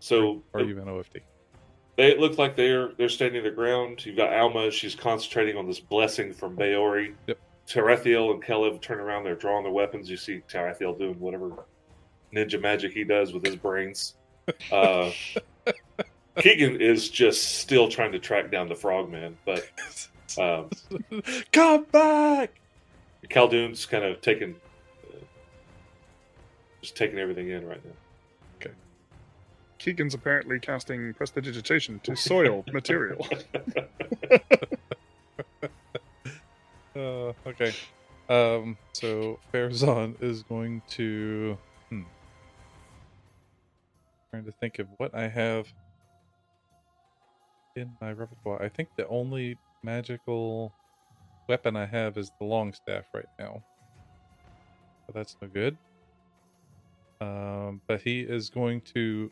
S1: So,
S3: are you an OFD?
S1: They it looked like they're they're standing their ground. You've got Alma; she's concentrating on this blessing from Bayori.
S3: Yep.
S1: Tarathiel and Kelev turn around. They're drawing their weapons. You see Tarathiel doing whatever ninja magic he does with his brains. Uh, Keegan is just still trying to track down the frogman, but um,
S3: Come back!
S1: Khaldun's kind of taking uh, just taking everything in right now.
S4: Keegan's apparently casting prestidigitation to soil material.
S3: Uh, okay. Um, so Farazan is going to. Hmm. Trying to think of what I have in my repertoire. I think the only magical weapon I have is the long staff right now. But that's no good. Um, but he is going to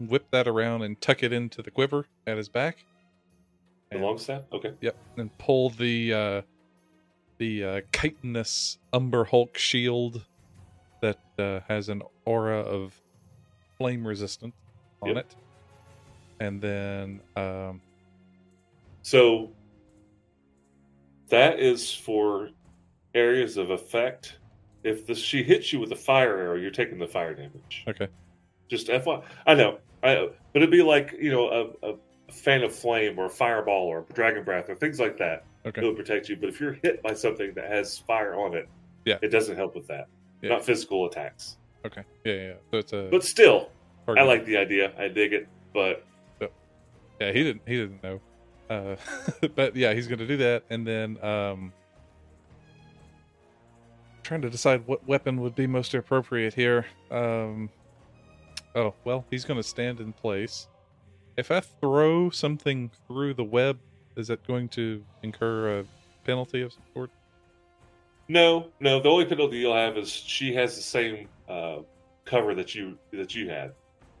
S3: whip that around and tuck it into the quiver at his back.
S1: The
S3: And-
S1: long staff, okay.
S3: Yep, and pull the uh, the uh, chitinous Umber Hulk shield that uh, has an aura of flame resistance on
S1: Yep.
S3: it, and then um,
S1: So that is for areas of effect. If the, she hits you with a fire arrow, you're taking the fire damage.
S3: okay,
S1: Just FY. I know. I but it'd be like you know a, a fan of flame or a fireball or a dragon breath or things like that.
S3: Okay.
S1: It would protect you. But if you're hit by something that has fire on it,
S3: Yeah.
S1: it doesn't help with that.
S3: Yeah.
S1: Not physical attacks.
S3: okay, yeah, yeah. yeah. So it's a
S1: But still, I
S3: target.
S1: like the idea. I dig it. But
S3: Yeah, he didn't. He didn't know. Uh, but yeah, he's gonna do that, and then um, trying to decide what weapon would be most appropriate here. Um, oh well, he's gonna stand in place. If I throw something through the web, is that going to incur a penalty of some sort?
S1: no, no. The only penalty you'll have is she has the same uh, cover that you that you had.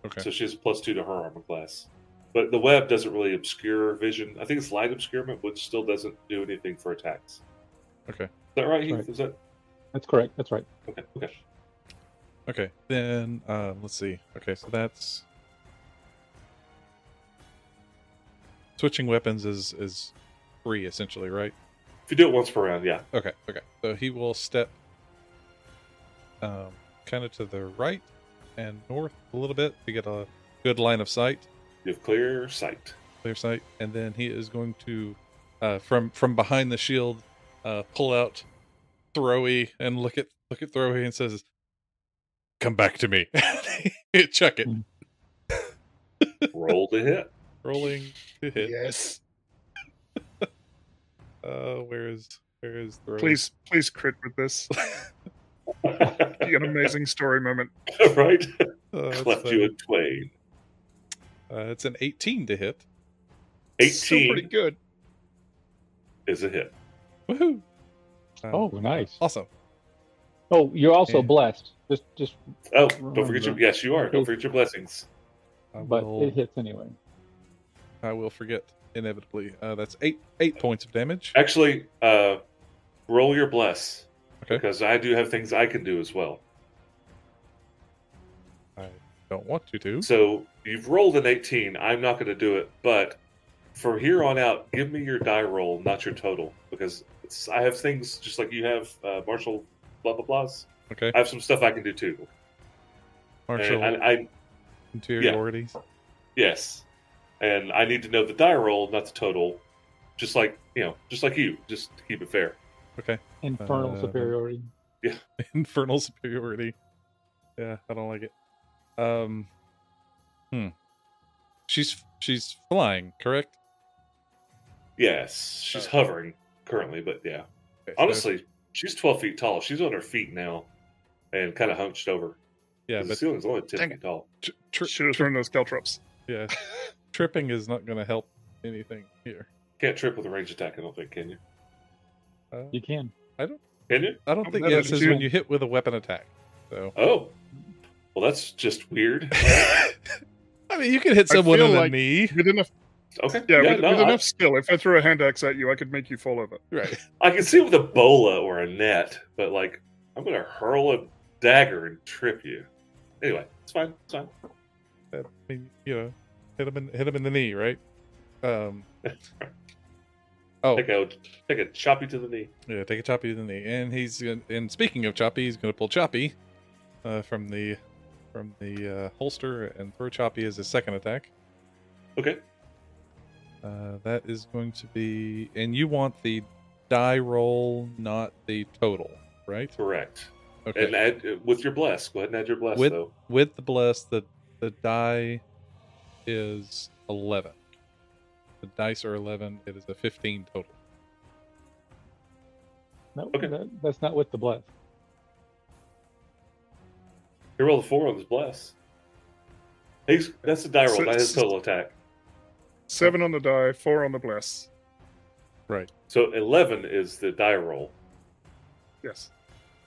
S3: Okay.
S1: So she has plus two to her armor class. But the web doesn't really obscure vision. I think it's light obscurement, which still doesn't do anything for attacks.
S3: Okay.
S1: that right, Heath?
S5: Right.
S1: Is that
S5: That's correct. That's right.
S1: okay? Okay.
S3: Okay, then uh, let's see. Okay, so that's switching weapons is is free essentially, right?
S1: If you do it once per round, yeah.
S3: Okay, okay. So he will step um, kind of to the right and north a little bit to get a good line of sight,
S1: You have clear sight.
S3: clear sight, and then he is going to uh, from from behind the shield uh, pull out Throwy and look at look at Throwy and says, "Come back to me." Chuck it.
S1: Roll to hit.
S3: Rolling to hit.
S4: Yes.
S3: Uh, where is where is Throwy?
S4: Please, please crit with this. Be an amazing story moment.
S1: right?
S3: Uh, it's,
S1: Cleft you in twain.
S3: uh, it's an 18 to hit.
S4: Still pretty
S1: Eighteen
S4: good.
S1: is a hit.
S3: Woohoo! Uh,
S5: Oh, nice.
S3: Awesome.
S5: Oh, you're also
S3: Yeah.
S5: blessed. Just, just,
S1: Oh, don't forget your yes, you are. Don't
S5: Okay.
S1: forget your blessings.
S3: I
S5: but
S3: will,
S5: it hits anyway.
S3: I will forget inevitably. Uh, that's eight eight points of damage.
S1: Actually, uh, roll your bless
S3: Okay.
S1: because I do have things I can do as well.
S3: I don't want to do.
S1: So you've rolled an 18. I'm not going to do it, but from here on out, give me your die roll, not your total, because it's, I have things just like you have uh, martial blah blah blahs.
S3: Okay.
S1: I have some stuff I can do too. And
S3: Martial
S1: I, I
S3: interiorities.
S1: yes, and I need to know the die roll, not the total. Just like you know, just like you, just to keep it fair.
S3: Okay.
S5: Infernal
S3: Uh,
S5: superiority.
S3: Infernal superiority. Yeah, I don't like it. Um. Hmm. She's she's flying, correct?
S1: Yes, she's hovering currently, but yeah.
S3: Okay, so-
S1: Honestly, she's 12 feet tall. She's on her feet now, and kind of hunched over.
S3: yeah,
S1: the
S3: but
S1: ceiling's only 10
S4: Dang
S1: feet tall.
S3: tr- tr-
S4: Should have thrown those caltrops.
S3: yeah, tripping is not going to help anything here.
S1: Can't trip with a range attack, I don't think, can you?
S3: Uh,
S5: You can.
S1: Can you?
S3: I don't
S4: I'm
S3: think
S4: not
S3: yeah, it says when
S4: understanding.
S3: you hit with a weapon attack. So
S1: Oh. Well, that's just weird.
S3: I mean, you could hit
S4: I
S3: someone
S4: feel
S3: in the
S4: like-
S3: knee,
S4: With enough,
S1: Okay.
S4: yeah, with,
S1: no,
S4: with
S1: I,
S4: enough skill, if I threw a hand axe at you, I could make you fall over.
S3: right?
S1: I can see it with a bola or a net, but like, I'm going to hurl a dagger and trip you. Anyway, it's fine. It's fine.
S3: I mean, you know, hit him in hit him in the knee, right? Um. Oh
S1: Take a, take a chop you to the knee.
S3: yeah, take a choppy to the knee, and he's gonna- and speaking of choppy, he's going to pull choppy uh, from the from the uh, holster and throw choppy as his second attack.
S1: Okay.
S3: Uh, that is going to be, and you want the die roll, not the total, right?
S1: Correct.
S3: Okay.
S1: And add, uh, with your bless. Go ahead and add your bless,
S3: With-
S1: though.
S3: with the bless the the die is 11 the dice are 11 it is a 15 total
S5: No,
S1: Okay.
S5: that, that's not with the bless.
S1: He rolled a four on his bless. He's that's a die roll,
S4: So
S1: not his
S4: it's-
S1: total attack.
S4: Seven on the die, four on the bless.
S1: So eleven is the die roll.
S4: Yes.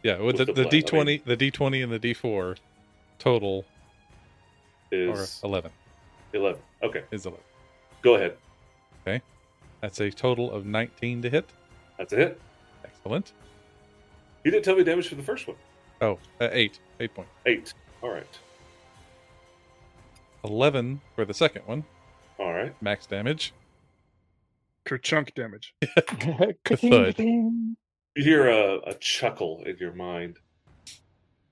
S3: yeah
S1: With
S3: with, the,
S1: the
S3: the,
S1: bless, I
S3: d20 the d20 and the d4 total
S1: Is
S3: are 11
S1: eleven. Okay,
S3: is 11
S1: go ahead.
S3: that's a total of 19 to hit
S1: That's a hit.
S3: excellent
S1: He didn't tell me damage for the first one.
S3: oh uh, 8 8 points
S1: Eight. All right.
S3: 11 for the second one
S1: All right.
S3: max damage
S4: Kerchunk damage.
S3: thud.
S5: Ka-ching.
S1: You hear a, a chuckle in your mind,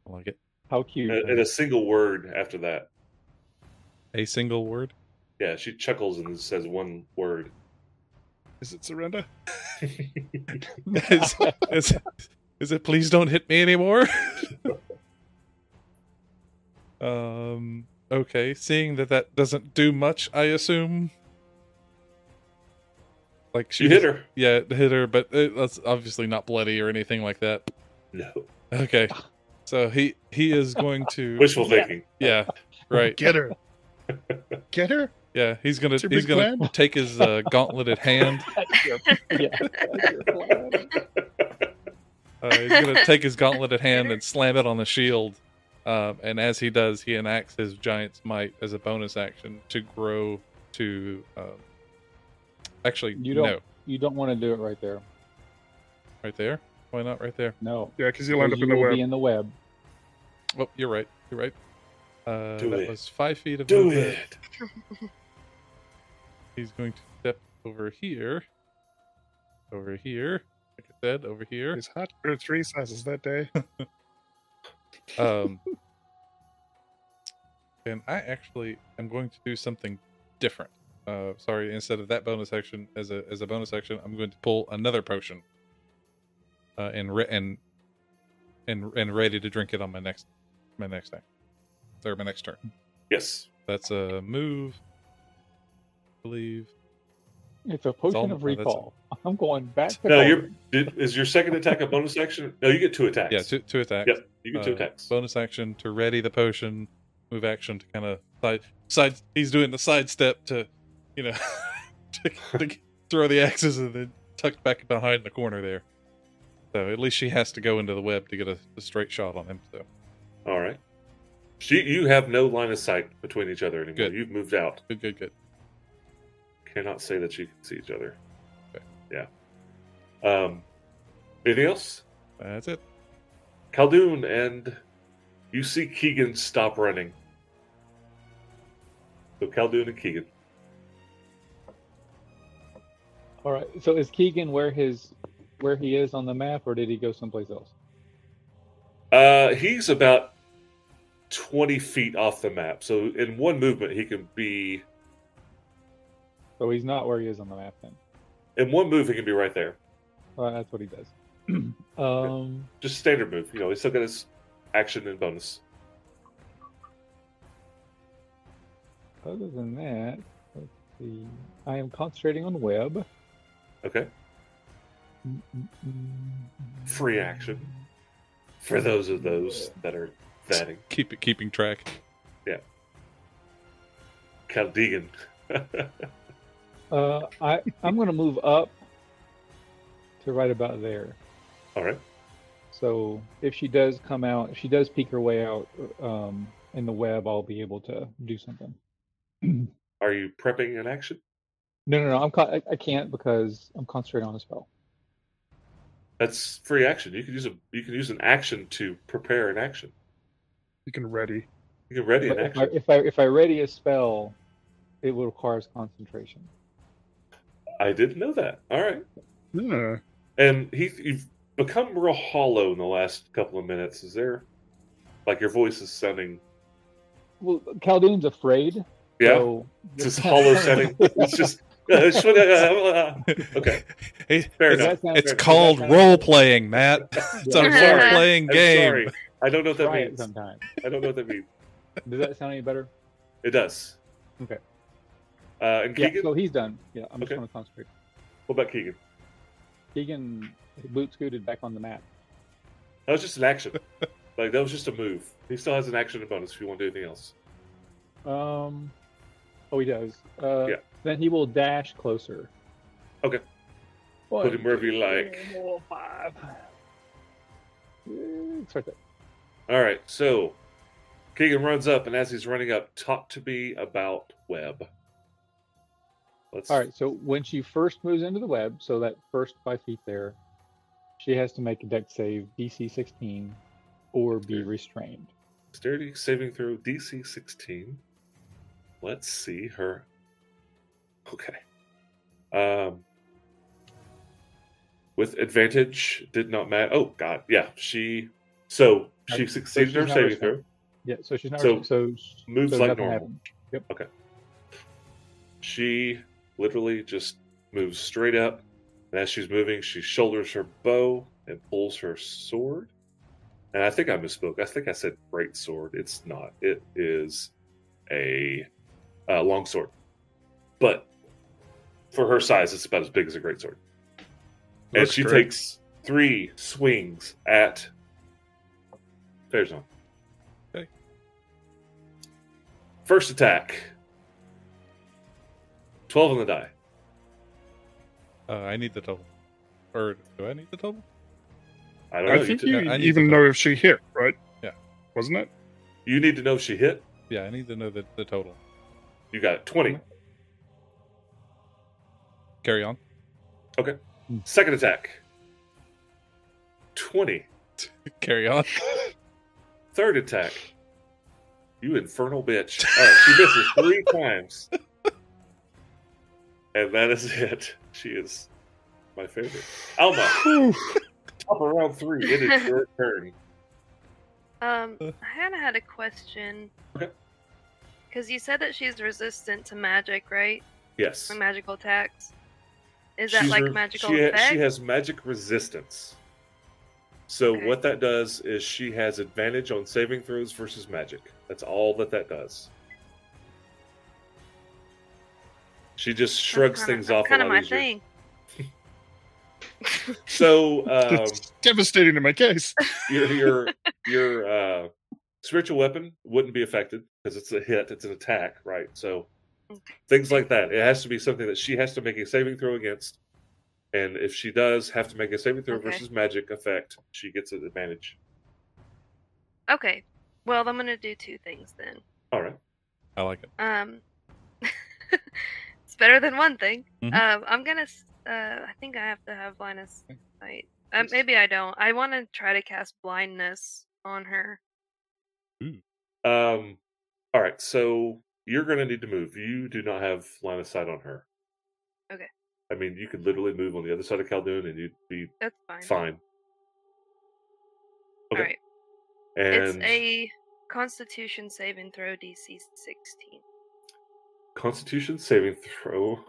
S3: I like it
S5: How
S1: and,
S5: cute.
S1: and a single word after that.
S3: a single word
S1: Yeah, she chuckles and says one word.
S4: Is it surrender?
S3: is, is, is it please don't hit me anymore um okay seeing that that doesn't do much i assume like she
S1: You hit her.
S3: yeah it hit her but it, that's obviously not bloody or anything like that
S1: No.
S3: okay so he he is going to
S1: Wishful
S5: Yeah.
S1: thinking.
S3: yeah right
S4: Get her. Get her?
S3: yeah he's gonna
S4: That's your
S3: he's
S4: big
S3: gonna
S4: plan?
S3: take his uh, gauntleted hand
S5: yeah.
S3: Uh, he's gonna take his gauntleted hand and slam it on the shield. Um, and as he does, he enacts his giant's might as a bonus action to grow to. Um, actually,
S5: You don't-
S3: no,
S5: You don't want to do it right there.
S3: right there. Why not right there?
S5: No.
S4: Yeah, because you'll end
S5: Or
S4: up
S5: you
S4: in the
S5: will
S4: web.
S5: be in the web.
S3: Well, you're right. You're right. Uh,
S1: Do
S3: that
S1: it.
S3: was five feet of
S1: Do
S3: movement.
S1: it.
S3: He's going to step over here. Over here. Like I said, over here.
S4: He's hot for three sizes that day.
S3: Um, and I actually am going to do something different. Uh, sorry, instead of that bonus action, as a as a bonus action, I'm going to pull another potion. Uh, and re- and and and ready to drink it on my next my next act or my next turn.
S1: Yes.
S3: That's a move, I believe.
S5: It's a
S3: all-
S5: potion
S3: no,
S5: of
S3: that's it.
S5: recall. I'm going back to
S1: No,
S5: Colin.
S1: you're. Did, is your second attack a bonus action? No, you get two attacks.
S3: Yeah, two two attacks.
S1: Yep. You get two
S3: Uh,
S1: attacks.
S3: Bonus action to ready the potion, move action to kind of side side. He's doing the sidestep to, you know, to, to throw the axes and then tucked back behind the corner there. So at least she has to go into the web to get a, a straight shot on him. So
S1: All right. She, you have no line of sight between each other anymore.
S3: Good.
S1: You've moved out.
S3: good, good, good.
S1: Cannot say that you can see each other.
S3: Okay.
S1: Yeah. Um. Anything else?
S3: That's it.
S1: Khaldun and you see Keegan stop running. So Khaldun and Keegan.
S5: All right. So is Keegan where his where he is on the map, or did he go someplace else?
S1: Uh, he's about twenty feet off the map, so in one movement he can be
S5: So he's not where he is on the map then.
S1: in one move he can be right there.
S5: All right, that's what he does. um.
S1: Just standard move. You know, he's still got his action and bonus.
S5: Other than that, let's see. I am concentrating on web.
S1: Okay.
S5: Mm, mm, mm.
S1: Free action. For those of those that are vetting.
S3: Keep it keeping track.
S1: Caldegan.
S5: Uh, I I'm gonna move up to right about there.
S1: Alright.
S5: So if she does come out, if she does peek her way out um, in the web, I'll be able to do something. no,
S1: Are you prepping an action?
S5: no, no. I'm con- I, I can't because I'm concentrating on a spell.
S1: That's free action. You can use a you can use an action to prepare an action.
S4: You can ready.
S1: You can ready
S5: But
S1: an
S5: if I,
S1: action.
S5: if I if I ready a spell, it will requires concentration.
S1: I didn't know that. All right.
S4: Yeah.
S1: And he, you've become real hollow in the last couple of minutes. Is there, like, your voice is sounding?
S5: Well, Khaldun's afraid.
S1: Yeah,
S5: So
S1: it's just hollow sounding. It's just. it's just- Okay.
S3: Hey,
S1: Fair
S3: it's,
S1: enough.
S5: sound-
S3: it's
S5: does that
S3: called
S5: sound-
S3: role playing, Matt. It's a
S5: I'm
S2: sorry.
S3: role playing
S1: I'm
S3: game.
S1: sorry. I don't know what that
S5: Try it
S1: means.
S5: sometime.
S1: I don't know what that means.
S5: Does that sound any better?
S1: It does.
S5: Okay.
S1: Uh, and
S5: Yeah.
S1: Keegan,
S5: So he's done. Yeah, I'm
S1: Okay.
S5: just going to concentrate.
S1: what about Keegan?
S5: Keegan boot scooted back on the map.
S1: That was just an action. like that was just a move. He still has an action and bonus if you want to do anything else.
S5: Um, oh, he does. Uh,
S1: Yeah.
S5: Then he will dash closer.
S1: Okay.
S5: One,
S1: Put him wherever you like.
S5: two, four, five. Yeah, it's right there.
S1: All right, so Keegan runs up, and as he's running up, talk to me about Webb. Let's.
S5: All right. So when she first moves into the web, so that first five feet there, she has to make a deck save DC 16 or be
S1: Okay.
S5: restrained.
S1: Dexterity saving throw DC 16. Let's see her. Okay. Um. With advantage, did not matter. Oh God, yeah, she. So she
S5: Okay, so
S1: succeeded
S5: she's
S1: her
S5: not
S1: saving
S5: restrained.
S1: throw.
S5: Yeah. So she's not.
S1: So,
S5: So, so
S1: moves
S5: so
S1: like
S5: nothing
S1: normal.
S5: happened.
S1: She literally just moves straight up, and as she's moving, she shoulders her bow and pulls her sword. And I think I misspoke. I think I said great sword. It's not. It is a, uh long sword, but for her size, it's about as big as a great sword. and
S4: Looks
S1: she
S4: great.
S1: takes three swings at Fairzone.
S3: Okay.
S1: First attack. Twelve on the die.
S3: Uh, I need the double. Or do I need the double?
S1: I don't know.
S4: I
S1: You,
S4: think
S1: did-
S4: you
S3: I need
S4: even
S3: to-
S4: know if she hit, right?
S3: Yeah.
S4: Wasn't it?
S1: you need to know if she hit.
S3: Yeah, I need to know the, the total.
S1: You got it. Twenty.
S3: Carry on.
S1: Second attack. 20.
S3: Carry on.
S1: Third attack. You infernal bitch. All right, she misses three times. And that is it. She is my favorite. Alma, top of round three. It is your turn.
S2: Um,
S5: Uh.
S2: I kind of had a question.
S1: Okay.
S2: Because you said that she's resistant to magic, right?
S1: Yes.
S2: Or magical attacks. Is that
S1: She's
S2: like
S1: re-
S2: magical
S1: she, ha-
S2: effect?
S1: she has magic resistance. So
S2: Okay.
S1: what that does is she has advantage on saving throws versus magic. That's all that that does. She just shrugs things off.
S2: Kind
S1: a
S2: of
S1: lot
S2: my
S1: easier.
S2: thing.
S1: So um,
S4: That's devastating to my case.
S1: your your your uh, spiritual weapon wouldn't be affected because it's a hit. It's an attack, right? So things like that. It has to be something that she has to make a saving throw against. And if she does have to make a saving throw
S2: Okay.
S1: versus magic effect, she gets an advantage.
S2: Okay. Well, I'm gonna do two things then.
S1: All right.
S3: I like it.
S2: Um, it's better than one thing.
S3: Mhm.
S1: Mm-hmm.
S2: Um, I'm gonna. s- Uh, I think I have to have blindness. Right. Uh,
S4: Yes.
S2: maybe I don't. I want to try to cast blindness on her.
S1: Um, all right. So you're going to need to move. You do not have line of sight on her.
S2: Okay.
S1: I mean, you could literally move on the other side of Caldoon and you'd be
S2: That's fine.
S1: fine.
S2: All
S1: okay.
S2: right.
S1: And
S2: It's a Constitution saving throw DC 16.
S1: Constitution saving throw,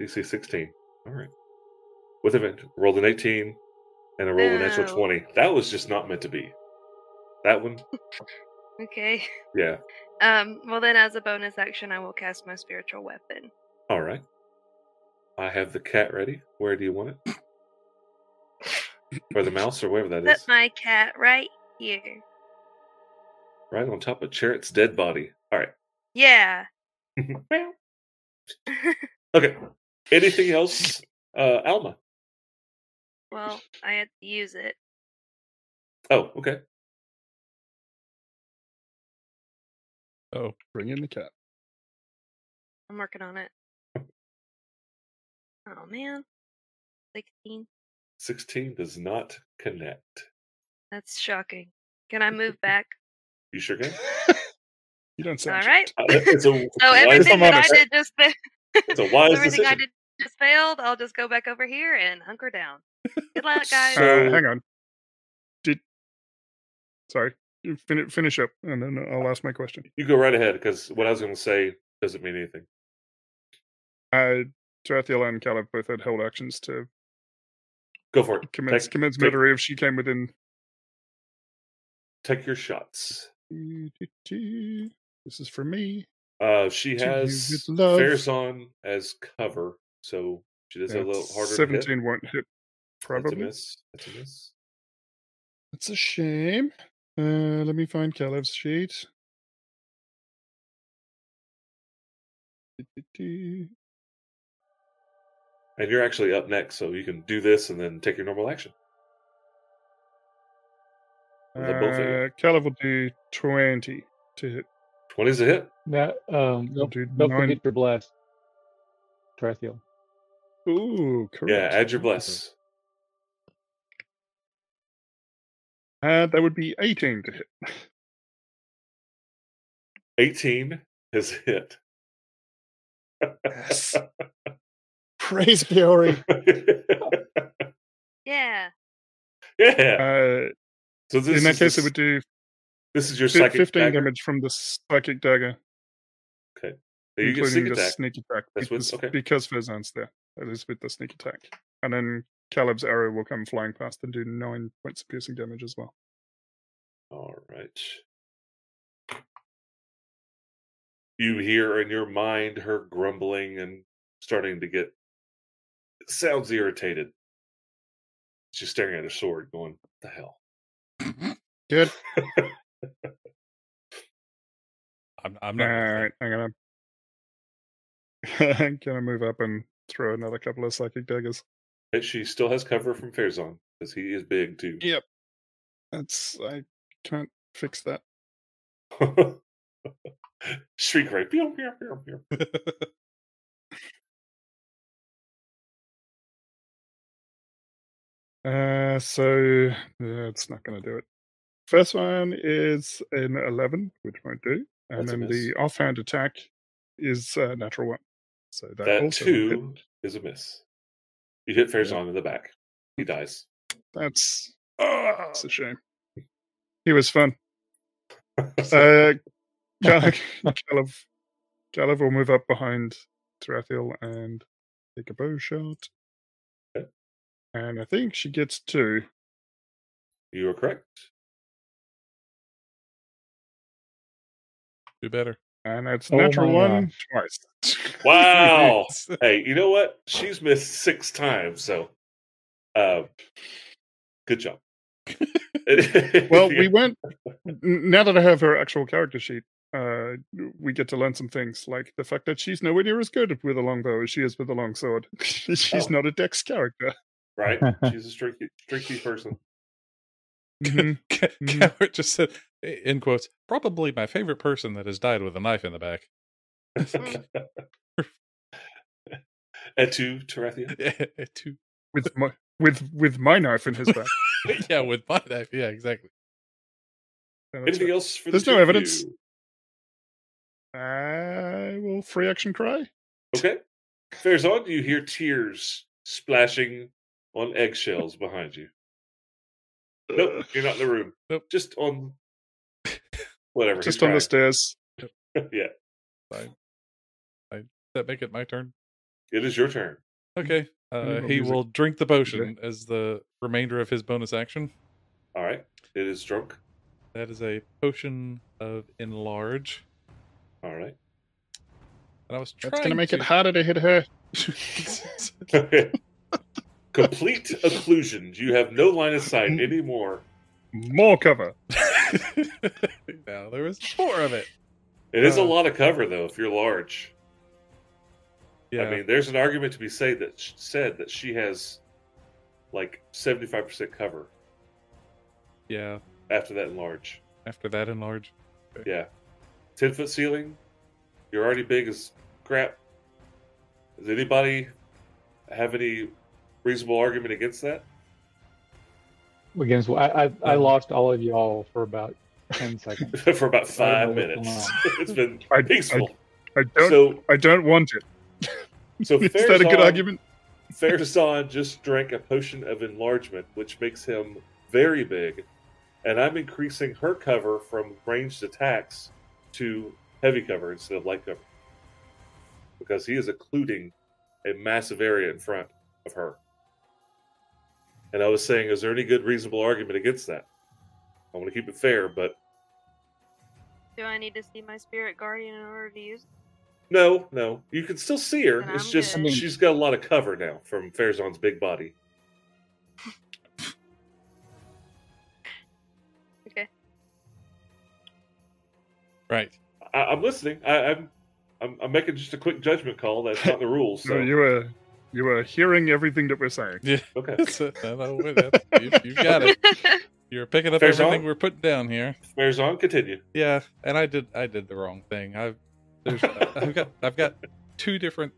S1: DC 16. All right. With event, rolled an 18 and a roll an natural
S2: No.
S1: 20. That was just not meant to be. That one,
S2: Okay.
S1: yeah.
S2: Um. Well, then, as a bonus action, I will cast my spiritual weapon.
S1: All right. I have the cat ready. Where do you want it? or the mouse, or wherever that
S2: Put
S1: is.
S2: my cat right here.
S1: Right on top of Charrot's dead body. All right.
S2: Yeah.
S1: Meow. okay. Anything else? Uh, Alma.
S2: Well, I had to use it.
S1: Oh, okay.
S3: Oh,
S4: Bring in the cat.
S2: I'm working on it. Oh man. 16.
S1: 16 does not connect.
S2: That's shocking. Can I move back?
S1: You sure can?
S4: You don't sound
S2: All right.
S1: Uh, it's a
S2: So
S1: wise-
S2: Oh, everything that I
S4: honest.
S2: did just fa-
S1: It's a wise
S2: everything I
S1: decision.
S2: did just failed. I'll just go back over here and hunker down. Good luck, guys.
S1: So-
S4: Uh, hang on. Did sorry, you fin- finish up, and then I'll ask my question.
S1: You go right ahead because what I was going to say doesn't mean anything.
S4: Uh, Tarathiel and Caleb both had held actions to
S1: Go for it.
S4: commence
S1: Take,
S4: commence
S1: take-
S4: murder if she came within.
S1: take your shots.
S4: This is for me.
S1: Uh, she
S4: To you
S1: has
S4: with love.
S1: Farazan as cover, so she does have a little
S4: That's
S1: harder. To hit.
S4: Seventeen won't hit.
S1: That's a
S4: Probably.
S1: miss. That's a miss.
S4: That's a shame. Uh, let me find Caleb's sheet.
S1: And you're actually up next, so you can do this and then take your normal action. And then both of you.
S4: Uh, Caleb will do twenty to hit.
S1: 20's a hit.
S5: Now, um,
S4: He'll
S5: don't,
S4: do
S5: don't
S4: nine.
S5: forget your blast, Tarathiel.
S4: Ooh, correct. Mm-hmm.
S1: Yeah, add your bless.
S4: Uh, that would be 18 to hit.
S1: 18 is a hit.
S4: Yes. Praise Biori.
S2: Yeah.
S1: yeah.
S4: Uh,
S1: So this
S4: in that
S1: is
S4: case,
S1: this-
S4: it would do
S1: this is your
S4: fi- 15
S1: second dagger.
S4: damage from the psychic dagger,
S1: So you get
S4: including
S1: sneak
S4: the
S1: attack.
S4: sneak attack.
S1: That's with-
S4: because,
S1: okay.
S4: because Fezan's there. That is with the sneak attack. And then Caleb's arrow will come flying past and do 9 points of piercing damage as well.
S1: All right. You hear in your mind her grumbling and starting to get it sounds irritated. She's staring at her sword, going, "What the hell?"
S4: Good.
S3: I'm, I'm
S4: All
S3: not. gonna say-
S4: right, I'm going to. I'm going to move up and throw another couple of psychic daggers.
S1: And she still has cover from Fairzon because he is big too.
S4: Yep. That's. I can't fix that.
S1: Shriek right. Pew, pew, pew, pew.
S4: Uh, so that's not going to do it. First one is an 11, which won't do. And
S1: That's a
S4: then
S1: miss.
S4: the offhand attack is a natural one. So that,
S1: That
S4: also will hit.
S1: two is a miss. You hit Farazan in the back. He dies.
S4: That's, that's a shame. He was fun. Uh, Cal- Caleb, Caleb will move up behind Tarathiel and take a bow shot.
S1: Okay.
S4: And I think she gets two.
S1: you are correct.
S3: Do better.
S4: And that's
S5: Oh
S4: natural
S5: my
S4: one twice.
S1: Wow. hey, you know what? She's missed six times, so uh, good job.
S4: well, we went. n- Now that I have her actual character sheet, uh, we get to learn some things, like the fact that she's nowhere near as good with a longbow as she is with a longsword. she's
S1: Oh.
S4: not a dex character.
S1: right. She's a streaky, streaky person.
S5: Mm-hmm.
S4: Mhm.
S3: Ca-
S1: Mm-hmm.
S4: Mhm.
S3: Coward just said, in quotes, probably my favorite person that has died with a knife in the back.
S1: Mm. At two, Tarathia.
S3: Two-
S4: with my with with my knife in his back.
S3: yeah, with my knife. Yeah, exactly.
S4: No, that's
S1: Anything else for the
S4: There's no
S1: two of
S4: evidence.
S1: you?
S4: right. I will free action cry.
S1: Okay. Farazan, you hear tears splashing on eggshells behind you. Nope, you're not in the room.
S3: Nope.
S1: Just on whatever.
S4: Just
S1: you're
S4: on the stairs.
S1: crying. yeah.
S3: Does that make it my turn?
S1: It is your turn. Mm-hmm.
S3: Okay. Uh,
S4: about
S3: he
S4: music?
S3: will drink the potion as the remainder of his bonus action.
S1: All right. It is drunk.
S3: That is a potion of enlarge.
S1: All right.
S3: And I was trying
S4: That's going to
S3: to
S4: make it harder to hit her.
S1: Complete occlusion. You have no line of sight
S5: Mm-hmm.
S1: anymore.
S4: More cover.
S3: now there was four of it.
S1: It is a
S3: Uh.
S1: lot of cover, though, if you're large.
S3: Yeah.
S1: I mean, there's an argument to be said that sh- said that she has like 75% cover
S3: yeah.
S1: after that enlarge.
S3: After that enlarge.
S1: Yeah. 10 foot ceiling. You're already big as crap. Does anybody have any reasonable argument against that?
S5: Against, I, I, I lost all of y'all for about 10 seconds.
S1: For about five
S5: know what's
S1: minutes.
S5: going
S1: it's been
S4: I- I
S1: peaceful.
S4: I don't.
S1: so,
S4: I don't want it.
S1: so
S4: Is that a good
S1: Farazan-
S4: argument?
S1: Farazan just drank a potion of enlargement, which makes him very big, and I'm increasing her cover from ranged attacks to heavy cover instead of light cover. Because he is occluding a massive area in front of her. And I was saying, is there any good reasonable argument against that? I want to keep it fair, but
S2: Do I need to see my spirit guardian in order to use?
S1: no, no. You can still see her.
S2: Then
S1: It's
S2: I'm
S1: just
S2: good.
S1: she's got a lot of cover now from Farazan's big body.
S3: Right.
S1: I, I'm listening. I, I'm, I'm I'm making just a quick judgment call. That's not the rules. So
S4: No, you were you were hearing everything that we're saying.
S3: Yeah.
S1: okay,
S3: That's it. I know what that- you, have got it. You're picking up
S1: Fair's
S3: everything
S1: on.
S3: we're putting down here.
S1: Fares on. Continue.
S3: Yeah, and I did. I did the wrong thing. I've there's, I've got I've got two different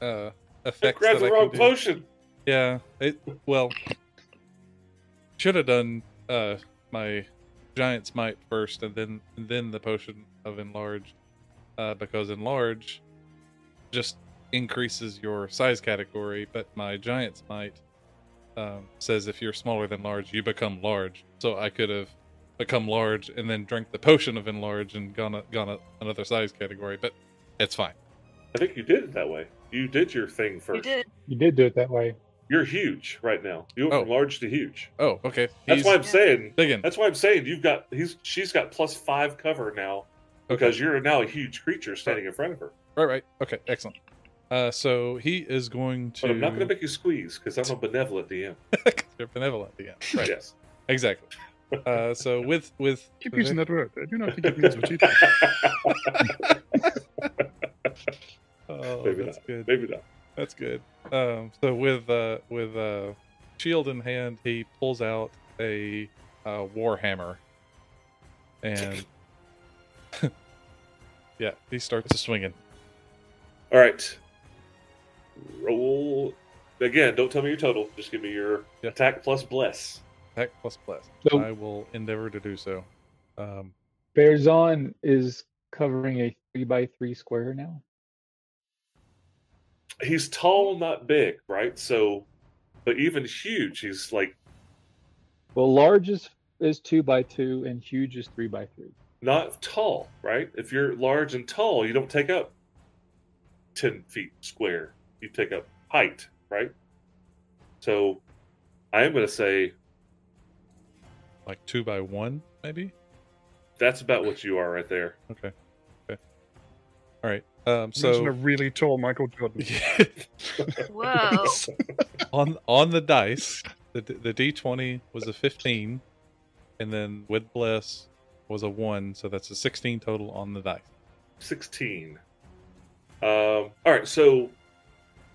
S3: uh
S1: I
S3: effects.
S1: grabbed the
S3: that I
S1: wrong
S3: can do.
S1: potion.
S3: Yeah. It well should have done uh my giant smite first and then and then the potion of enlarge uh because enlarge just increases your size category but my giant smite um, says if you're smaller than large you become large so I could have become large and then drank the potion of enlarge and gone a, gone a, another size category but it's fine
S1: I think you did it that way. You did your thing
S2: You
S1: first.
S2: did.
S5: You did do it that way.
S1: are huge right now. You went
S3: Oh.
S1: from large to huge.
S3: oh okay
S1: That's
S3: he's
S1: why I'm
S2: Yeah.
S1: saying.
S3: digging
S1: That's why I'm saying you've got. He's she's got plus five cover now because you're now a huge creature standing in front of her.
S3: Right, right. Okay, excellent. Uh, so he is going to.
S1: But I'm not going to make you squeeze because I'm a benevolent DM.
S3: They're benevolent at the end. Right.
S1: Yes.
S3: Exactly. Uh, so with with
S4: Keep using that word. I do not think it means what you think.
S3: oh,
S1: Maybe
S3: that's good.
S1: Maybe not.
S3: That's good. Um, so with uh, with uh, shield in hand, he pulls out a uh, warhammer, and yeah, he starts swinging.
S1: All right. Roll Again, don't tell me your total. Just give me your
S3: Yeah.
S1: attack plus bless.
S3: Attack plus bless.
S5: So-
S3: I will endeavor to do so. Um,
S5: Bearzon is covering a three by three square now.
S1: He's tall, not big, right? So, but even huge, he's like
S5: Well, large is is two by two, and huge is three by three.
S1: not tall, right? If you're large and tall, you don't take up 10 feet square. You take up height, right? So I am going to say
S3: like two by one, maybe.
S1: that's about what you are right there.
S3: Okay. Okay. All right. Um, so
S4: Imagine a really tall Michael Jordan.
S2: Whoa.
S3: on on the dice, the d- the d twenty was a fifteen, and then with bless was a one, so that's a sixteen total on the dice.
S1: 16. Um, all right. So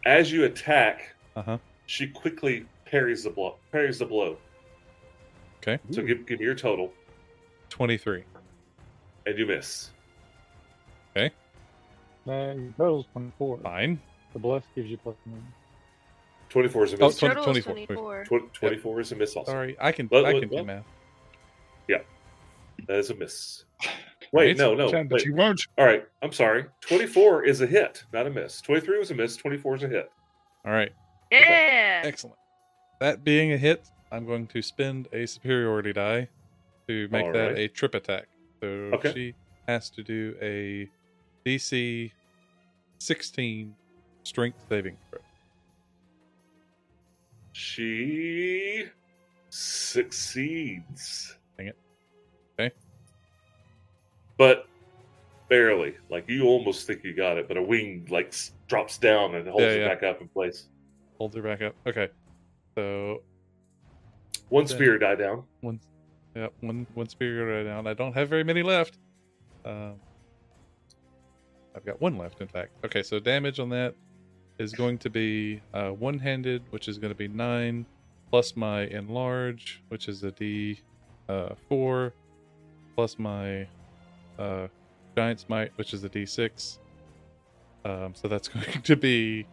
S1: as you attack,
S3: Uh huh.
S1: she quickly parries the blow. Parries the blow.
S3: Okay.
S1: So give, give me your total,
S3: Twenty three.
S1: and you miss.
S5: Uh, your total's twenty four.
S3: Fine.
S5: The bluff gives you plus one.
S1: 24 is a
S3: Oh,
S1: miss.
S3: tw-
S2: Turtle is
S3: 24.
S2: 24.
S1: Tw- 24 is a miss also.
S3: Sorry, I can
S1: Let-
S3: I
S1: let-
S3: can do
S1: let-
S3: math.
S1: That is a miss. Wait,
S3: Right?
S1: no, no.
S4: Damn,
S1: wait.
S4: but you won't.
S1: All right, I'm sorry. 24 is a hit, not a miss. 23 was a miss, 24 is a hit.
S3: All right.
S2: Yeah.
S3: Excellent. That being a hit, I'm going to spend a superiority die to make
S1: All
S3: that
S1: right.
S3: a trip attack. So
S1: Okay.
S3: she has to do a DC 16 strength saving throw.
S1: She succeeds.
S3: Dang it. Okay.
S1: But barely. Like you almost think you got it, but a wing like s- drops down and holds
S3: Yeah,
S1: it
S3: yeah.
S1: back up in place.
S3: Holds her back up. Okay. So
S1: One
S3: Then-
S1: spear die down.
S3: one, yeah, one, one superiority down. I don't have very many left. Um, I've got one left, in fact. Okay, so damage on that is going to be uh, one handed, which is going to be nine, plus my enlarge, which is a D uh, four, plus my uh, giant smite, which is a D six. Um, so that's going to be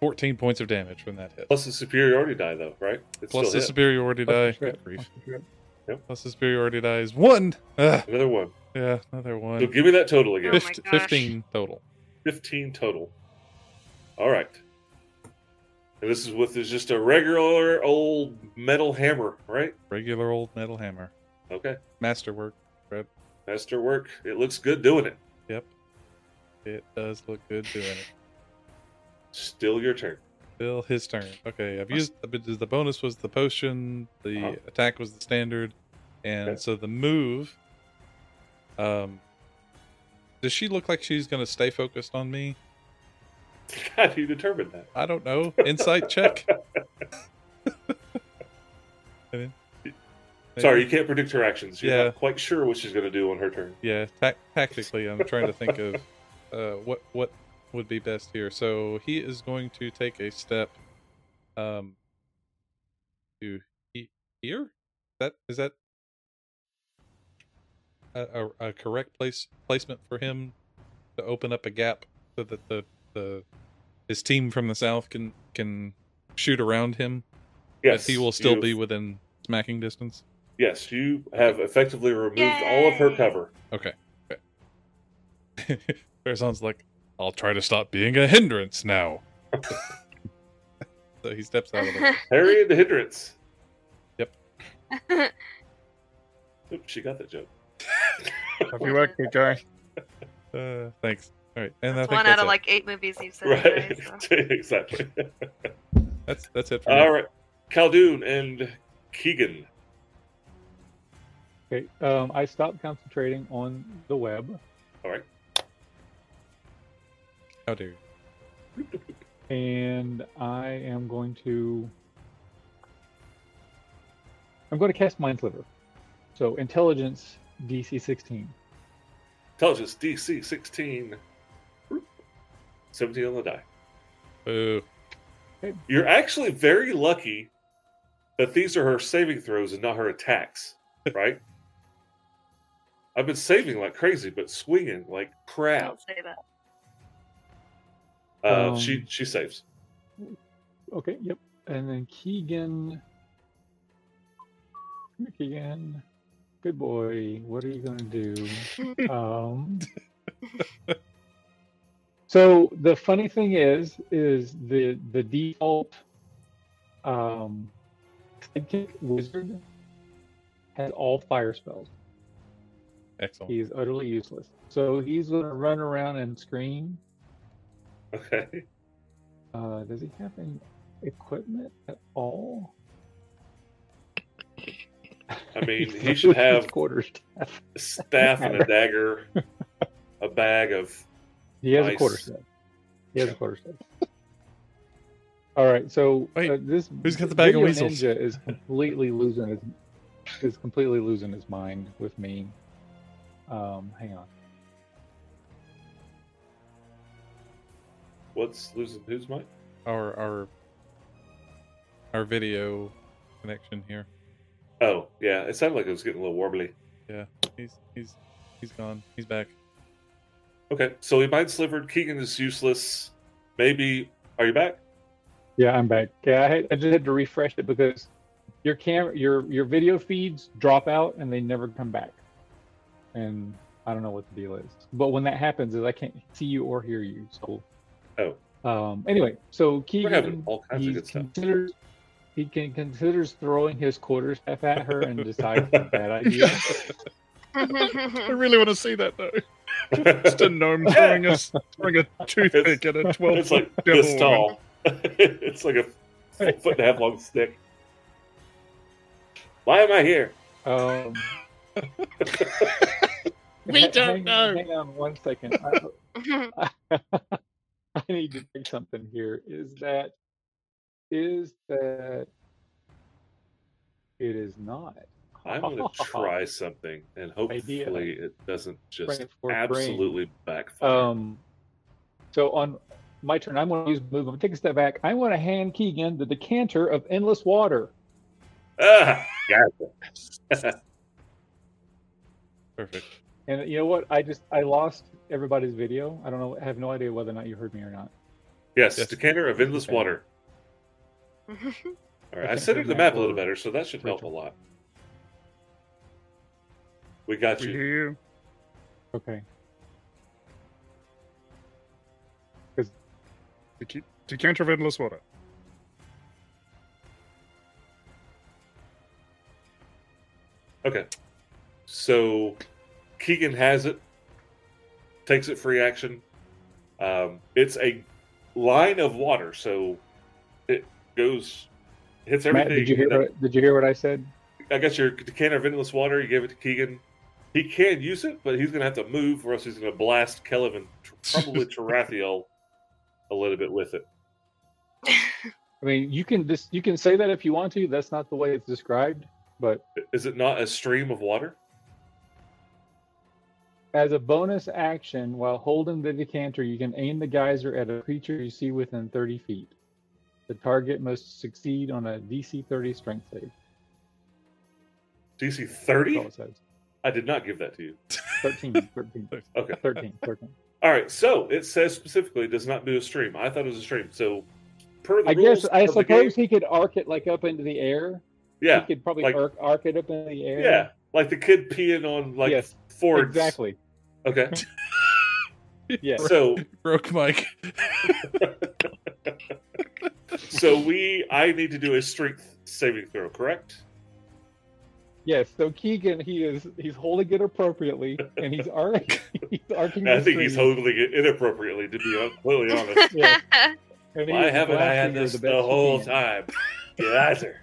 S3: fourteen points of damage from that hit.
S1: Plus the superiority die though, right? It's
S3: Plus
S1: still
S3: the
S1: hit.
S3: superiority die.
S5: Plus the
S3: Good
S5: trip,
S3: grief.
S5: plus the trip.
S3: Plus the superiority die is one. Ugh.
S1: Another one.
S3: Yeah, another one.
S1: So give me that total
S2: Oh
S1: again.
S2: my
S3: Fift-
S2: gosh.
S3: Fifteen total.
S1: 15 total. All right. And this is with is just a regular old metal hammer, right?
S3: Regular old metal hammer.
S1: Okay.
S3: Masterwork.
S1: Master work. It looks good doing it.
S3: Yep. It does look good doing it.
S1: Still your turn.
S3: Bill, his turn. Okay, I've used the, the bonus was the potion, the
S1: Uh-huh.
S3: attack was the standard, and
S1: Okay.
S3: so the move. Um, does she look like she's going to stay focused on me?
S1: How do you determine that?
S3: I don't know. Insight check. Maybe.
S1: Sorry, you can't predict her actions. You're
S3: Yeah.
S1: not quite sure what she's going to do on her turn.
S3: yeah tac tactically i'm trying to think of uh, what what would be best here so he is going to take a step um to he- here that is that a, a, a correct place placement for him to open up a gap so that the the his team from the south can can shoot around him
S1: Yes.
S3: but he will still
S1: you-
S3: be within smacking distance
S1: Yes, you have effectively removed all of her
S2: Yay.
S1: cover.
S3: Okay. okay. Berzon's like, I'll try to stop being a hindrance now. so he steps out of the way.
S1: Harry and the hindrance.
S3: Yep.
S1: Oop, she got that joke.
S4: Have you worked, big guy?
S3: Uh, thanks. All right, and
S2: That's
S3: I think
S2: one
S3: that's
S2: out
S3: it.
S2: of like eight movies you've said.
S1: Right.
S2: today, so.
S1: exactly.
S3: that's that's it for me.
S1: All right. Khaldun and Keegan.
S5: Okay. Um, I stopped concentrating on the web
S1: All right.
S3: How dare you?
S5: and I am going to I'm going to cast Mind Sliver. So intelligence DC 16.
S1: Intelligence DC 16. 17 on the die.
S3: Boo.
S1: You're actually very lucky that these are her saving throws and not her attacks, right? I've been saving like crazy, but swinging like crap.
S2: Don't say that.
S1: Uh,
S5: Um,
S1: she she saves.
S5: Okay, yep. And then Keegan. Come here, Keegan. Good boy. What are you going to do? um, so the funny thing is, is the the default um, sidekick wizard has all fire spells.
S3: Excellent.
S5: He is utterly useless. So he's going to run around and scream.
S1: Okay.
S5: Uh, does he have any equipment at all?
S1: I mean, he should have
S5: quarterstaff.
S1: staff and a dagger, a bag of.
S5: He has a
S1: Nice.
S5: quarterstaff. He has a quarterstaff. All right, so
S3: Wait,
S5: uh, this
S3: who's got the bag of
S5: video
S3: weasels?
S5: Ninja is completely losing his is completely losing his mind with me. Um, hang on.
S1: What's losing who's mic?
S3: Our our our video connection here.
S1: Oh, yeah. It sounded like it was getting a little warbly.
S3: He's he's he's gone. He's back.
S1: Okay. So he mind slivered. Keegan is useless. Maybe. Are you back?
S5: Yeah, I'm back. Yeah, I, had, I just had to refresh it because your camera, your your video feeds drop out and they never come back, and I don't know what the deal is. But when that happens, is I can't see you or hear you. So,
S1: Oh.
S5: um, anyway, so
S1: We're
S5: Keegan,
S1: having all kinds
S5: he
S1: of good stuff.
S5: considers he can considers throwing his quarterstaff at her and decides it's a bad idea.
S4: I really want to see that though. Just a gnome throwing a throwing a toothpick at a twelve.
S1: it's like
S4: devil
S1: this
S4: woman.
S1: tall. it's like a foot and a half long stick. Why am I here?
S5: Um,
S6: We
S5: ha-
S6: don't
S5: hang-
S6: know.
S5: Hang on one second. I, I need to check something here. Is that is that it is not
S1: I'm gonna try something, and hopefully
S5: Idea.
S1: it doesn't just
S5: Brain for brain.
S1: absolutely backfire.
S5: Um, so on my turn, I'm going to use move. I'm gonna take a step back. I want to hand Keegan the decanter of endless water.
S1: ah, gotcha.
S3: Perfect.
S5: And you know what? I just I lost everybody's video. I don't know. I have no idea whether or not you heard me or not.
S1: yes,
S3: Yes.
S1: decanter of endless
S5: Okay.
S1: water. All right, I
S5: Decanter
S1: centered the
S5: map
S1: map a little
S5: or-
S1: better, so that should help a
S5: Rachel.
S1: lot. We got
S4: We
S1: you.
S4: hear you.
S5: Okay.
S4: Dec- Decanter of endless water.
S1: So Keegan has it, takes it free action. Um, it's a line of water, so it goes, hits everything.
S5: Matt, did you hear?
S1: that-
S5: What, did you hear what I said?
S1: I got your decanter of endless water. You gave it to Keegan. He can use it, but he's going to have to move, or else he's going to blast Kelvin, and tr- probably Tarathiel, a little bit with it.
S5: I mean, you can just you can say that if you want to. That's not the way it's described, but
S1: Is it not a stream of water?
S5: As a bonus action, while holding the decanter, you can aim the geyser at a creature you see within 30 feet. The target must succeed on a DC 30 strength save.
S1: DC
S5: That's
S1: 30?
S5: all it says.
S1: I did not give that to you.
S5: 13, 13,
S1: Okay.
S5: 13, 13.
S1: All right. So it says specifically it does not do a stream. I thought it was a stream. So per the
S5: I
S1: rules
S5: guess, I
S1: of the game,
S5: suppose he could arc it like up into the air.
S1: yeah,
S5: He could probably
S1: like-
S5: arc, arc it up into the air.
S1: yeah, like the kid peeing on like
S5: Yes,
S1: Ford's.
S5: Exactly.
S1: Okay.
S5: Yes.
S1: So
S3: Broke Mike.
S1: so we I need to do a strength saving throw, correct?
S5: Yes. So Keegan, he is he's holding it appropriately and he's arcing. He's arcing
S1: I
S5: the
S1: think he's
S5: screen,
S1: holding it inappropriately, to be completely honest.
S5: and he
S1: Why
S5: is
S1: haven't I had
S5: blasting her
S1: this the,
S5: best he
S1: whole
S5: can.
S1: time? Geyser.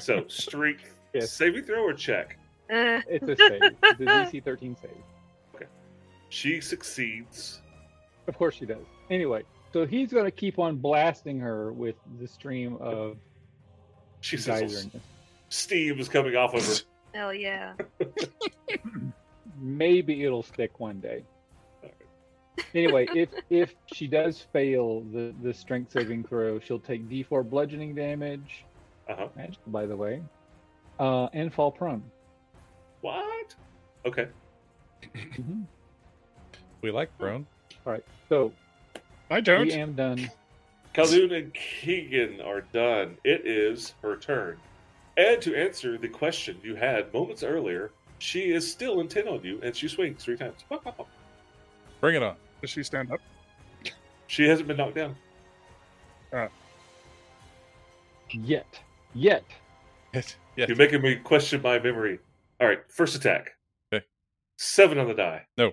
S1: so, strength
S5: Yes.
S1: saving throw or check?
S2: Uh,
S5: It's a save. It's a DC 13 save.
S1: She succeeds.
S5: Of course she does. Anyway, so he's going to keep on blasting her with the stream of
S1: She sizzles.
S5: geyser.
S1: Steam is coming off of her.
S2: hell yeah.
S5: Maybe it'll stick one day. Anyway, if if she does fail the the strength saving throw, she'll take D4 bludgeoning damage.
S1: Uh-huh.
S5: Magic, by the way, uh, and fall prone.
S1: What? Okay.
S5: Mhm.
S3: We like Brown.
S5: So
S4: I
S5: I
S4: don't.
S5: am done.
S1: Calhoun and Keegan are done. It is her turn. And to answer the question you had moments earlier, she is still intent on you and she swings three times. Pop, pop, pop.
S3: Bring it on.
S4: Does she stand up?
S1: She hasn't been knocked down.
S5: Yet. Yet.
S3: Yes. yes.
S1: You're making me question my memory. All right, first attack.
S3: Okay.
S1: Seven on the die.
S3: No.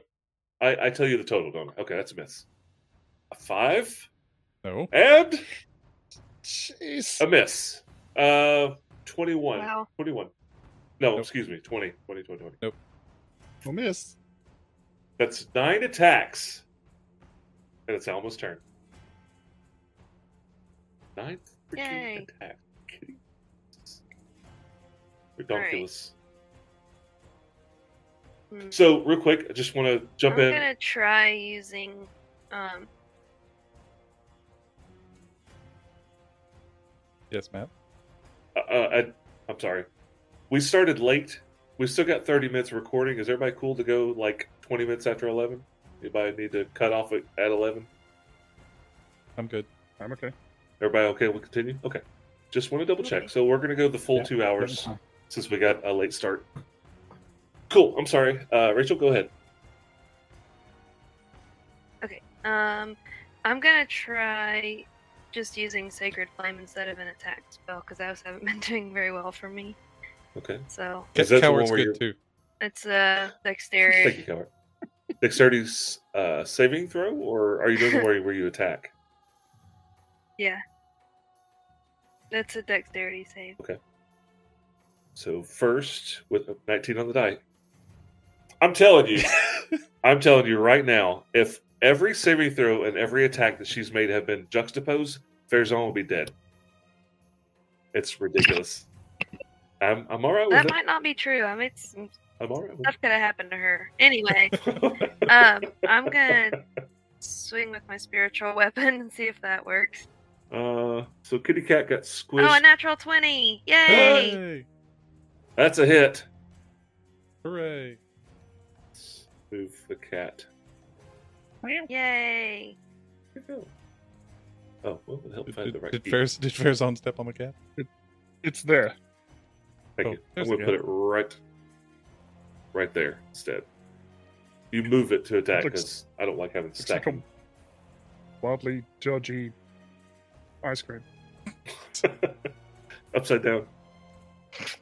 S1: I, I tell you the total, don't I? Okay, that's a miss. A five
S3: No.
S1: and
S4: Jeez.
S1: a miss. Uh, 21.
S2: Wow.
S1: 21. No,
S3: Nope.
S1: excuse me, 20, 20, 20, 20.
S4: I'll miss.
S1: That's nine attacks. And it's Alma's turn. Nine
S2: Yay.
S1: freaking attacks. Ridiculous.
S2: Hmm.
S1: So, real quick, I just want to jump
S2: I'm
S1: in.
S2: gonna try using um
S3: Yes, Matt.
S1: Uh, uh, I, I'm sorry. We started late. We still got 30 minutes of recording. Is everybody cool to go like 20 minutes after 11? Anybody need to cut off at at 11?
S3: I'm good.
S4: I'm okay.
S1: Everybody okay? We'll continue? Okay. Just want to double check. So we're going to go the full
S5: Yeah.
S1: two hours since we got a late start. Cool. I'm sorry. Uh, Rachel, go ahead.
S2: um I'm gonna try just using Sacred Flame instead of an attack spell because those haven't been doing very well for me.
S1: Okay.
S2: So
S1: Is that the
S3: Coward's
S1: one where
S3: good too.
S2: it's a
S1: Thank you,
S2: dexterity.
S1: Coward. Dexterity's uh, saving throw, or are you doing the where, where you attack?
S2: That's a dexterity save.
S1: So first with a 19 on the die. I'm telling you, I'm telling you right now, if every saving throw and every attack that she's made have been juxtaposed, Fairzone will be dead. It's ridiculous. I'm I'm all right with
S2: That
S1: it.
S2: might not be true. I mean, some
S1: I'm all right with
S2: stuff could have happened to her. Anyway,
S1: it.
S2: um, I'm gonna swing with my spiritual weapon and see if that works.
S1: Uh, so Kitty Cat got squished.
S2: Oh, a natural twenty! Yay!
S3: Hooray!
S1: That's a hit.
S3: Hooray!
S1: Let's move the cat.
S2: Yay!
S1: Where'd it go? Oh, well, it helped
S3: Did,
S1: find the
S3: did,
S1: right
S3: did,
S1: key.
S3: Faraz- did Farazan step on the cat?
S4: It's there.
S1: Thank
S3: Oh,
S1: you. I'm
S3: there's
S1: going to
S3: the
S1: put it right, right there instead. You move it to attack
S4: Looks-
S1: because I don't like having
S4: It's like a
S1: stacking.
S4: wildly dodgy ice cream.
S1: Upside down.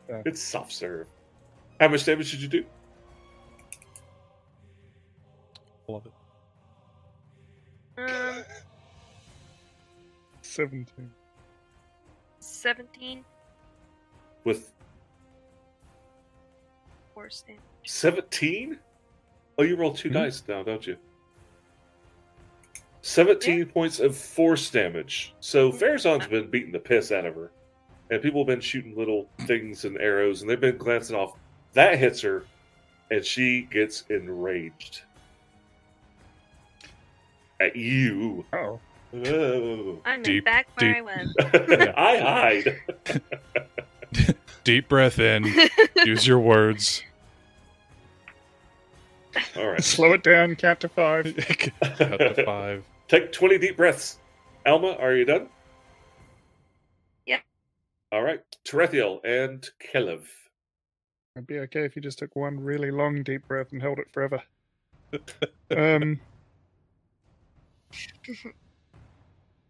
S4: Yeah.
S1: It's soft serve. How much damage did you do?
S3: I love it.
S2: Um,
S4: Seventeen.
S2: seventeen
S1: With
S2: force damage.
S1: 17? Oh, you roll 2
S3: Mhm.
S1: dice now, don't you? 17 points of force damage. So Farazan's been beating the piss out of her. And people have been shooting little things and arrows, and they've been glancing off. That hits her, and she gets enraged. At you.
S4: Oh.
S1: Oh.
S2: I'm
S3: Deep,
S2: in back where
S3: deep.
S2: I was.
S1: I hide.
S3: Deep breath in. Use your words.
S1: All right.
S4: Slow it down, count to five.
S3: Cut to five.
S1: Take 20 deep breaths. Alma, are you done?
S2: Yeah.
S1: All right. Terethiel and Kelev.
S4: It'd be okay if you just took one really long deep breath and held it forever. um,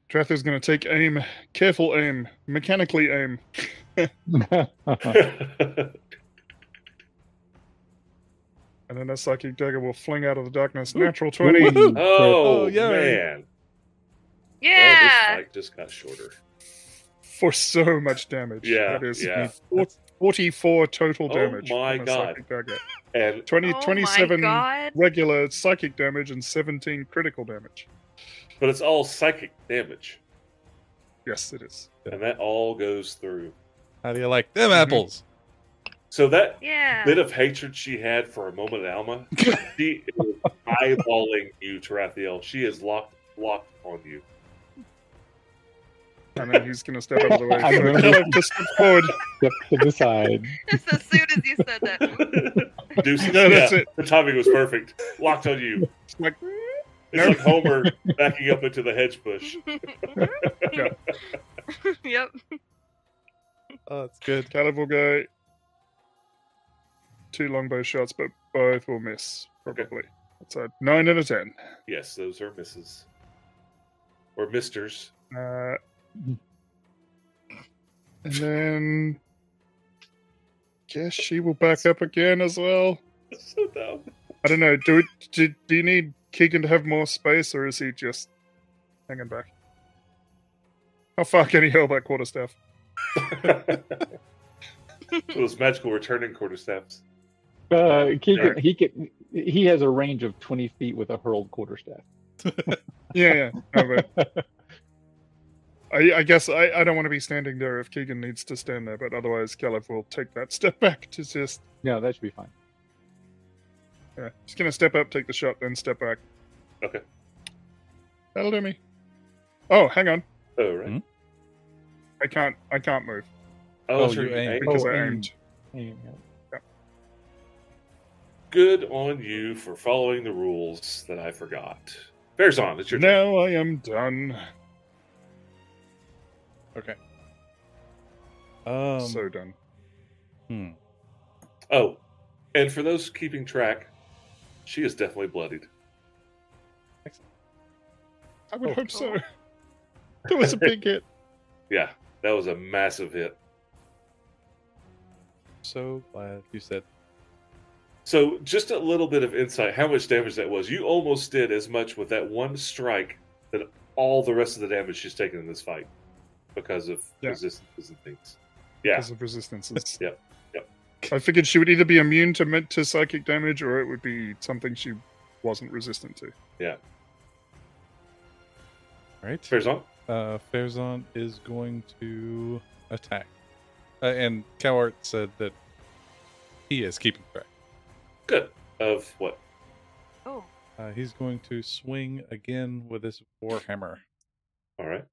S4: Tratha's going to take aim, careful aim, mechanically aim. And then that psychic dagger will fling out of the darkness.
S3: Ooh.
S4: Natural 20.
S1: oh,
S3: Oh, yay.
S1: man. Oh, this
S2: yeah.
S1: fight just got shorter.
S4: for so much damage.
S1: Yeah,
S4: That is
S1: yeah.
S4: four- 44 total
S1: Oh
S4: damage.
S1: my
S4: from a
S1: God.
S4: psychic dagger.
S1: And
S4: 20,
S2: oh
S4: 27
S2: my god!
S4: regular psychic damage and 17 critical damage.
S1: but it's all psychic damage.
S4: Yes, it is.
S1: And that all goes through.
S3: How do you like them
S4: Mhm.
S3: apples?
S1: So that
S2: Yeah.
S1: bit of hatred she had for a moment at Alma, she is eyeballing you, Terathiel. She is locked locked on you.
S4: And then he's going to step out of the way.
S5: I'm
S4: So
S5: gonna-
S4: Caleb just steps forward.
S5: Step to the side.
S2: Just as soon as you said that.
S1: Deuces.
S4: No, that's
S1: Yeah,
S4: it.
S1: The timing was perfect. Locked on you.
S4: It's like,
S1: It's like Homer backing up into the hedge bush.
S2: yep.
S3: Oh, it's good.
S4: Caleb will go two longbow shots, but both will miss,
S1: Okay.
S4: probably. It's a nine and a ten.
S1: Yes, those are misses. Or misters.
S4: Uh, and then guess she will back up again as well.
S1: That's so dumb.
S4: I don't know. Do we, do, do you need Keegan to have more space, or is he just hanging back? Oh, How far can he hurl that quarterstaff?
S1: Those magical returning quarterstaffs.
S5: Uh, Keegan,
S1: Sure.
S5: he can, he has a range of 20 feet with a hurled quarterstaff.
S4: Yeah, yeah. no, but- I, I guess I, I don't want to be standing there if Keegan needs to stand there, but otherwise Caleb will take that step back to just.
S5: No, that should be fine.
S4: Yeah, he's gonna step up, take the shot, then step back.
S1: Okay.
S4: That'll do me. Oh, hang on.
S1: Oh, right.
S3: Hmm?
S4: I can't. I can't move
S1: Oh,
S3: Oh,
S1: sure,
S3: you
S1: you
S3: aim.
S1: aim.
S4: because
S5: Oh,
S4: I
S5: aim.
S4: aimed.
S5: Hang on.
S1: Good on you for following the rules that I forgot. Bears on, it's your turn.
S4: Now I am done.
S3: Okay. Um.
S4: so done.
S3: hmm.
S1: Oh, and for those keeping track, she is definitely bloodied.
S4: I would
S3: Oh.
S4: hope so. That was a big hit.
S1: Yeah, that was a massive hit.
S3: So glad you said.
S1: So, just a little bit of insight how much damage that was. You almost did as much with that one strike that all the rest of the damage she's taken in this fight because of
S4: Yeah.
S1: resistances and things. Yeah,
S4: Because of resistances.
S1: Yep, yep.
S4: I figured she would either be immune to men- to psychic damage, or it would be something she wasn't resistant to.
S3: Right.
S1: Bears on.
S3: Uh, Fairzon is going to attack. Uh, and Cowart said that he is keeping track.
S1: Good. Of what?
S2: Oh,
S3: Uh, he's going to swing again with his warhammer.
S1: All right.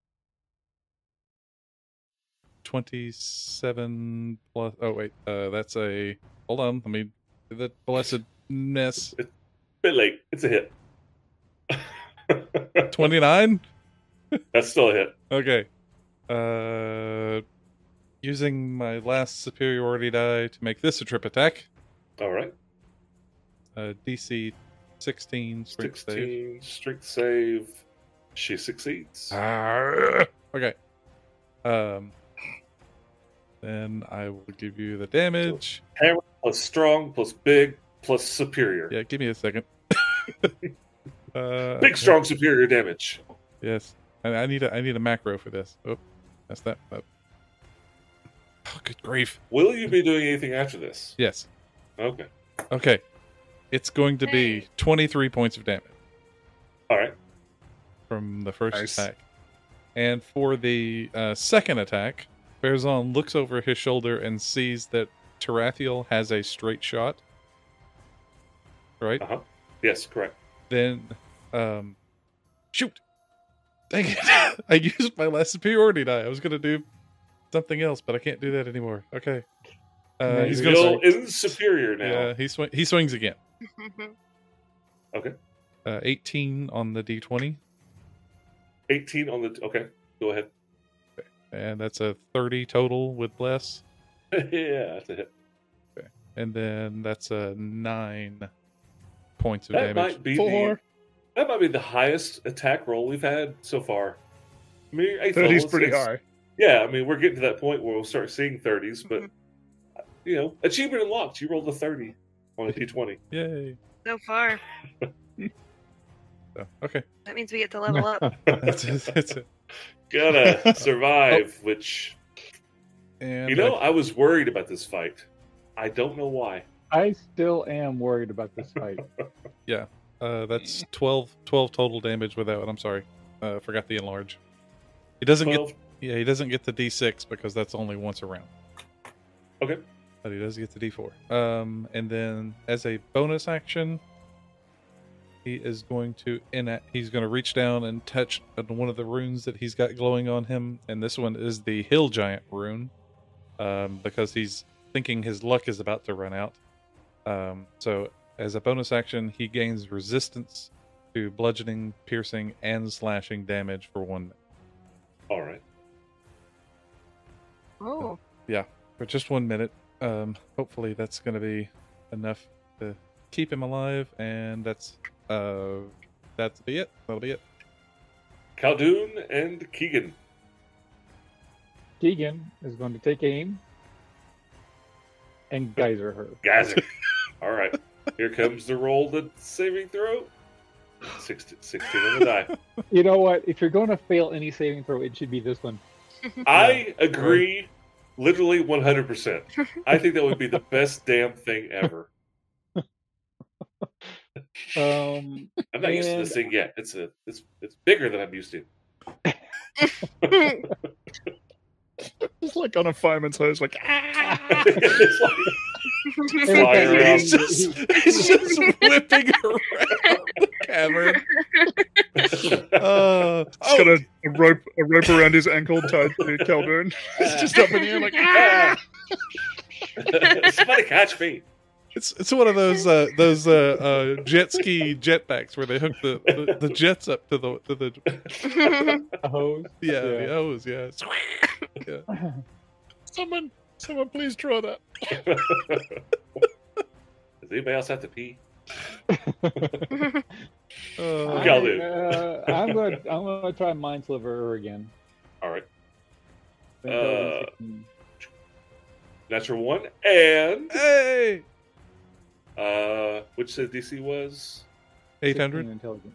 S3: 27 plus. Oh, wait. Uh, that's a. Hold on. Let me. do The blessedness.
S1: Bit late. It's a hit.
S3: 29?
S1: That's still a hit.
S3: Okay. Uh, using my last superiority die to make this a trip attack.
S1: All right.
S3: Uh, DC 16 strength save.
S1: 16, strength save. She succeeds.
S3: Ah. Arrgh. Okay. Um. Then I will give you the damage.
S1: Plus strong, plus big, plus superior.
S3: Yeah, give me a second. uh,
S1: Big, strong, superior damage.
S3: Yes, and I need a I need a macro for this. Oh, that's that. Oh. Oh, good grief.
S1: Will you be doing anything after this?
S3: Yes.
S1: Okay.
S3: Okay. It's going to be
S2: Hey.
S3: 23 points of damage
S1: All right.
S3: from the first
S4: Nice.
S3: attack. And for the uh, second attack, Berzon looks over his shoulder and sees that Tarathiel has a straight shot. Right?
S1: Uh huh. Yes, correct.
S3: Then, um, shoot! Dang it! I used my last superiority die. I was gonna do something else, but I can't do that anymore. Okay. Uh,
S5: Yeah,
S3: he's
S5: you
S3: gonna.
S1: Bill
S5: go-
S1: is superior now.
S3: Yeah, he swing. He swings again.
S1: Okay.
S3: Uh, 18 on the d20,
S1: 18 on the. Okay. Go ahead.
S3: and that's a 30 total with bless,
S1: yeah, that's a hit.
S3: and then that's a nine points of
S1: That
S3: damage.
S1: might be
S4: Four.
S1: the, that might be the highest attack roll we've had so far. I mean, hey, fellas,
S4: Thirty's pretty
S1: it's-
S4: high.
S1: Yeah, I mean, we're getting to that point where we'll start seeing 30s, but you know, achievement unlocked. You rolled a 30 on a d20.
S3: Yay!
S2: so far.
S3: So, okay,
S2: That means we get to level up.
S3: that's Oh. it. That's it.
S1: Gotta survive, which
S3: And
S1: you know, I was worried about this fight. I don't know why.
S5: I still am worried about this fight.
S3: Uh, that's 12, 12 total damage with that one. I'm sorry, uh, forgot the enlarge. He doesn't get
S1: 12,
S3: yeah, he doesn't get the d6 because that's only once a round.
S1: Okay.
S3: But he does get the d4. Um, and then as a bonus action, he is going to in he's going to reach down and touch on one of the runes that he's got glowing on him, and this one is the hill giant rune, um, because he's thinking his luck is about to run out. Um, so as a bonus action, he gains resistance to bludgeoning, piercing, and slashing damage for one,
S1: All right.
S2: Oh,
S3: for just one minute. Um, hopefully that's going to be enough to keep him alive, and that's uh, that's be it. That'll be it.
S1: Khaldun and Keegan.
S5: Keegan is going to take aim and geyser her.
S1: Geyser. All right. Here comes the roll to saving throw. 16, 16 on the die.
S5: You know what? If you're going to fail any saving throw, it should be this one.
S1: I agree literally 100%. I think that would be the best damn thing ever.
S5: Um,
S1: I'm not used to this thing yet. It's a it's it's bigger than I'm used to.
S4: It's like on a fireman's hose, like ah!
S1: it's like Fire out.
S5: and he- he-
S3: he's just whipping around the cavern. Uh,
S4: He's got a, a rope, a rope around his ankle tied to Caldoon. It's just up in the air, like ah!
S1: Somebody catch me.
S3: It's it's one of those uh, those uh, uh, jet ski jetbacks where they hook the, the, the jets up to the to the
S5: a hose.
S3: yeah, the
S5: Yeah.
S3: hose yeah. It's- yeah.
S4: Someone, someone, please draw that.
S1: Does anybody else have to pee?
S3: Uh,
S1: Okay, I'll
S5: I,
S1: do.
S5: uh, I'm going to I'm going to try mind sliver her again.
S1: All right.
S5: Think that was
S1: Uh,
S5: 16.
S1: Natural one and
S3: Hey,
S1: uh which the DC was?
S3: eight
S5: 16
S3: hundred.
S5: intelligence.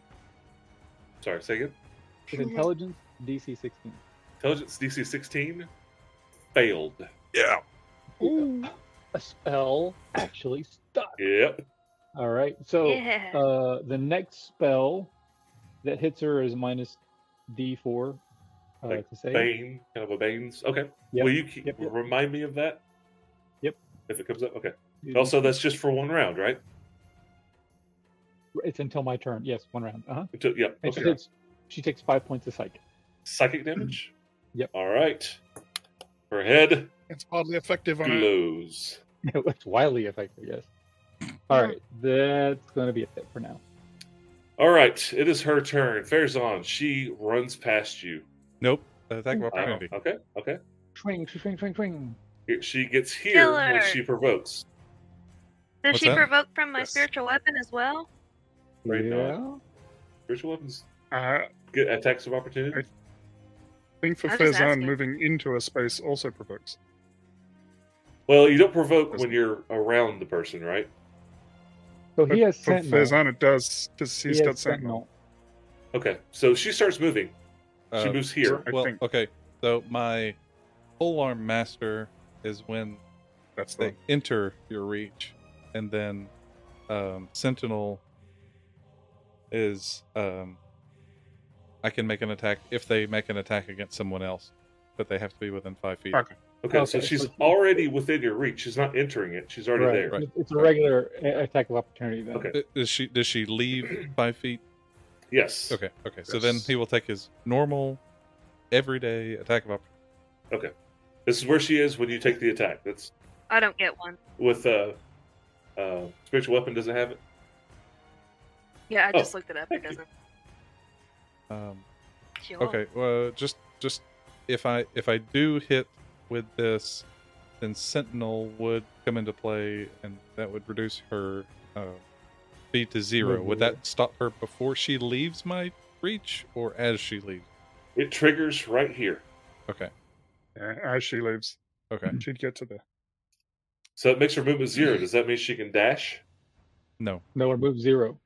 S1: Sorry, second.
S5: With intelligence DC 16.
S1: Intelligence DC 16 failed.
S3: Yeah.
S5: A spell actually stuck.
S1: Yep.
S5: All right. So
S2: yeah.
S3: Oh,
S5: Uh, the next spell that hits her is minus D4 uh,
S1: Like
S5: to save.
S1: Bane, kind of a Bane's. Okay.
S5: Yep.
S1: Will you keep,
S5: Yep, yep.
S1: remind me of that?
S5: Yep.
S1: If it comes up, okay.
S5: You-
S1: Also, that's just for one round, right?
S5: it's until my turn. Yes, one round. Uh huh.
S1: Until, yep.
S5: And she
S1: Okay.
S5: takes she takes five points of psychic.
S1: Psychic damage.
S5: Yep.
S1: All right. Her head
S4: It's hardly effective on it.
S1: glows.
S5: it's wildly effective. Yes. All
S2: Yeah.
S5: right, that's going to be it for now.
S1: All right. It is her turn. Fair's on. She runs past you.
S3: Nope. Attack of
S1: Wow.
S3: opportunity.
S1: Okay. Okay.
S5: Twing, twing, twing, twing.
S1: Here- She gets here when
S2: Killer.
S1: she provokes.
S2: Does
S3: What's
S2: she
S3: that?
S2: provoke from my
S1: Yes.
S2: spiritual weapon as well?
S1: Right now.
S5: yeah.
S1: Spiritual weapons
S4: Uh,
S1: get attacks of opportunity.
S4: I think for
S2: I'm just
S4: Fezan,
S2: asking.
S4: moving into a space also provokes.
S1: Well, you don't provoke when you're around the person, right?
S5: So he has
S4: For
S5: sentinel.
S4: Fezan, it does because
S5: He
S4: he's
S5: has
S4: got sentinel.
S1: Okay, so she starts moving. She
S3: Uh,
S1: moves here.
S4: I
S3: well,
S4: think-
S3: okay. So my full arm master is when
S4: That's the
S3: they enter your reach, and then um, Sentinel is um, I can make an attack if they make an attack against someone else, but they have to be within five feet.
S4: Okay.
S1: Okay, so
S5: Okay,
S1: she's
S5: so-
S1: already within your reach. She's not entering it. She's already
S5: Right.
S1: there.
S3: Right.
S5: It's- It's a regular a- attack of opportunity then.
S1: Okay.
S3: Uh, Does she does she leave five feet?
S1: Yes.
S3: Okay, okay. So then
S4: Yes.
S3: he will take his normal, everyday attack of opportunity.
S1: This is where she is when you take the attack. That's
S2: I don't get one.
S1: with uh, uh spiritual weapon doesn't have it.
S2: Yeah, I
S1: Oh,
S2: just looked it up. It
S1: thank you.
S2: doesn't.
S3: Um,
S2: Sure.
S3: okay. Well, just just if I if I do hit with this, then Sentinel would come into play, and that would reduce her uh, speed to zero. Would that stop her before she leaves my reach, or as she leaves?
S1: It triggers right here.
S3: Okay.
S4: yeah, as she leaves.
S3: Okay.
S4: She'd get to there.
S1: So it makes her movement zero.
S3: Mm.
S1: Does that mean she can dash?
S3: No.
S5: No, it moves zero.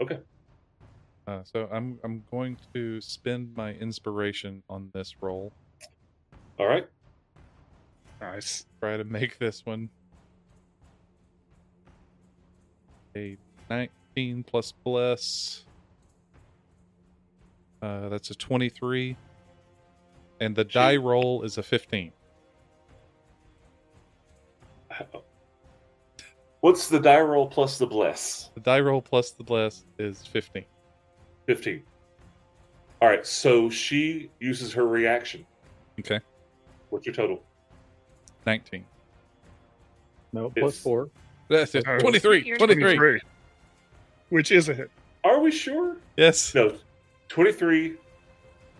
S3: Uh, so I'm I'm going to spend my inspiration on this roll.
S1: All right.
S4: Nice.
S3: try to make this one a 19 plus bless uh, that's a 23 and the die roll is a 15
S1: What's the die roll plus the bless?
S3: the die roll plus the bless is 15
S1: Fifteen. All right. So she uses her reaction.
S3: Okay.
S1: What's your total?
S3: 19
S5: No, plus
S1: It's-
S5: four.
S3: that's it.
S4: Oh.
S3: 23
S2: You're-
S3: 23
S4: Twenty-three, which is a hit.
S1: Are we sure?
S3: Yes.
S1: No, 23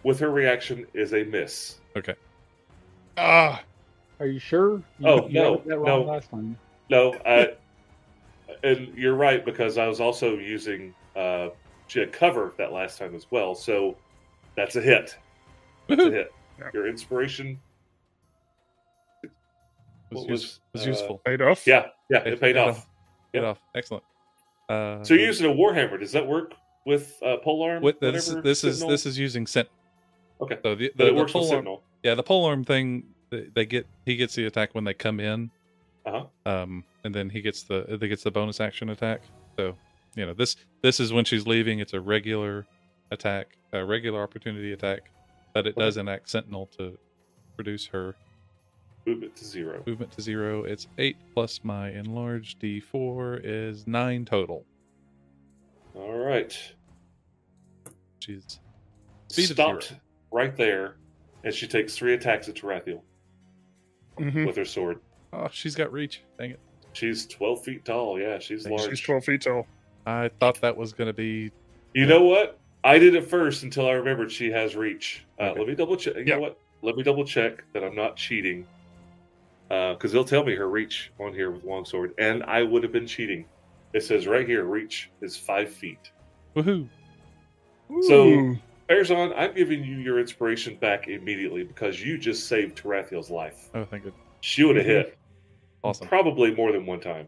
S1: with her reaction is a miss.
S3: Ah,
S5: Are you sure? You-
S1: Oh,
S5: you
S1: no,
S5: got that wrong
S1: no.
S5: last time.
S1: No, I, and you're right because I was also using uh, she had cover that last time as well. So that's a hit. That's a
S3: woohoo.
S1: hit.
S4: Yeah.
S1: Your inspiration
S3: was,
S1: what
S3: use-
S1: was,
S3: was
S1: uh,
S3: useful.
S4: Paid off.
S1: Yeah, yeah, it paid off.
S3: Get
S1: yeah.
S3: off. Excellent. Uh,
S1: So you're using a warhammer. Does that work with uh, polearm?
S3: What, this
S1: whatever,
S3: this is
S1: Sentinel?
S3: this is using Sentinel.
S1: Okay.
S3: So the, the,
S1: But
S3: the
S1: it works with
S3: polearm-
S1: Sentinel.
S3: yeah, the polearm thing they, they get he gets the attack when they come in.
S1: Uh-huh.
S3: Um, and then he gets the they gets the bonus action attack. So you know this this is when she's leaving. It's a regular attack, a regular opportunity attack, but it does enact Sentinel to reduce her
S1: Movement to zero.
S3: movement to zero. It's eight plus my enlarged D4 is nine total.
S1: All right.
S3: She's Speed of zero.
S1: Stopped right there, and she takes three attacks at Tarathiel
S4: Mhm.
S1: with her sword.
S3: oh she's got reach. Dang it.
S1: She's 12 feet tall. Yeah, she's large.
S4: She's 12 feet tall.
S3: I thought that was gonna be
S1: You know what? I did it first until I remembered she has reach. Uh,
S3: Okay.
S1: Let me double check. You
S4: Yeah.
S1: know what? Let me double check that I'm not cheating. Because they'll tell me her reach on here with longsword, and I would have been cheating. It says right here, reach is five feet.
S3: woohoo.
S1: So-
S4: Ooh.
S1: Arizon, I'm giving you your inspiration back immediately because you just saved Tarathiel's life.
S3: Oh thank good.
S1: She would have
S4: Mm-hmm.
S1: hit
S3: Awesome.
S1: probably more than one time.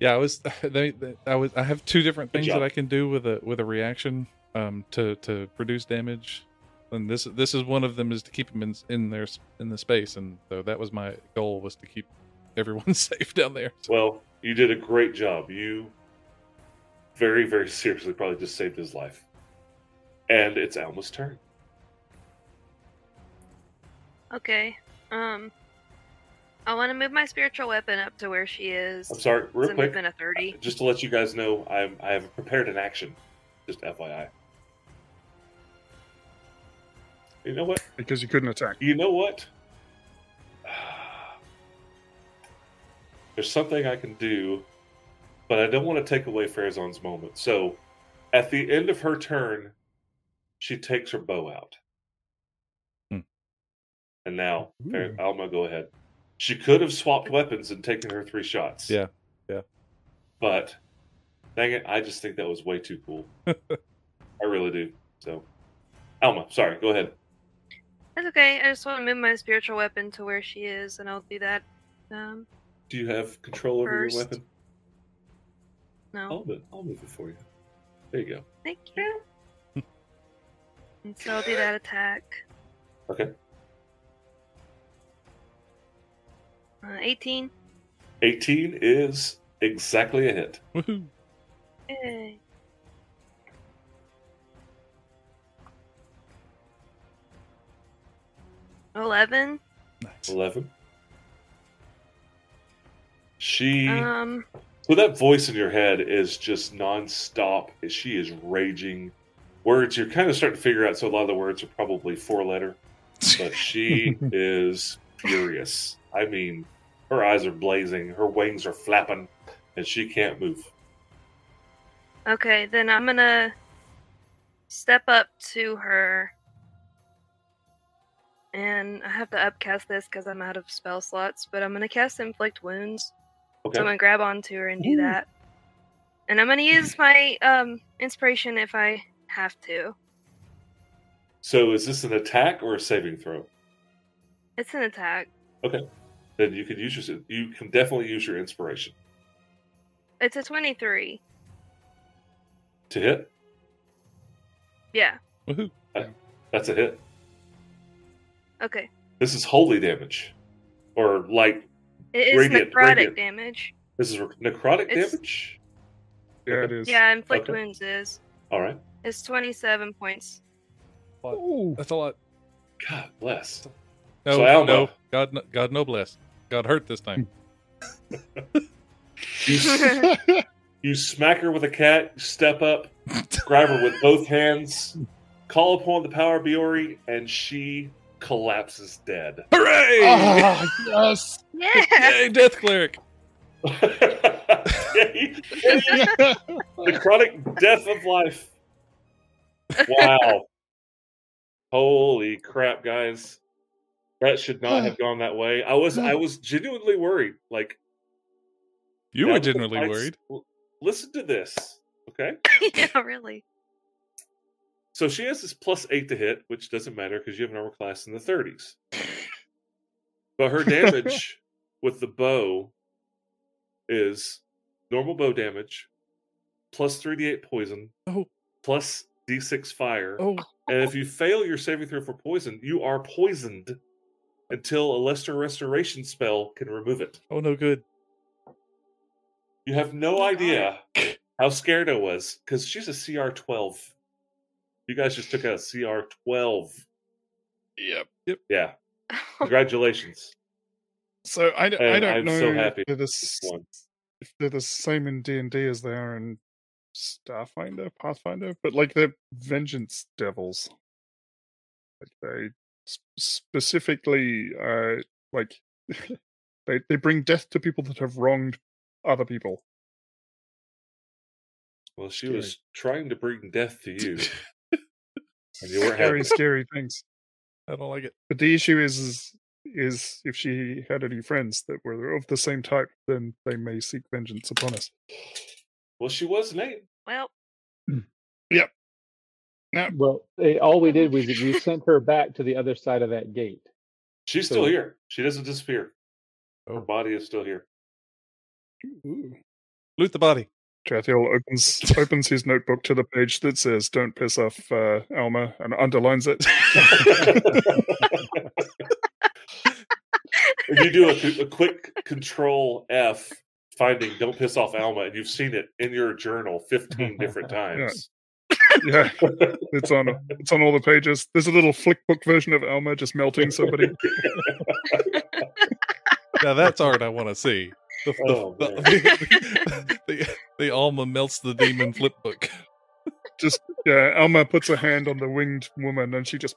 S3: yeah i was they, they- i was i have two different
S1: Good
S3: things
S1: job.
S3: that i can do with a with a reaction um to to reduce damage and this this is one of them is to keep them in in their s- in the space and so that was my goal was to keep everyone safe down there so,
S1: Well, you did a great job. You very, very seriously probably just saved his life. And it's Alma's turn.
S2: Okay. Um, I want to move my spiritual weapon up to where she is.
S1: I'm sorry,
S2: It's
S1: real
S2: a
S1: quick,
S2: movement of thirty.
S1: just to let you guys know, I'm I have prepared an action. Just FYI. You know what?
S4: Because you couldn't attack.
S1: You know what? There's something I can do, but I don't want to take away Farazan's moment. So, at the end of her turn, she takes her bow out.
S3: Hmm.
S1: And now, Fer-
S4: Ooh.
S1: Alma, go ahead. She could have swapped weapons and taken her three shots.
S3: Yeah, yeah.
S1: But, dang it, I just think that was way too cool. I really do. So, Alma, sorry, go ahead.
S2: That's okay. I just want to move my spiritual weapon to where she is, and I'll do that. Um,
S1: Do you have control over
S2: First.
S1: your weapon?
S2: no,
S1: I'll move, I'll move it for you. There you go.
S2: thank you. and so I'll do that attack.
S1: Okay.
S2: Uh, Eighteen.
S1: 18 is exactly a hit.
S3: woohoo
S2: Yay. Eleven.
S3: nice
S1: 11. She,
S2: Um.
S1: so that voice in your head is just nonstop. She is raging. Words, you're kind of starting to figure out, so a lot of the words are probably four letter, but she is furious. I mean, her eyes are blazing, her wings are flapping, and she can't move.
S2: Okay, then I'm gonna step up to her, and I have to upcast this because I'm out of spell slots. But I'm gonna cast inflict wounds.
S1: Okay.
S2: So I'm gonna grab onto her and do
S4: Ooh.
S2: that. And I'm gonna use my um inspiration if I have to.
S1: So is this an attack or a saving throw?
S2: It's an attack.
S1: Then you could use your you can definitely use your inspiration
S2: It's a 23.
S1: to hit.
S2: Yeah.
S3: woohoo
S1: That's a hit.
S2: Okay.
S1: This is holy damage, or like
S2: It is
S1: Radiant,
S2: necrotic
S1: radiant.
S2: damage.
S1: this is necrotic
S2: It's-
S1: damage.
S4: Yeah, it is.
S2: Yeah, inflict
S1: Okay.
S2: wounds is.
S1: All right.
S2: It's 27 points.
S4: Ooh.
S3: that's a lot
S1: God bless.
S3: no
S1: So, Alma-
S3: no god no, god no bless god hurt this time
S1: You, s- you smack her with a cat. Step up, grab her with both hands, call upon the power of Biori, and she collapses dead.
S3: hooray
S4: Ah, yes.
S2: Yeah.
S3: Yay, death cleric
S1: Okay. The chronic death of life. Wow. Holy crap, guys. That should not have gone that way. I was I was genuinely worried. Like
S3: you
S1: that
S3: were
S1: was the
S3: genuinely
S1: fights-
S3: worried.
S1: L- Listen to this. Okay.
S2: yeah, really.
S1: So she has this plus eight to hit, which doesn't matter because you have an armor class in the 30s. But her damage with the bow is normal bow damage, plus 3d8 poison,
S3: Oh.
S1: plus d6 fire.
S3: Oh,
S1: And if you fail your saving throw for poison, you are poisoned until a lesser restoration spell can remove it.
S3: oh no good.
S1: You have no
S2: Oh,
S1: idea how scared I was because she's a CR 12. You guys just took out a CR 12.
S4: yep.
S1: Yeah. Congratulations.
S4: So I, d- I
S1: And
S4: don't
S1: I'm
S4: know
S1: so happy
S4: if, they're the,
S1: This
S4: s-
S1: one.
S4: if they're the same in D and D as they are in Starfinder, Pathfinder, but like they're vengeance devils. Like they s- specifically, uh, like they they bring death to people that have wronged other people.
S1: Well, she
S4: Scary.
S1: was trying to bring death to you, and you weren't
S4: Very
S1: happy.
S4: scary things.
S3: I don't like it.
S4: But the issue is, is, is if she had any friends that were of the same type, then they may seek vengeance upon us.
S1: Well, she was named.
S2: Well,
S5: Well, eh, all we did was we sent her back to the other side of that gate.
S1: She's still
S5: So-
S1: here. She doesn't disappear. Her
S4: Oh.
S1: body is still here.
S3: Loot the body.
S4: Jathiel opens opens his notebook to the page that says "Don't piss off uh, Alma" and underlines it.
S1: If you do a, a quick control F, finding "Don't piss off Alma," and you've seen it in your journal fifteen different times.
S4: yeah, it's on it's on all the pages. There's a little flick book version of Alma just melting somebody.
S3: Now that's art I want to see. The, the,
S1: Oh,
S3: the,
S1: man.
S3: the, the- the Alma melts the demon flip book.
S4: Yeah, Alma puts a hand on the winged woman, and she just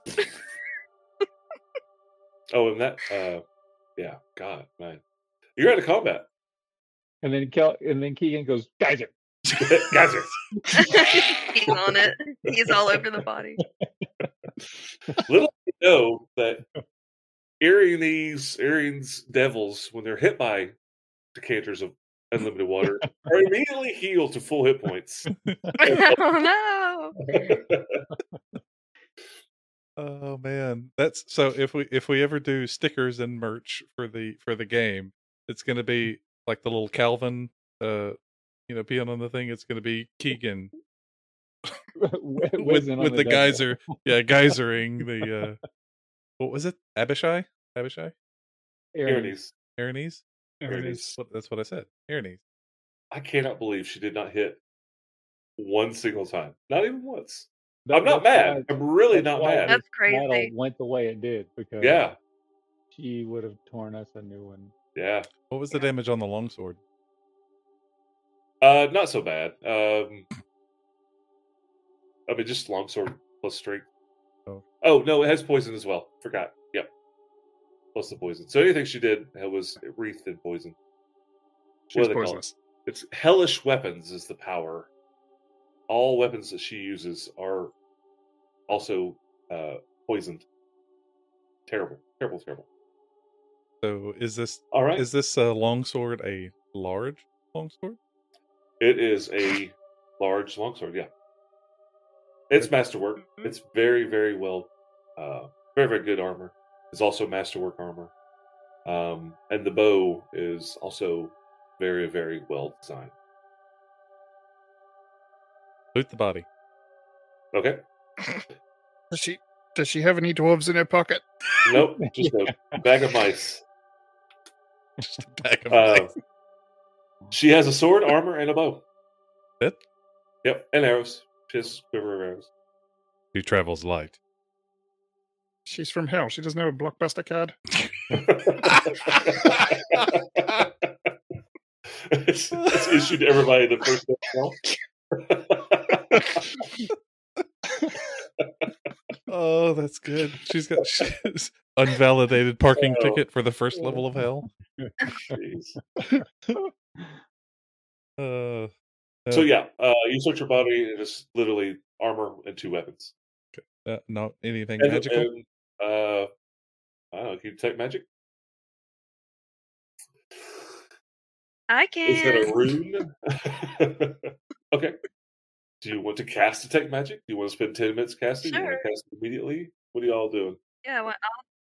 S1: Oh, and that, uh, yeah, God, man, you're out of combat,
S5: And then Kel- and then Keegan goes, Geyser.
S1: guys. are-
S2: he's on it. He's all over the body.
S1: Little do you know that Arianese, Arian's devils, when they're hit by decanters of unlimited water, are immediately healed to full hit points.
S2: oh no!
S3: Oh man, that's so. If we if we ever do stickers and merch for the for the game, it's gonna be like the little Calvin, uh, you know, peeing on the thing. It's gonna be Keegan with
S5: Whizzing on
S3: with the,
S5: deck.
S3: geyser, yeah, geysering the. uh What was it? Abishai, Abishai,
S5: Aaron,
S1: Arianese,
S3: Aranese.
S4: there it
S3: That's
S4: is.
S3: what- That's what I said. Aranese.
S1: I cannot believe she did not hit one single time, not even once.
S5: that-
S1: I'm not
S5: that's
S1: mad.
S5: why
S1: I'm really
S5: that's
S1: not
S5: why
S1: mad.
S5: this
S2: That's crazy.
S5: Battle went the way it did because
S1: Yeah,
S5: she would have torn us a new one.
S1: yeah.
S3: What was the damage on the longsword?
S1: Uh, not so bad. Um, I mean, just longsword plus strength.
S3: Oh.
S1: Oh no, it has poison as well. Forgot. Yep, plus the poison. So anything she did uh, was wreathed in poison.
S4: She's
S1: they call it?
S4: poisonous.
S1: It's hellish weapons is the power. All weapons that she uses are also uh, poisoned. Terrible, terrible, terrible.
S3: So is this
S1: All right,
S3: is this uh, longsword a large longsword?
S1: it is a large longsword. Yeah, it's masterwork. It's very, very well, uh, very, very good armor. It's also masterwork armor, um, and the bow is also very, very well designed.
S3: Loot the body.
S1: Okay,
S4: Does she does she have any dwarves in her pocket?
S1: nope, just a bag of mice.
S3: Just a bag of
S1: Uh,
S3: mice.
S1: she has a sword, armor, and a bow.
S3: That-
S1: Yep, and arrows. She has a quiver of arrows.
S3: She travels light.
S4: She's from hell. She doesn't have a blockbuster card.
S1: it's, it's issued to everybody the first day. of hell.
S3: Oh, that's good. She's got she's unvalidated parking
S1: Oh.
S3: ticket for the first level of hell.
S1: Jeez.
S3: Uh,
S1: So yeah, uh, you search your body and it's literally armor and two weapons.
S3: Uh, not anything
S1: And,
S3: magical.
S1: and, uh, I don't know. Can you detect magic?
S2: I
S1: Is that a
S2: can.
S1: rune? okay. Do you want to cast detect magic? Do you want to spend ten minutes casting? Do you want to cast it immediately? What are y'all doing?
S2: Yeah, well,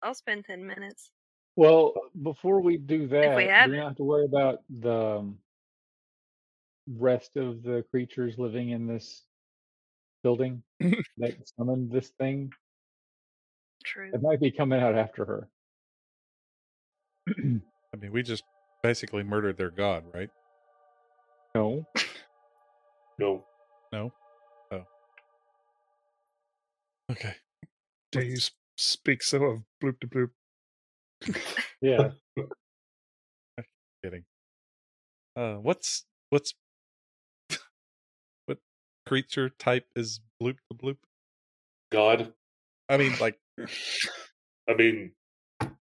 S2: I'll, I'll spend 10 minutes.
S5: Well, before we do that,
S2: we
S5: we
S2: have
S5: do not have to worry about the um, rest of the creatures living in this building that summoned this thing.
S2: True.
S5: It might be coming out after her.
S3: I mean, we just basically murdered their god, right?
S5: no,
S1: No.
S3: Okay.
S4: Do you s- speak so of bloop to bloop?
S5: yeah,
S3: Kidding. Uh, what's what's what creature type is bloop the bloop?
S1: God.
S3: I mean, like
S1: I mean,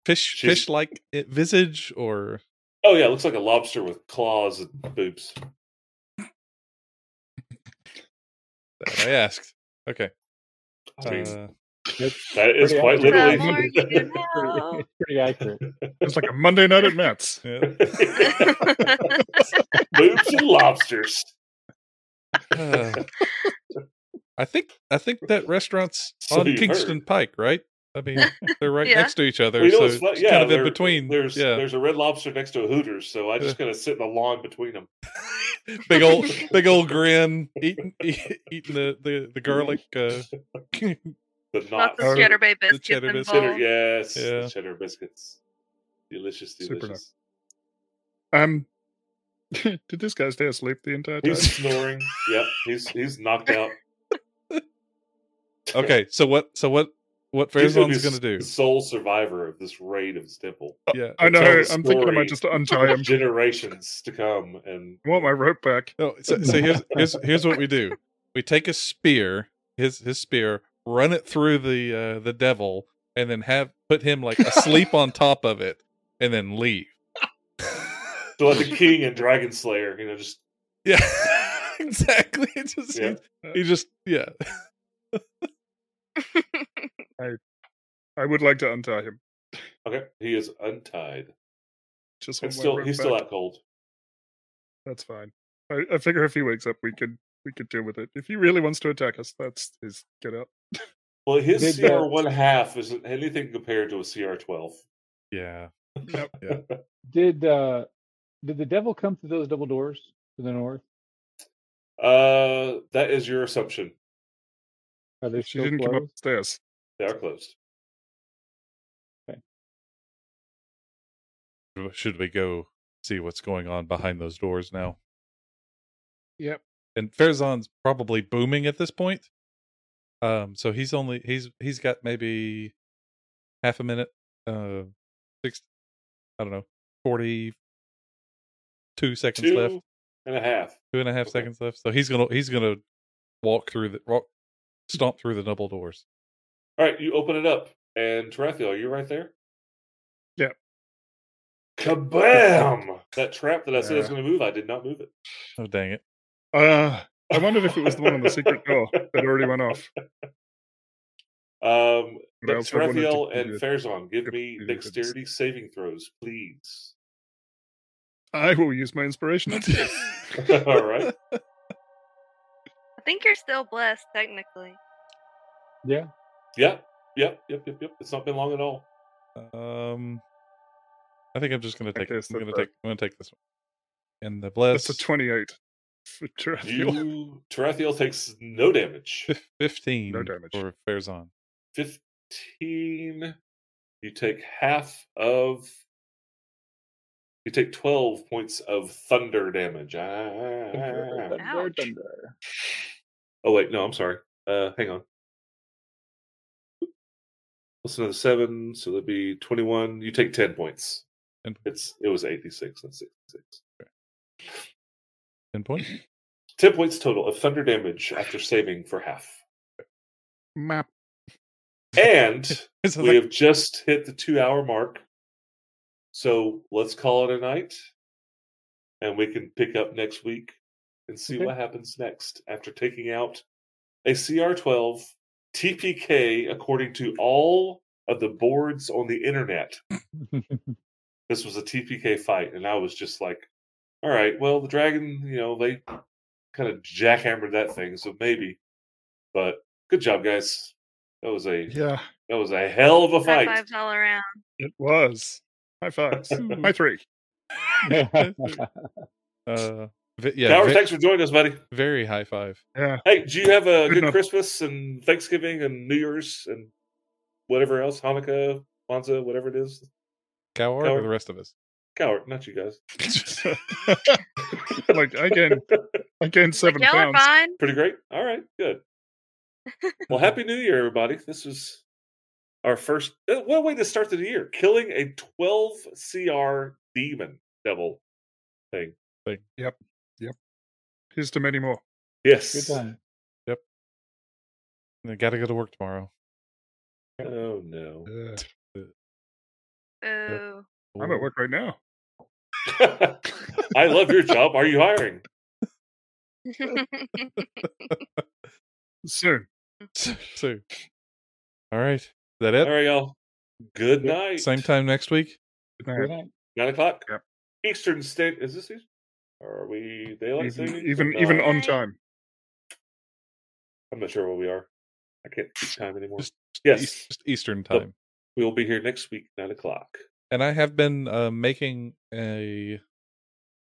S3: fish
S1: She's-
S3: fish like visage or
S1: oh yeah, it looks like a lobster with claws and boobs.
S3: that I asked. Okay.
S1: I mean,
S3: Uh,
S1: that is
S5: pretty
S1: quite
S5: accurate.
S2: How
S1: literally.
S2: more
S4: Literally.
S2: you can
S5: pretty, it's pretty accurate.
S4: It's like a Monday night at Matt's.
S3: yeah.
S2: help.
S1: boobs and lobsters.
S3: Uh, I think I think that restaurant's
S1: So
S3: on
S1: you
S3: Kingston
S1: heard.
S3: Pike, right? I mean, they're right
S2: Yeah.
S3: next to each other,
S1: Well, you know
S3: so
S1: what's
S3: it's
S1: fu- yeah,
S3: kind of in
S1: there-
S3: between.
S1: There's
S3: yeah,
S1: there's a red lobster next to a Hooters, so I just kind of sit in the lawn between them.
S3: big old big old grin, eating e- eating the the the garlic. Uh,
S1: The
S2: Lots
S1: knots.
S4: Oh,
S2: of cheddar bay biscuits
S3: cheddar biscuit.
S1: Cheddar,
S2: involved.
S1: yes, the
S3: Yeah.
S1: cheddar biscuits, delicious,
S4: Super
S1: delicious.
S4: Um, did this guy stay asleep the entire time?
S1: He's snoring. Yep, he's he's knocked out.
S3: okay, so what so what what
S1: He's
S3: Farazan's
S1: be
S3: gonna do?
S1: the Sole survivor of this raid of his temple.
S3: Yeah,
S4: I know.
S1: tells
S4: I'm thinking I
S1: story.
S4: might just untie him.
S1: Generations to come, and
S4: I want my rope back.
S3: No, Oh, so, so here's here's here's what we do. We take a spear, his his spear, run it through the uh, the devil, and then have put him like asleep on top of it, and then leave.
S1: so like the king and Dragon Slayer, you know, just
S3: yeah, exactly. It just
S1: Yeah.
S3: he just yeah.
S4: I would like to untie him.
S1: okay, he is untied
S4: Just
S1: and
S4: want my
S1: still
S4: rope
S1: he's
S4: back.
S1: still out cold.
S4: That's fine. I, I figure if he wakes up, we could we could deal with it. If he really wants to attack us, that's his get out.
S1: Well, his
S5: Big, uh,
S1: CR one half isn't anything compared to a CR twelve.
S3: Yeah.
S5: Did uh, did the devil come through those double doors to the north?
S1: Uh, that is your assumption.
S5: Are they
S4: She
S5: still
S4: didn't come
S5: closed?
S4: upstairs.
S1: They are closed.
S3: Should we go see what's going on behind those doors now?
S4: Yep.
S3: And Farazan's probably booming at this point. Um, so he's only he's he's got maybe half a minute, uh, six, I don't know, forty two seconds
S1: Two
S3: left,
S1: and a half.
S3: two and a half
S1: okay.
S3: seconds left. So he's gonna he's gonna walk through the walk, stomp through the double doors.
S1: All right, you open it up, and Tarathiel, you're right there.
S4: Yeah.
S1: Kabam! that trap that I said I was
S4: Yeah.
S1: going to move, I did not move it.
S3: Oh dang it!
S4: Uh, I wondered if it was the one on the secret door that already went off.
S1: Um,
S4: But I
S1: but
S4: also wanted to
S1: Tarathiel
S4: do
S1: and
S4: it.
S1: Farazan, give
S4: if
S1: me
S4: you did this.
S1: dexterity saving throws, please.
S4: I will use my inspiration.
S1: All right.
S2: I think you're still blessed, technically.
S5: Yeah,
S1: Yep. Yep. Yep. Yep. Yep. It's not been long at all.
S3: Um, I think I'm just gonna take.
S4: Okay, so
S3: I'm gonna
S4: the-
S3: take. I'm gonna take this one. And the bless
S4: That's a twenty-eight. For Tarathiel.
S1: You Tarathiel takes no damage.
S3: fif- fifteen
S4: damage.
S3: for Farazan.
S1: Fifteen. You take half of. You take twelve points of thunder damage. Ah.
S2: Ouch.
S5: thunder.
S1: Oh wait, no, I'm sorry. Uh, hang on. That's another seven, so that'd be twenty-one. You take ten points.
S3: 10 points.
S1: It's it was eighty-six and sixty-six.
S3: Ten points.
S1: Ten points total of thunder damage after saving for half.
S4: Map.
S1: And
S3: It's
S1: we have just hit the two-hour mark, so let's call it a night, and we can pick up next week and see
S4: Okay.
S1: what happens next after taking out a CR12 TPK according to all of the boards on the internet. this was a TPK fight, and I was just like, all right, well, the dragon, you know, they kind of jackhammered that thing, so maybe. But good job, guys. That was a
S4: Yeah,
S1: that was a hell of a
S2: High
S1: fight.
S2: fives all around.
S4: it was. High fives. High three.
S3: Uh, vi- yeah,
S1: Howard,
S3: ve-
S1: thanks for joining us, buddy.
S3: very high five.
S4: Yeah.
S1: Hey, do you have a
S4: Good
S1: good
S4: enough.
S1: Christmas and Thanksgiving and New Year's and whatever else, Hanukkah, Kwanzaa, whatever it is?
S3: Coward
S1: Coward.
S3: or the rest of us?
S1: Coward, not you guys.
S4: uh, like I gained, I gained
S2: Like,
S4: seven
S2: y'all are
S4: pounds.
S2: fine.
S1: Pretty great. All right, good. well, happy New Year, everybody. This was our first. uh, What a way to start the new year! Killing a 12 CR demon devil thing.
S4: Here's to many more.
S1: Yes.
S5: Good time.
S3: I gotta go to work tomorrow.
S1: Oh no.
S4: Yeah.
S2: Ooh.
S4: I'm at work right now.
S1: I love your job. Are you hiring?
S4: Soon.
S3: so, all right, is that it?
S1: All right, y'all. Good night.
S3: Same time next week.
S4: Good night.
S5: Good night.
S1: Nine o'clock.
S4: Yep.
S1: Eastern State. Is this? Eastern? Are we daylight
S4: Even
S1: savings? or
S4: even,
S1: not?
S4: even on
S2: Night.
S4: time.
S1: I'm not sure where we are. I can't keep time anymore.
S3: Just-
S1: yes,
S3: East- just Eastern time.
S1: we'll be here next week, nine o'clock.
S3: and I have been uh, making a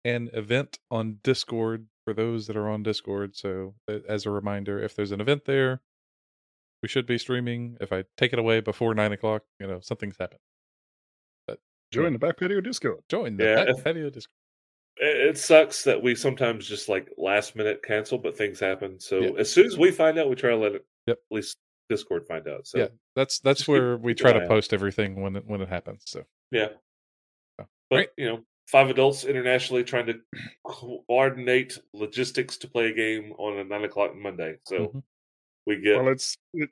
S3: an event on Discord for those that are on Discord. So uh, as a reminder, if there's an event there, we should be streaming. If I take it away before nine o'clock, you know something's happened.
S4: Join the back patio Discord.
S3: Join the
S1: Yeah,
S3: pat-
S1: if-
S3: patio Discord.
S1: It, it sucks that we sometimes just like last minute cancel, but things happen. So
S3: Yeah.
S1: as soon as we find out, we try to let it.
S3: Yep.
S1: At least Discord find out. So
S3: Yeah. That's that's
S1: Just keep-
S3: where we
S1: keep
S3: try
S1: an eye
S3: to
S1: out.
S3: post everything when it, when it happens. So
S1: yeah.
S3: Oh,
S1: But
S3: great.
S1: you know, five adults internationally trying to coordinate logistics to play a game on a nine o'clock Monday. So
S3: mhm.
S1: we get
S4: Mm-hmm. Well, it's it,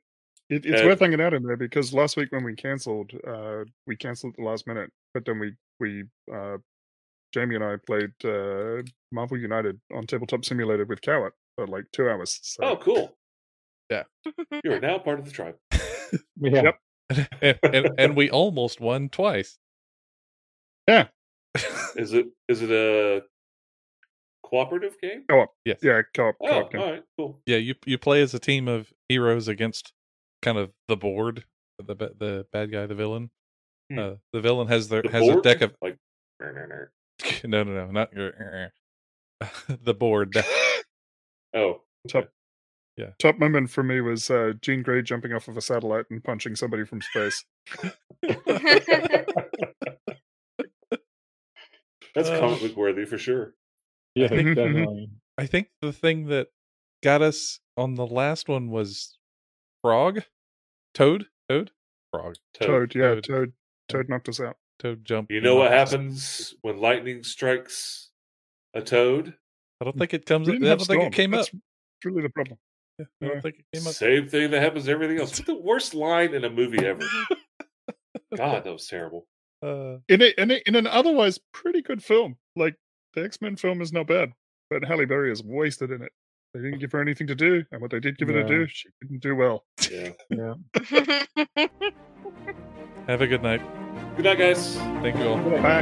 S4: it, it's
S1: Uh,
S4: worth hanging out in there because last week when we cancelled, uh, we cancelled at the last minute, but then we we uh, Jamie and I played uh, Marvel United on Tabletop Simulator with Cowart for like two hours. So
S1: oh cool.
S3: Yeah.
S1: you are now part of the tribe.
S5: Yeah.
S4: Yep.
S3: and, and, and we almost won twice.
S4: Yeah.
S1: Is it is it a cooperative game?
S3: yes.
S4: yeah, co-op,
S1: Oh,
S4: co-op game.
S1: all right, cool.
S3: Yeah, you you play as a team of heroes against kind of the board, the ba- the bad guy, the villain.
S1: Hmm.
S3: Uh, the villain has their
S1: The
S3: has a
S1: board?
S3: deck of
S1: like. ner, ner, ner.
S3: no no no not your er, the board.
S1: Oh,
S4: Top moment for me was uh, Jean Grey jumping off of a satellite and punching somebody from space.
S1: that's
S3: Uh,
S1: comic book worthy for sure.
S5: Yeah,
S4: Mhm, mhm.
S5: definitely.
S3: I think the thing that got us on the last one was frog, toad, toad, frog,
S1: Toad.
S4: Toad, yeah,
S3: Toad.
S4: Toad, Toad knocked us out.
S3: toad jump.
S1: You
S3: and
S1: know what
S3: all that stuff.
S1: happens when lightning strikes a toad?
S3: I don't think it comes.
S4: We
S3: Up, I
S4: didn't have
S3: don't think
S4: Storm.
S3: it came up.
S4: That's really the problem.
S3: Yeah, I don't
S4: yeah.
S3: think it came up.
S1: Same thing that happens to everything else. It's the worst line in a movie ever. God, that was terrible.
S3: Uh,
S4: in a, in a, in an otherwise pretty good film. Like the X Men film is not bad, but Halle Berry is wasted in it. They didn't give her anything to do, and what they did give her to
S5: No.
S4: do, she didn't do well.
S1: Yeah.
S5: Yeah.
S3: have a good night.
S1: Good night, guys.
S3: Thank you all.
S4: Bye.